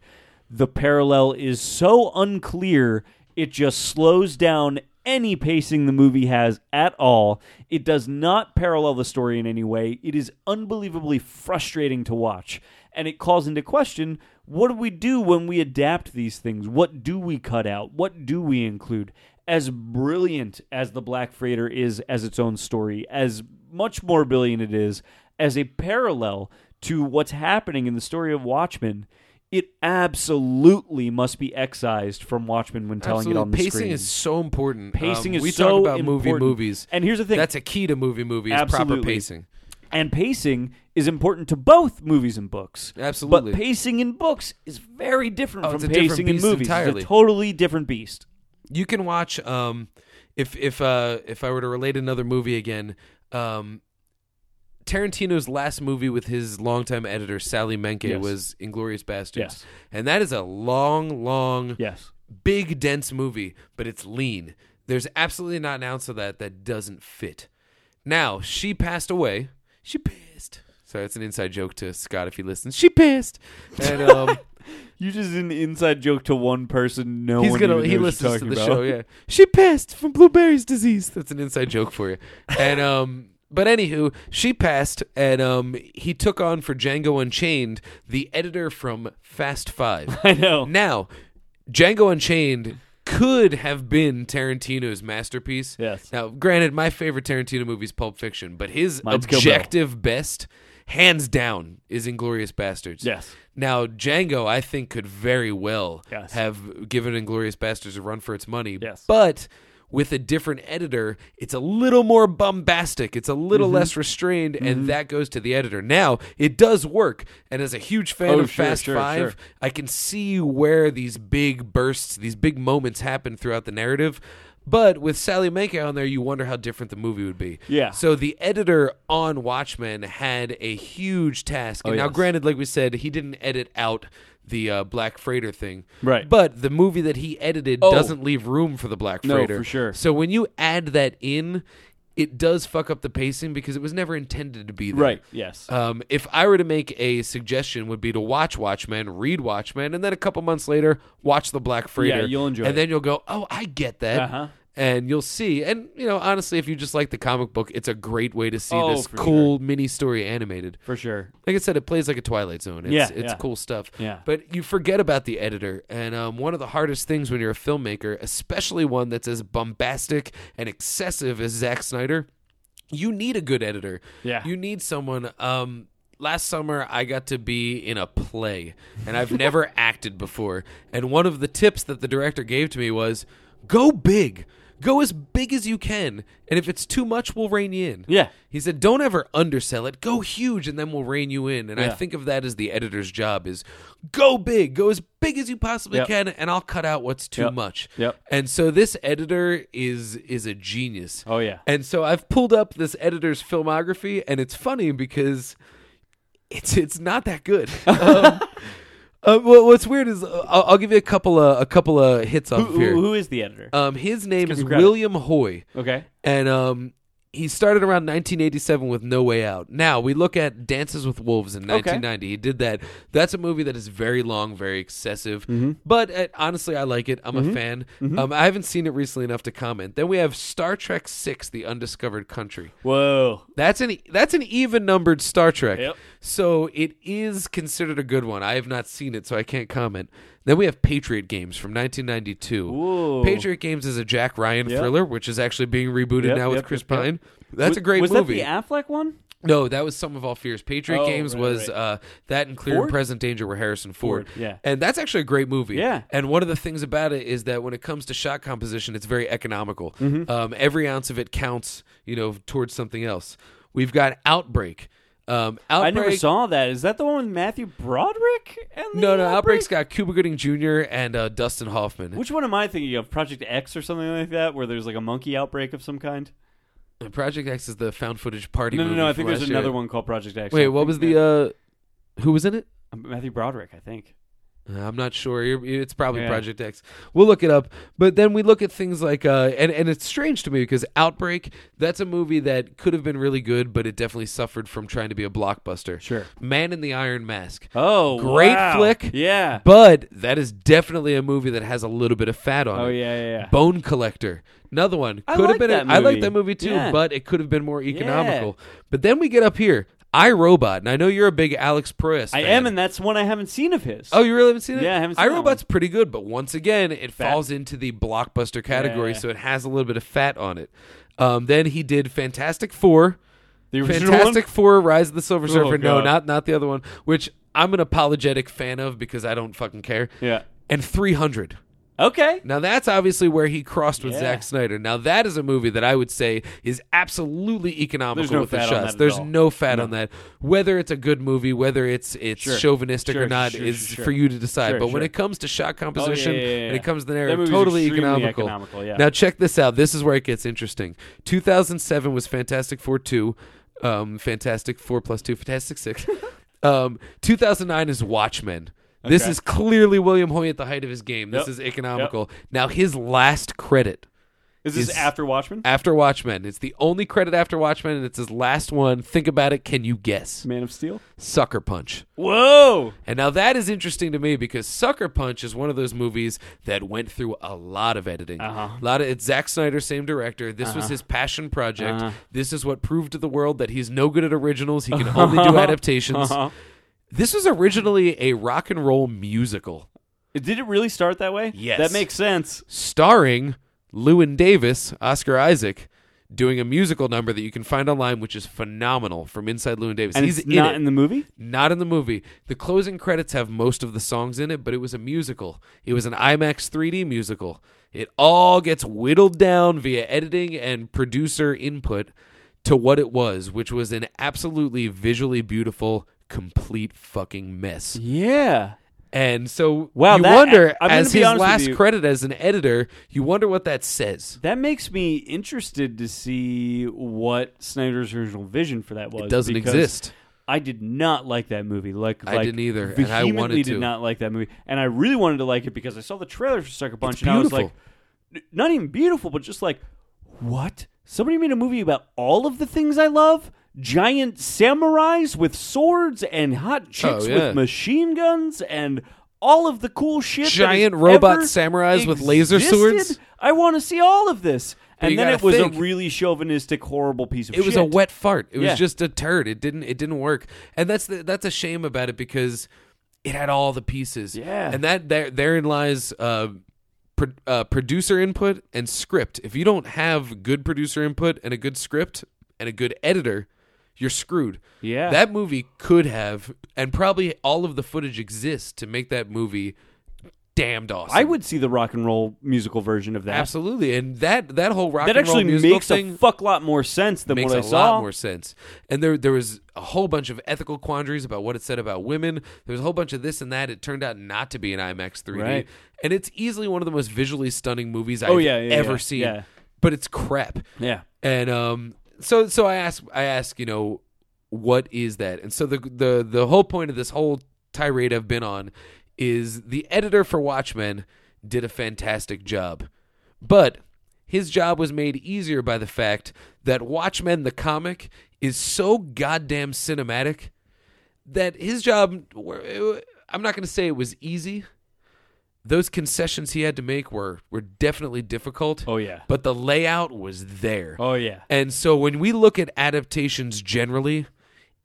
Speaker 2: The parallel is so unclear, it just slows down any pacing the movie has at all. It does not parallel the story in any way. It is unbelievably frustrating to watch. And it calls into question what do we do when we adapt these things? What do we cut out? What do we include? As brilliant as The Black Freighter is as its own story, as much more brilliant it is as a parallel to what's happening in the story of Watchmen. It absolutely must be excised from Watchmen when telling it
Speaker 3: Absolutely.
Speaker 2: on the
Speaker 3: pacing
Speaker 2: screen.
Speaker 3: is so important.
Speaker 2: Pacing
Speaker 3: Um,
Speaker 2: is
Speaker 3: we
Speaker 2: so
Speaker 3: talk about movie
Speaker 2: important.
Speaker 3: movies.
Speaker 2: And here's the thing.
Speaker 3: That's a key to movie movies. Proper
Speaker 2: Absolutely.
Speaker 3: pacing.
Speaker 2: and pacing is important to both movies and books.
Speaker 3: Absolutely.
Speaker 2: But pacing in books is very different
Speaker 3: Oh,
Speaker 2: from
Speaker 3: it's a different
Speaker 2: pacing in
Speaker 3: beast
Speaker 2: movies.
Speaker 3: entirely.
Speaker 2: It's a totally different beast.
Speaker 3: You can watch um, if if uh, if I were to relate another movie again. Um, Tarantino's last movie with his longtime editor Sally Menke
Speaker 2: Yes.
Speaker 3: was Inglorious Bastards,
Speaker 2: Yes.
Speaker 3: and that is a long, long,
Speaker 2: Yes.
Speaker 3: big, dense movie, but it's lean. There's absolutely not an ounce of that that doesn't fit. Now she passed away. She pissed. Sorry, that's an inside joke to Scott if he listens. She pissed, and um,
Speaker 2: You just an inside joke to one person. No
Speaker 3: he's
Speaker 2: one
Speaker 3: gonna
Speaker 2: even
Speaker 3: he
Speaker 2: knows
Speaker 3: listens
Speaker 2: you're
Speaker 3: to
Speaker 2: talking
Speaker 3: the
Speaker 2: about.
Speaker 3: show. Yeah, she passed from blueberries disease. That's an inside joke for you. And um, but anywho, she passed, and um, he took on for Django Unchained the editor from Fast Five.
Speaker 2: I know.
Speaker 3: Now, Django Unchained could have been Tarantino's masterpiece.
Speaker 2: Yes.
Speaker 3: Now, granted, my favorite Tarantino movie is Pulp Fiction, but his
Speaker 2: Mine's Kill Bill.
Speaker 3: objective best, hands down, is Inglorious Bastards.
Speaker 2: Yes.
Speaker 3: Now, Django, I think, could very well
Speaker 2: Yes.
Speaker 3: have given Inglorious Bastards a run for its money.
Speaker 2: Yes.
Speaker 3: But with a different editor, it's a little more bombastic. It's a little
Speaker 2: Mm-hmm.
Speaker 3: less restrained, and that goes to the editor. Now, it does work. And as a huge fan
Speaker 2: Oh,
Speaker 3: of
Speaker 2: sure,
Speaker 3: Fast
Speaker 2: sure,
Speaker 3: Five,
Speaker 2: sure.
Speaker 3: I can see where these big bursts, these big moments happen throughout the narrative. But with Sally Menke on there, you wonder how different the movie would be.
Speaker 2: Yeah.
Speaker 3: So the editor on Watchmen had a huge task. And now,
Speaker 2: Oh, yes.
Speaker 3: granted, like we said, he didn't edit out the uh, Black Freighter thing.
Speaker 2: Right. Oh.
Speaker 3: But the movie that he edited doesn't leave room for the Black
Speaker 2: No,
Speaker 3: Freighter.
Speaker 2: for sure.
Speaker 3: So when you add that in, it does fuck up the pacing because it was never intended to be there.
Speaker 2: Right. Yes.
Speaker 3: Um, if I were to make a suggestion, would be to watch Watchmen, read Watchmen, and then a couple months later, watch The Black Freighter.
Speaker 2: Yeah, you'll enjoy
Speaker 3: And
Speaker 2: it.
Speaker 3: then you'll go, oh, I get that.
Speaker 2: Uh-huh.
Speaker 3: And you'll see. And, you know, honestly, if you just like the comic book, it's a great way to see
Speaker 2: Oh,
Speaker 3: this
Speaker 2: for
Speaker 3: cool mini story animated.
Speaker 2: for sure.
Speaker 3: Like I said, it plays like a Twilight Zone. It's,
Speaker 2: Yeah,
Speaker 3: it's
Speaker 2: yeah.
Speaker 3: cool stuff.
Speaker 2: Yeah.
Speaker 3: But you forget about the editor. And um, one of the hardest things when you're a filmmaker, especially one that's as bombastic and excessive as Zack Snyder, you need a good editor.
Speaker 2: Yeah.
Speaker 3: You need someone. Um, last summer, I got to be in a play, and I've never acted before. And one of the tips that the director gave to me was go big. Go as big as you can, and if it's too much, we'll rein you in.
Speaker 2: Yeah.
Speaker 3: He said, "Don't ever undersell it. Go huge, and then we'll rein you in." And I
Speaker 2: Yeah.
Speaker 3: think of that as the editor's job: is go big, go as big as you possibly
Speaker 2: Yep.
Speaker 3: can, and I'll cut out what's too
Speaker 2: Yep.
Speaker 3: much.
Speaker 2: Yep.
Speaker 3: And so this editor is is a genius.
Speaker 2: Oh, yeah.
Speaker 3: And so I've pulled up this editor's filmography, and it's funny because it's it's not that good. um, uh, well, what's weird is uh, I'll, I'll give you a couple of a couple of hits off
Speaker 2: Who,
Speaker 3: of here.
Speaker 2: who- who is the editor?
Speaker 3: Um, his name
Speaker 2: give
Speaker 3: is
Speaker 2: him credit.
Speaker 3: William Hoy
Speaker 2: okay.
Speaker 3: and um, he started around 1987 with No Way Out. Now we look at Dances with Wolves in 1990. He did that. That's a movie that is very long, very excessive, but uh, honestly, I like it. I'm a fan. Um, I haven't seen it recently enough to comment. Then we have Star Trek Six: The Undiscovered Country.
Speaker 2: Whoa.
Speaker 3: That's an e, that's an even numbered Star Trek.
Speaker 2: Yep.
Speaker 3: So it is considered a good one. I have not seen it, so I can't comment. Then we have Patriot Games from 1992.
Speaker 2: Whoa.
Speaker 3: Patriot Games is a Jack Ryan
Speaker 2: Yep.
Speaker 3: thriller, which is actually being rebooted
Speaker 2: Yep,
Speaker 3: now with
Speaker 2: yep,
Speaker 3: Chris
Speaker 2: yep, yep.
Speaker 3: Pine. That's
Speaker 2: Was-
Speaker 3: a great
Speaker 2: was
Speaker 3: movie.
Speaker 2: that the Affleck one?
Speaker 3: No, that was Some of All Fears. Patriot
Speaker 2: Oh,
Speaker 3: Games
Speaker 2: right,
Speaker 3: was
Speaker 2: right.
Speaker 3: Uh, that and Clear and
Speaker 2: Ford?
Speaker 3: Present Danger were Harrison Ford.
Speaker 2: Ford, yeah.
Speaker 3: And that's actually a great movie.
Speaker 2: Yeah.
Speaker 3: And one of the things about it is that when it comes to shot composition, it's very economical.
Speaker 2: Mm-hmm.
Speaker 3: Um, every ounce of it counts, you know, towards something else. We've got Outbreak. Um,
Speaker 2: I
Speaker 3: Outbreak.
Speaker 2: never saw that. Is that the one with Matthew Broderick? And the
Speaker 3: No, no,
Speaker 2: outbreak?
Speaker 3: Outbreak's got Cuba Gooding Jr. and uh, Dustin Hoffman.
Speaker 2: Which one am I thinking of? Project X or something like that, where there's like a monkey outbreak of some kind?
Speaker 3: Project X is the found footage party.
Speaker 2: No, no,
Speaker 3: movie
Speaker 2: no. I
Speaker 3: from
Speaker 2: think there's
Speaker 3: last
Speaker 2: another
Speaker 3: year.
Speaker 2: one called Project X.
Speaker 3: Wait,
Speaker 2: I'm
Speaker 3: what was
Speaker 2: thinking
Speaker 3: the uh, who was in it?
Speaker 2: of- Matthew Broderick? I think.
Speaker 3: Uh, I'm not sure. You're- you- It's probably
Speaker 2: Yeah.
Speaker 3: Project X. We'll look it up. But then we look at things like, uh, and and it's strange to me because Outbreak. That's a movie that could have been really good, but it definitely suffered from trying to be a blockbuster.
Speaker 2: Sure.
Speaker 3: Man in the Iron Mask.
Speaker 2: Oh,
Speaker 3: Great
Speaker 2: wow.
Speaker 3: flick.
Speaker 2: Yeah.
Speaker 3: But that is definitely a movie that has a little bit of fat on it.
Speaker 2: oh yeah, yeah, yeah.
Speaker 3: Bone Collector. Another one. Could
Speaker 2: I
Speaker 3: have
Speaker 2: like
Speaker 3: been
Speaker 2: that
Speaker 3: I like
Speaker 2: movie.
Speaker 3: that movie too,
Speaker 2: Yeah.
Speaker 3: but it could have been more economical. But then we get up here, I Robot, and I know you're a big Alex Proyas.
Speaker 2: I
Speaker 3: fan.
Speaker 2: am, and that's one I haven't seen of his.
Speaker 3: Oh, you really haven't seen it?
Speaker 2: Yeah, I haven't seen that
Speaker 3: iRobot's pretty good, but once again, it
Speaker 2: Fat.
Speaker 3: falls into the blockbuster category,
Speaker 2: Yeah.
Speaker 3: so it has a little bit of fat on it. Um, then he did Fantastic Four,
Speaker 2: the original Oh,
Speaker 3: Fantastic Four: Rise of the Silver Surfer. no,
Speaker 2: God.
Speaker 3: not not the other one, which I'm an apologetic fan of because I don't fucking care.
Speaker 2: one. Yeah.
Speaker 3: And 300.
Speaker 2: Okay.
Speaker 3: Now that's obviously where he crossed with
Speaker 2: Yeah.
Speaker 3: Zack Snyder. Now that is a movie that I would say is absolutely economical
Speaker 2: There's no
Speaker 3: with the
Speaker 2: fat on
Speaker 3: shots.
Speaker 2: that at
Speaker 3: There's
Speaker 2: all.
Speaker 3: no fat on that. Whether it's a good movie, whether it's it's
Speaker 2: Sure.
Speaker 3: chauvinistic
Speaker 2: Sure,
Speaker 3: or not,
Speaker 2: sure,
Speaker 3: is
Speaker 2: sure, sure.
Speaker 3: for you to decide.
Speaker 2: Sure,
Speaker 3: but when
Speaker 2: sure. Oh,
Speaker 3: it comes to shot composition
Speaker 2: yeah, yeah,
Speaker 3: and
Speaker 2: yeah.
Speaker 3: it comes to the
Speaker 2: That
Speaker 3: narrative,
Speaker 2: movie's
Speaker 3: totally
Speaker 2: extremely
Speaker 3: economical.
Speaker 2: economical, yeah.
Speaker 3: Now check this out. This is where it gets interesting. 2007 was Fantastic Four two, um, Fantastic Four plus two, Fantastic Six. um, 2009 is Watchmen. This
Speaker 2: Okay.
Speaker 3: is clearly William Hoy at the height of his game. This
Speaker 2: Yep.
Speaker 3: is economical. Now his last credit
Speaker 2: Is this
Speaker 3: Is-
Speaker 2: after Watchmen?
Speaker 3: after Watchmen. It's the only credit after Watchmen, and it's his last one. Think about it. Can you guess?
Speaker 2: Man of Steel.
Speaker 3: Sucker Punch.
Speaker 2: Whoa.
Speaker 3: And now that is interesting to me because Sucker Punch is one of those movies that went through a lot of editing.
Speaker 2: Uh-huh.
Speaker 3: A lot of it's Zack Snyder, same director. This was his passion project.
Speaker 2: Uh-huh.
Speaker 3: This is what proved to the world that he's no good at originals. He can only do adaptations.
Speaker 2: Uh-huh.
Speaker 3: This was originally a rock and roll musical
Speaker 2: Did it really start that way?
Speaker 3: Yes.
Speaker 2: That makes sense.
Speaker 3: starring Lewin Davis, Oscar Isaac, doing a musical number that you can find online, which is phenomenal from Inside Lewin Davis.
Speaker 2: And
Speaker 3: He's
Speaker 2: it's not
Speaker 3: it.
Speaker 2: in the movie.
Speaker 3: Not in the movie. The closing credits have most of the songs in it, but it was a musical. It was an IMAX 3D musical. It all gets whittled down via editing and producer input to what it was, which was an absolutely visually beautiful, complete fucking mess.
Speaker 2: Yeah.
Speaker 3: And so
Speaker 2: Wow,
Speaker 3: you
Speaker 2: that-
Speaker 3: wonder,
Speaker 2: I'm gonna
Speaker 3: as
Speaker 2: be
Speaker 3: his
Speaker 2: honest with
Speaker 3: last
Speaker 2: you.
Speaker 3: credit as an editor, you wonder what that says.
Speaker 2: That makes me interested to see what Snyder's original vision for that was.
Speaker 3: doesn't
Speaker 2: because
Speaker 3: exist.
Speaker 2: I did not like that movie. Like,
Speaker 3: I
Speaker 2: like,
Speaker 3: didn't either, and I
Speaker 2: Vehemently
Speaker 3: wanted to.
Speaker 2: did not like that movie, and I really wanted to like it because I saw the trailer for Sucker Punch, and I was
Speaker 3: beautiful.
Speaker 2: like, n- not even beautiful, but just like, what? Somebody made a movie about all of the things I love: giant samurais with swords and hot chicks
Speaker 3: Oh, yeah.
Speaker 2: with machine guns and. All of the cool shit. that has
Speaker 3: Giant robot
Speaker 2: ever
Speaker 3: samurais with laser
Speaker 2: existed?
Speaker 3: swords?
Speaker 2: I want to see all of this.
Speaker 3: you
Speaker 2: And then
Speaker 3: gotta
Speaker 2: it was
Speaker 3: think-
Speaker 2: a really chauvinistic, horrible piece of
Speaker 3: It
Speaker 2: shit.
Speaker 3: was a wet fart. It
Speaker 2: Yeah.
Speaker 3: was just a turd. It didn't. It didn't work. And that's the, that's a shame about it because it had all the pieces.
Speaker 2: Yeah.
Speaker 3: And that there therein lies uh, pro, uh, producer input and script. If you don't have good producer input and a good script and a good editor, you're screwed.
Speaker 2: Yeah.
Speaker 3: That movie could have, and probably all of the footage exists to make that movie damned awesome.
Speaker 2: I would see the rock and roll musical version of that.
Speaker 3: absolutely. And that that whole rock
Speaker 2: That
Speaker 3: and roll
Speaker 2: actually
Speaker 3: musical
Speaker 2: makes
Speaker 3: thing
Speaker 2: a fuck lot more sense than
Speaker 3: makes
Speaker 2: what
Speaker 3: a
Speaker 2: I saw.
Speaker 3: lot more sense. And there there was a whole bunch of ethical quandaries about what it said about women. There was a whole bunch of this and that. It turned out not to be an IMAX 3D.
Speaker 2: Right.
Speaker 3: And it's easily one of the most visually stunning movies I've
Speaker 2: Oh, yeah, yeah,
Speaker 3: ever
Speaker 2: yeah,
Speaker 3: seen.
Speaker 2: yeah.
Speaker 3: But it's crap.
Speaker 2: yeah.
Speaker 3: And um so so I ask I ask, you know, what is that? And so the the the whole point of this whole tirade I've been on is the editor for Watchmen did a fantastic job. But his job was made easier by the fact that Watchmen the comic is so goddamn cinematic that his job I'm not going to say it was easy. Those concessions he had to make were were definitely difficult.
Speaker 2: Oh, yeah.
Speaker 3: But the layout was there.
Speaker 2: Oh yeah.
Speaker 3: And so when we look at adaptations generally,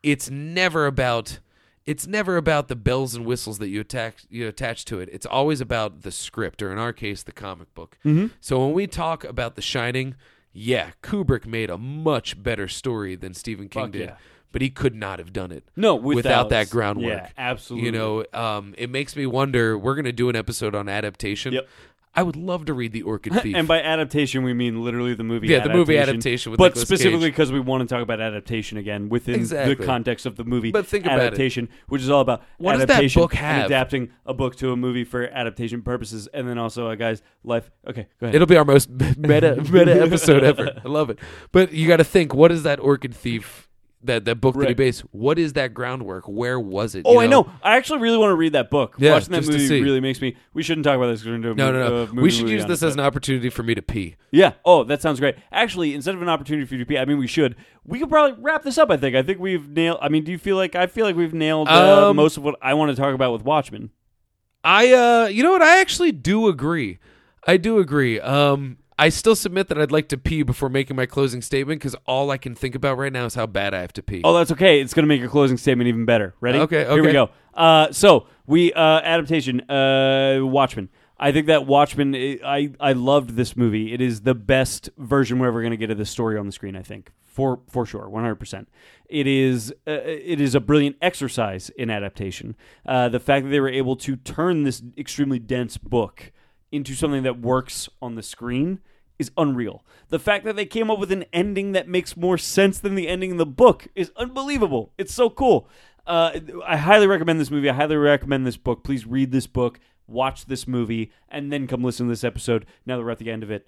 Speaker 3: it's never about it's never about the bells and whistles that you attach you attach to it. It's always about the script, or in our case, the comic book.
Speaker 2: Mm-hmm.
Speaker 3: So when we talk about The Shining, yeah, Kubrick made a much better story than Stephen King
Speaker 2: Fuck
Speaker 3: did,
Speaker 2: yeah.
Speaker 3: but he could not have done it.
Speaker 2: No,
Speaker 3: without
Speaker 2: without-
Speaker 3: that groundwork,
Speaker 2: yeah, absolutely.
Speaker 3: You know, um, it makes me wonder. We're going to do an episode on adaptation.
Speaker 2: Yep.
Speaker 3: I would love to read The Orchid Thief.
Speaker 2: And by adaptation, we mean literally the movie.
Speaker 3: Yeah, the
Speaker 2: adaptation,
Speaker 3: movie adaptation with
Speaker 2: but
Speaker 3: Nicolas
Speaker 2: specifically
Speaker 3: Cage.
Speaker 2: because we want to talk about adaptation again within
Speaker 3: Exactly.
Speaker 2: the context of the movie.
Speaker 3: But think about it.
Speaker 2: adaptation, which is all about
Speaker 3: What does that
Speaker 2: adaptation
Speaker 3: book
Speaker 2: and
Speaker 3: have?
Speaker 2: adapting a book to a movie for adaptation purposes, and then also a guy's life. Okay, go ahead.
Speaker 3: It'll be our most meta meta episode ever. I love it. But you got to think, what is that orchid thief that that book that he
Speaker 2: Right.
Speaker 3: based. What is that groundwork? Where was it?
Speaker 2: Oh,
Speaker 3: You
Speaker 2: I know. I actually really want to read that book.
Speaker 3: Yeah,
Speaker 2: Watching that
Speaker 3: just to
Speaker 2: movie
Speaker 3: see.
Speaker 2: really makes me. We shouldn't talk about this because we're going to
Speaker 3: No, no,
Speaker 2: Uh,
Speaker 3: no.
Speaker 2: movie
Speaker 3: we should
Speaker 2: movie
Speaker 3: use
Speaker 2: on
Speaker 3: this
Speaker 2: it.
Speaker 3: as an opportunity for me to pee.
Speaker 2: Yeah. Oh, that sounds great. Actually, instead of an opportunity for you to pee, I mean, we should. We could probably wrap this up. I think. I think we've nailed. I mean, do you feel like I feel like we've nailed uh,
Speaker 3: Um,
Speaker 2: most of what I want to talk about with Watchmen?
Speaker 3: I uh you know what I actually do agree. I do agree. Um I still submit that I'd like to pee before making my closing statement cuz all I can think about right now is how bad I have to pee.
Speaker 2: Oh, that's okay. It's going to make your closing statement even better. Ready?
Speaker 3: Okay,
Speaker 2: Here we
Speaker 3: okay.
Speaker 2: go. Uh, so we uh, adaptation uh, Watchmen. I think that Watchmen. I I I loved this movie. It is the best version we're ever going to get of this story on the screen. I think for for sure, one hundred percent. It is uh, it is a brilliant exercise in adaptation. Uh, the fact that they were able to turn this extremely dense book into something that works on the screen is unreal. The fact that they came up with an ending that makes more sense than the ending in the book is unbelievable. It's so cool. Uh, I highly recommend this movie. I highly recommend this book. Please read this book, watch this movie, and then come listen to this episode. Now that we're at the end of it,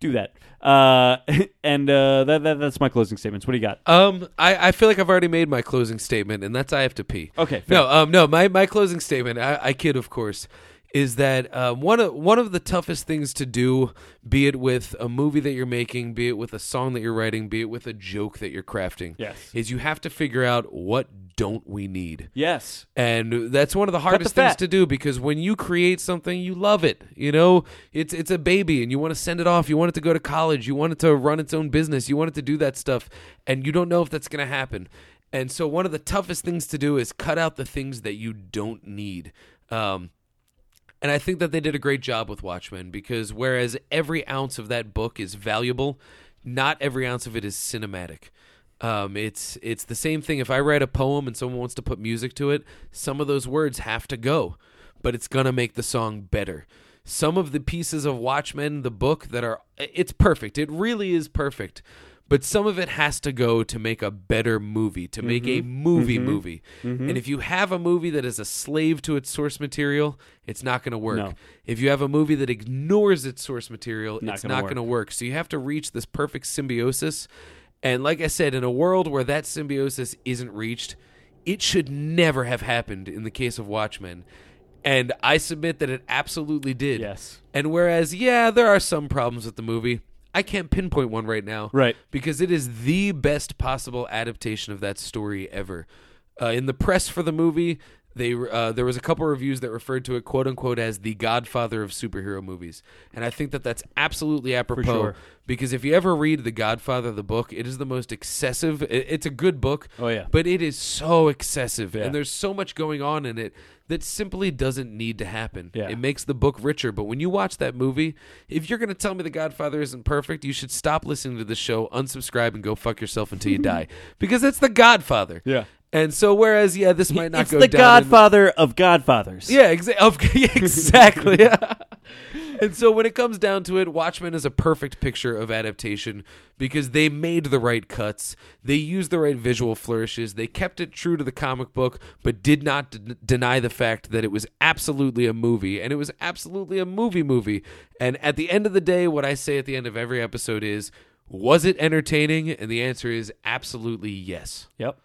Speaker 2: do that. Uh, and uh, that, that that's my closing statements. What do you got?
Speaker 3: Um, I, I feel like I've already made my closing statement, and that's I have to pee.
Speaker 2: Okay, fair.
Speaker 3: No, um, no, my, my closing statement, I, I kid, of course, is that um, one of one of the toughest things to do, be it with a movie that you're making, be it with a song that you're writing, be it with a joke that you're crafting,
Speaker 2: Yes.
Speaker 3: is you have to figure out what don't we need.
Speaker 2: Yes.
Speaker 3: And that's one of the hardest
Speaker 2: the
Speaker 3: things
Speaker 2: fat.
Speaker 3: to do because when you create something, you love it. You know, it's it's a baby, and you want to send it off. You want it to go to college. You want it to run its own business. You want it to do that stuff, and you don't know if that's going to happen. And so, one of the toughest things to do is cut out the things that you don't need. Um, and I think that they did a great job with Watchmen because whereas every ounce of that book is valuable, not every ounce of it is cinematic. Um, it's it's the same thing. If I write a poem and someone wants to put music to it, some of those words have to go, but it's gonna make the song better. Some of the pieces of Watchmen, the book, that are it's perfect. It really is perfect. But some of it has to go to make a better movie, to make a
Speaker 2: Mm-hmm.
Speaker 3: movie movie. And if you have a movie that is a slave to its source material, it's not going to work.
Speaker 2: No.
Speaker 3: If you have a movie that ignores its source material, it's
Speaker 2: gonna
Speaker 3: not
Speaker 2: work.
Speaker 3: going to work. So you have to reach this perfect symbiosis. And like I said, in a world where that symbiosis isn't reached, it should never have happened in the case of Watchmen. And I submit that it absolutely did.
Speaker 2: Yes.
Speaker 3: And whereas, yeah, there are some problems with the movie, I can't pinpoint one right now.
Speaker 2: Right.
Speaker 3: Because it is the best possible adaptation of that story ever. Uh, in the press for the movie, they uh, there was a couple reviews that referred to it quote unquote as the Godfather of superhero movies, and I think that that's absolutely apropos
Speaker 2: sure.
Speaker 3: because if you ever read the Godfather the book, it is the most excessive. i- It's a good book,
Speaker 2: Oh, yeah.
Speaker 3: but it is so excessive,
Speaker 2: Yeah.
Speaker 3: and there's so much going on in it that simply doesn't need to happen.
Speaker 2: Yeah.
Speaker 3: It makes the book richer. But when you watch that movie, if you're going to tell me The Godfather isn't perfect, you should stop listening to the show, unsubscribe, and go fuck yourself until you die. Because it's The Godfather.
Speaker 2: Yeah.
Speaker 3: And so, whereas, yeah, this might not
Speaker 2: it's
Speaker 3: go
Speaker 2: the
Speaker 3: down in the-
Speaker 2: Godfather of Godfathers.
Speaker 3: yeah, exa- of- yeah, exactly. and so when it comes down to it, Watchmen is a perfect picture of adaptation because they made the right cuts, they used the right visual flourishes, they kept it true to the comic book, but did not d- deny the fact that it was absolutely a movie, and it was absolutely a movie movie. And at the end of the day, what I say at the end of every episode is, was it entertaining? And the answer is absolutely yes.
Speaker 2: Yep.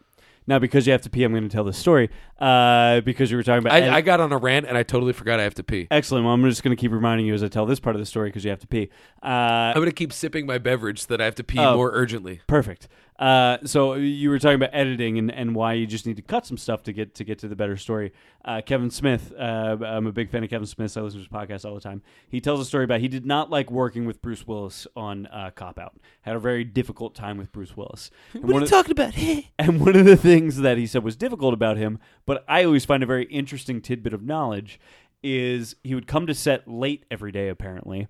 Speaker 2: Now, because you have to pee, I'm going to tell this story. Uh, because you were talking about
Speaker 3: I, I got on a rant and I totally forgot I have to pee.
Speaker 2: Excellent. Well, I'm just going to keep reminding you as I tell this part of the story because you have to pee. Uh,
Speaker 3: I'm gonna keep sipping my beverage so that I have to pee
Speaker 2: Oh.
Speaker 3: more urgently.
Speaker 2: perfect. Uh, so you were talking about editing and, and why you just need to cut some stuff to get to get to the better story. Uh, Kevin Smith, uh, I'm a big fan of Kevin Smith. I listen to his podcast all the time. He tells a story about he did not like working with Bruce Willis on uh, Cop Out. Had a very difficult time with Bruce Willis. And one of-
Speaker 3: talking about?
Speaker 2: And one of the things that he said was difficult about him, but I always find a very interesting tidbit of knowledge, is he would come to set late every day, apparently.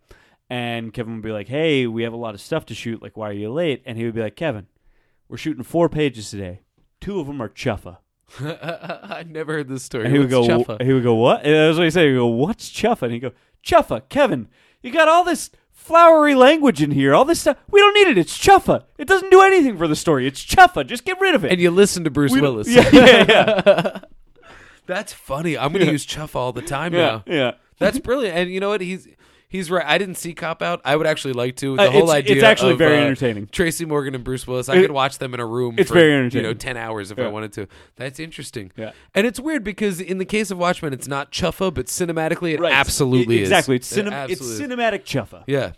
Speaker 2: And Kevin would be like, Hey, we have a lot of stuff to shoot. Like, why are you late? And he would be like, Kevin, we're shooting four pages today. Two of them are Chuffa.
Speaker 3: I never heard this story.
Speaker 2: And he would go,
Speaker 3: What's Chuffa?
Speaker 2: He would go, What? And that's what he said. He'd go, What's Chuffa? And he'd go, Chuffa, Kevin, you got all this flowery language in here, all this stuff. We don't need it. It's Chuffa. It doesn't do anything for the story. It's Chuffa. Just get rid of it.
Speaker 3: and you listen to Bruce Willis.
Speaker 2: Yeah, yeah, yeah.
Speaker 3: That's funny. I'm gonna use Chuff all the time
Speaker 2: Yeah,
Speaker 3: now.
Speaker 2: yeah.
Speaker 3: That's brilliant. And you know what? He's He's right. I didn't see Cop Out. I would actually like to. The
Speaker 2: Uh,
Speaker 3: whole
Speaker 2: it's-
Speaker 3: idea.
Speaker 2: it's actually
Speaker 3: of,
Speaker 2: very
Speaker 3: uh,
Speaker 2: entertaining.
Speaker 3: Tracy Morgan and Bruce Willis. I
Speaker 2: It-
Speaker 3: could watch them in a room.
Speaker 2: it's
Speaker 3: for,
Speaker 2: very
Speaker 3: You know,
Speaker 2: entertaining.
Speaker 3: ten hours if I
Speaker 2: Yeah.
Speaker 3: wanted to. That's interesting.
Speaker 2: Yeah.
Speaker 3: And it's weird because in the case of Watchmen, it's not chuffa, but cinematically, it
Speaker 2: Right.
Speaker 3: absolutely
Speaker 2: I-
Speaker 3: is.
Speaker 2: exactly. It's,
Speaker 3: It
Speaker 2: cinem-
Speaker 3: absolutely is.
Speaker 2: it's cinematic chuffa.
Speaker 3: Yeah.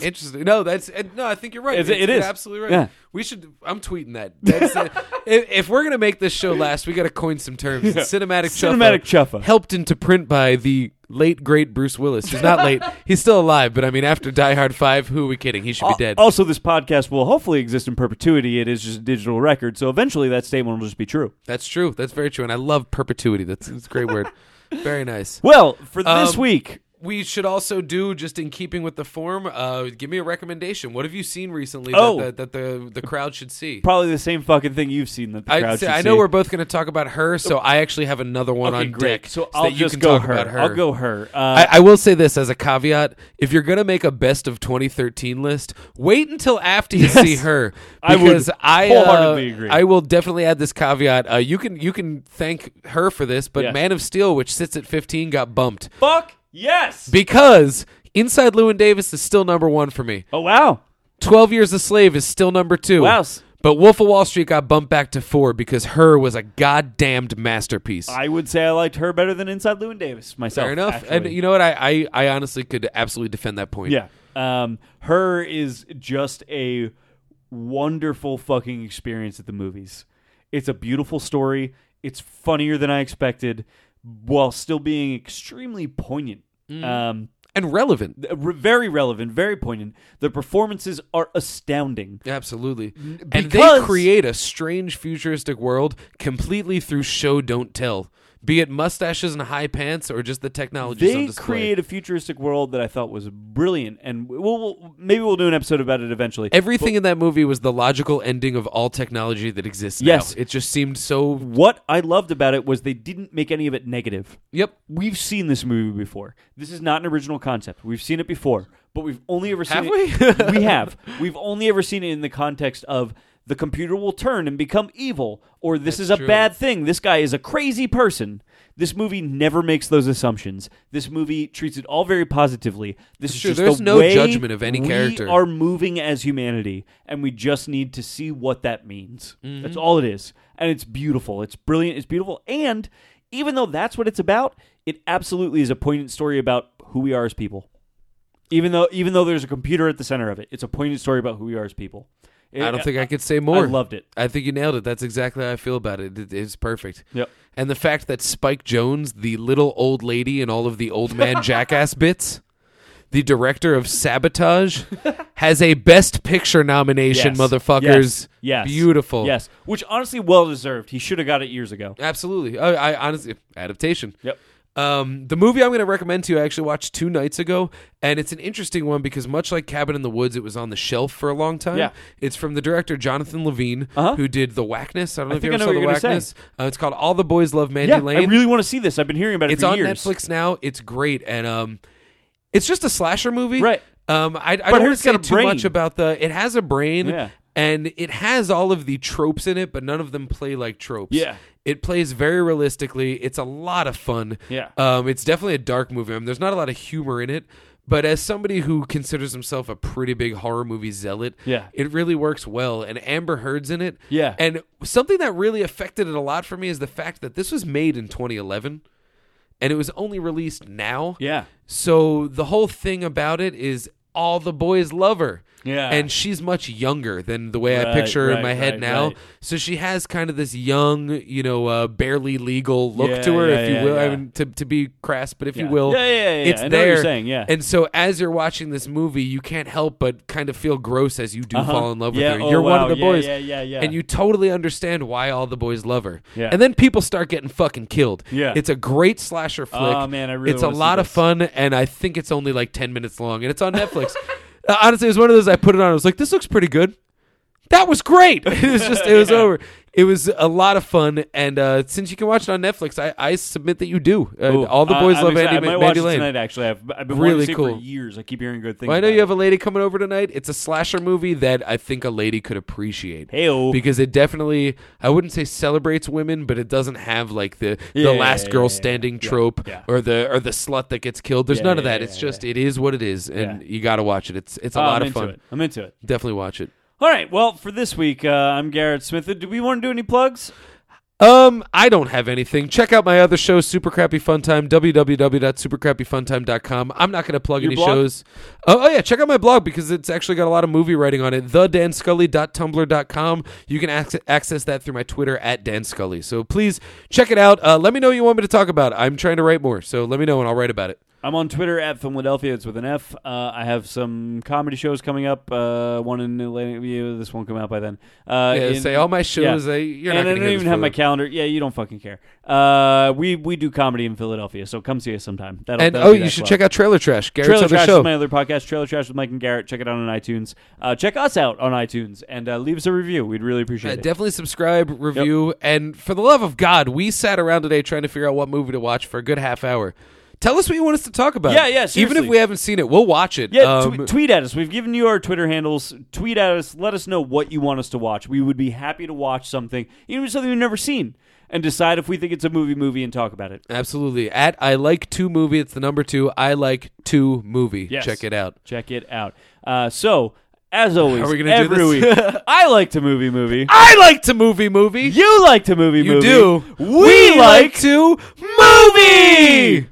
Speaker 3: Interesting. No, that's uh, no. I think you're right.
Speaker 2: It's- it
Speaker 3: You're
Speaker 2: is.
Speaker 3: absolutely right.
Speaker 2: Yeah.
Speaker 3: We should. I'm tweeting that. That's uh, if, if we're gonna make this show last, we got to coin some terms. Cinematic
Speaker 2: Cinematic
Speaker 3: chuffa,
Speaker 2: chuffa.
Speaker 3: helped into print by the late great Bruce Willis. He's not late. He's still alive. But I mean, after Die Hard Five, who are we kidding? He should be
Speaker 2: Al-
Speaker 3: dead.
Speaker 2: Also, this podcast will hopefully exist in perpetuity. It is just a digital record, so eventually that statement will just be true.
Speaker 3: That's true. That's very true. And I love perpetuity. That's, that's a great word. Very nice.
Speaker 2: Well, for this
Speaker 3: Um,
Speaker 2: week,
Speaker 3: We should also do just in keeping with the form. Uh, give me a recommendation. What have you seen recently
Speaker 2: Oh.
Speaker 3: that, that, that the the crowd should see?
Speaker 2: probably the same fucking thing you've seen that the
Speaker 3: I,
Speaker 2: crowd
Speaker 3: say,
Speaker 2: should
Speaker 3: I know
Speaker 2: see.
Speaker 3: we're both going to talk about her, so I actually have another one
Speaker 2: okay,
Speaker 3: on
Speaker 2: great.
Speaker 3: deck.
Speaker 2: So,
Speaker 3: that
Speaker 2: I'll
Speaker 3: you
Speaker 2: just
Speaker 3: can
Speaker 2: go
Speaker 3: talk
Speaker 2: her.
Speaker 3: about her.
Speaker 2: I'll go her. Uh,
Speaker 3: I, I will say this as a caveat: if you're going to make a best of 2013 list, wait until after you see her,
Speaker 2: I would
Speaker 3: because I, uh,
Speaker 2: wholeheartedly agree.
Speaker 3: I will definitely add this caveat. Uh, you can you can thank her for this, but
Speaker 2: Yes.
Speaker 3: Man of Steel, which sits at 15, got bumped
Speaker 2: fuck yes.
Speaker 3: because Inside Llewyn Davis is still number one for me.
Speaker 2: oh wow.
Speaker 3: 12 Years a Slave is still number two.
Speaker 2: Wow.
Speaker 3: But Wolf of Wall Street got bumped back to four because her was a goddamned masterpiece.
Speaker 2: I would say I liked her better than Inside Llewyn Davis myself.
Speaker 3: Fair enough. And
Speaker 2: actually.
Speaker 3: you know what? I, I, I honestly could absolutely defend that point.
Speaker 2: Yeah. Um, her is just a wonderful fucking experience at the movies. It's a beautiful story. It's funnier than I expected, while still being extremely poignant.
Speaker 3: Mm.
Speaker 2: Um,
Speaker 3: And relevant.
Speaker 2: th- re- very relevant, very poignant. The performances are astounding.
Speaker 3: Absolutely. and they
Speaker 2: because-
Speaker 3: create a strange futuristic world completely through show don't tell. Be it mustaches and high pants or just the technologies on
Speaker 2: They
Speaker 3: display.
Speaker 2: create a futuristic world that I thought was brilliant, and we'll, we'll maybe we'll do an episode about it eventually.
Speaker 3: Everything in that movie was the logical ending of all technology that exists now.
Speaker 2: Yes.
Speaker 3: It just seemed so
Speaker 2: what I loved about it was they didn't make any of it negative.
Speaker 3: Yep.
Speaker 2: we've seen this movie before. This is not an original concept. We've seen it before, but we've only ever seen
Speaker 3: Have
Speaker 2: it. We? have. We've only ever seen it in the context of the computer will turn and become evil, or this is a
Speaker 3: true.
Speaker 2: bad thing. This guy is a crazy person. This movie never makes those assumptions. This movie treats it all very positively. This is
Speaker 3: true.
Speaker 2: just the
Speaker 3: There's no
Speaker 2: way
Speaker 3: judgment of any
Speaker 2: we
Speaker 3: character.
Speaker 2: are moving as humanity, and we just need to see what that means.
Speaker 3: Mm-hmm.
Speaker 2: That's all it is. And it's beautiful. It's brilliant. It's beautiful. And even though that's what it's about, it absolutely is a poignant story about who we are as people. Even though even though there's a computer at the center of it, it's a poignant story about who we are as people. uh,
Speaker 3: I don't think I could say more.
Speaker 2: I loved it.
Speaker 3: I think you nailed it. That's exactly how I feel about it. It- It's perfect.
Speaker 2: Yep.
Speaker 3: And the fact that Spike Jones, the little old lady in all of the old man jackass bits, the director of Sabotage, has a Best Picture nomination,
Speaker 2: Yes.
Speaker 3: motherfuckers.
Speaker 2: Yes. Yes.
Speaker 3: Beautiful.
Speaker 2: Yes. Which honestly well deserved. He should have got it years ago.
Speaker 3: Absolutely. I, I honestly, adaptation.
Speaker 2: Yep.
Speaker 3: Um, the movie I'm going to recommend to you, I actually watched two nights ago, and it's an interesting one because much like Cabin in the Woods, it was on the shelf for a long time.
Speaker 2: Yeah.
Speaker 3: It's from the director Jonathan Levine,
Speaker 2: Uh-huh.
Speaker 3: who did The Whackness. I don't know if you
Speaker 2: think
Speaker 3: ever
Speaker 2: I know
Speaker 3: saw The
Speaker 2: what you're gonna
Speaker 3: Whackness.
Speaker 2: say.
Speaker 3: Uh, it's called All the Boys Love Mandy
Speaker 2: yeah,
Speaker 3: Lane.
Speaker 2: I really want to see this. I've been hearing about
Speaker 3: it's
Speaker 2: it for
Speaker 3: on
Speaker 2: years.
Speaker 3: Netflix now. It's great, and um, it's just a slasher movie,
Speaker 2: Right.
Speaker 3: Um, I, I
Speaker 2: But
Speaker 3: don't want
Speaker 2: it's
Speaker 3: to say
Speaker 2: got a
Speaker 3: too much
Speaker 2: brain.
Speaker 3: about the. It has a brain,
Speaker 2: Yeah.
Speaker 3: and it has all of the tropes in it, but none of them play like tropes.
Speaker 2: Yeah.
Speaker 3: It plays very realistically. It's a lot of fun.
Speaker 2: Yeah.
Speaker 3: Um, it's definitely a dark movie. I mean, there's not a lot of humor in it, but as somebody who considers himself a pretty big horror movie zealot,
Speaker 2: Yeah.
Speaker 3: it really works well. And Amber Heard's in it.
Speaker 2: Yeah.
Speaker 3: And something that really affected it a lot for me is the fact that this was made in 2011 and it was only released now.
Speaker 2: Yeah.
Speaker 3: So the whole thing about it is all the boys love her.
Speaker 2: Yeah.
Speaker 3: And she's much younger than the way I
Speaker 2: Right,
Speaker 3: picture her in
Speaker 2: right,
Speaker 3: my head
Speaker 2: right,
Speaker 3: now.
Speaker 2: right.
Speaker 3: So she has kind of this young, you know, uh, barely legal look
Speaker 2: Yeah,
Speaker 3: to her,
Speaker 2: yeah,
Speaker 3: if you
Speaker 2: yeah,
Speaker 3: will. I
Speaker 2: yeah.
Speaker 3: mean, to, to be crass, but if you
Speaker 2: Yeah.
Speaker 3: will,
Speaker 2: Yeah, yeah, yeah, yeah.
Speaker 3: it's
Speaker 2: I know what
Speaker 3: there.
Speaker 2: you're saying, yeah.
Speaker 3: And so as you're watching this movie, you can't help but kind of feel gross as you do
Speaker 2: Uh-huh.
Speaker 3: fall in love
Speaker 2: Yeah,
Speaker 3: with her.
Speaker 2: oh,
Speaker 3: you're one
Speaker 2: wow,
Speaker 3: of the
Speaker 2: yeah,
Speaker 3: boys.
Speaker 2: yeah, yeah, yeah.
Speaker 3: And you totally understand why all the boys love her.
Speaker 2: Yeah.
Speaker 3: And then people start getting fucking killed.
Speaker 2: Yeah.
Speaker 3: It's a great slasher flick.
Speaker 2: Oh, man, I really
Speaker 3: It's a
Speaker 2: wanna see
Speaker 3: lot of
Speaker 2: this.
Speaker 3: fun, and I think it's only like ten minutes long, and it's on Netflix. Uh, Honestly, it was one of those I put it on. I was like, "This looks pretty good." that was great. It was just, it was over. It was a lot of fun, and uh, since you can watch it on Netflix, I, I submit that you do. Uh,
Speaker 2: Ooh,
Speaker 3: all the
Speaker 2: I-
Speaker 3: boys
Speaker 2: I'm
Speaker 3: love
Speaker 2: excited.
Speaker 3: Andy
Speaker 2: I might
Speaker 3: Ma-
Speaker 2: watch
Speaker 3: Mandy
Speaker 2: it
Speaker 3: Lane.
Speaker 2: tonight. Actually, I've, I've been
Speaker 3: Really
Speaker 2: really cool.
Speaker 3: cool.
Speaker 2: for years. I keep hearing good things.
Speaker 3: Well, I know
Speaker 2: about
Speaker 3: you
Speaker 2: it.
Speaker 3: have a lady coming over tonight. It's a slasher movie that I think a lady could appreciate.
Speaker 2: Heyo.
Speaker 3: Because it definitely, I wouldn't say celebrates women, but it doesn't have like the,
Speaker 2: Yeah,
Speaker 3: the last
Speaker 2: yeah,
Speaker 3: girl
Speaker 2: yeah,
Speaker 3: standing
Speaker 2: yeah.
Speaker 3: trope
Speaker 2: Yeah.
Speaker 3: or the or the slut that gets killed. There's
Speaker 2: Yeah,
Speaker 3: none of
Speaker 2: yeah,
Speaker 3: that.
Speaker 2: yeah,
Speaker 3: it's just it is what it is, and
Speaker 2: Yeah.
Speaker 3: you got to watch it. It's it's a
Speaker 2: Oh,
Speaker 3: lot
Speaker 2: I'm
Speaker 3: of
Speaker 2: into
Speaker 3: fun.
Speaker 2: it. I'm into it.
Speaker 3: Definitely watch it.
Speaker 2: All right. Well, for this week, uh, I'm Garrett Smith. Do we want to do any plugs?
Speaker 3: Um, I don't have anything. Check out my other show, Super Crappy Fun Time, www.supercrappyfuntime.com. I'm not going to plug
Speaker 2: Your
Speaker 3: any
Speaker 2: blog?
Speaker 3: shows. Oh, oh, yeah, check out my blog because it's actually got a lot of movie writing on it, thedanscully.tumblr.com. You can ac- access that through my Twitter, at Dan Scully. So please check it out. Uh, let me know what you want me to talk about. I'm trying to write more, so let me know and I'll write about it.
Speaker 2: I'm on Twitter at Philadelphia. It's with an F. Uh, I have some comedy shows coming up. Uh, one in Atlanta. yeah, this won't come out by then. Uh,
Speaker 3: Yeah,
Speaker 2: in-
Speaker 3: say all my shows, I- you're not
Speaker 2: and I
Speaker 3: gonna
Speaker 2: don't
Speaker 3: hear
Speaker 2: even
Speaker 3: this
Speaker 2: have my
Speaker 3: for-
Speaker 2: calendar. Yeah, you don't fucking care. Uh, we we do comedy in Philadelphia, so come see us sometime. That'll,
Speaker 3: And
Speaker 2: that'll
Speaker 3: oh,
Speaker 2: be
Speaker 3: you
Speaker 2: next
Speaker 3: should
Speaker 2: month.
Speaker 3: check out Trailer Trash, Garrett's
Speaker 2: Trailer
Speaker 3: other
Speaker 2: Trash
Speaker 3: show.
Speaker 2: is my other podcast, Trailer Trash with Mike and Garrett. Check it out on iTunes. Uh, check us out on iTunes and uh, leave us a review. We'd really appreciate
Speaker 3: Yeah,
Speaker 2: it.
Speaker 3: definitely subscribe, review, and for the love of God, we sat around today trying to figure out what movie to watch for a good half hour. Tell us what you want us to talk about.
Speaker 2: Yeah, yeah,
Speaker 3: Even if
Speaker 2: seriously.
Speaker 3: we haven't seen it, we'll watch it.
Speaker 2: Yeah,
Speaker 3: Um,
Speaker 2: tw- tweet at us. We've given you our Twitter handles. Tweet at us. Let us know what you want us to watch. We would be happy to watch something, even something we've never seen, and decide if we think it's a movie movie and talk about it.
Speaker 3: absolutely. At I like two movie. It's the number two. I like two movie.
Speaker 2: Yes.
Speaker 3: Check it out.
Speaker 2: Check it out. Uh, so, as always,
Speaker 3: Are we gonna do
Speaker 2: every
Speaker 3: this?
Speaker 2: week, I like to movie movie.
Speaker 3: I like to movie movie.
Speaker 2: You like to movie
Speaker 3: you
Speaker 2: movie.
Speaker 3: do.
Speaker 2: We, like
Speaker 3: to movie.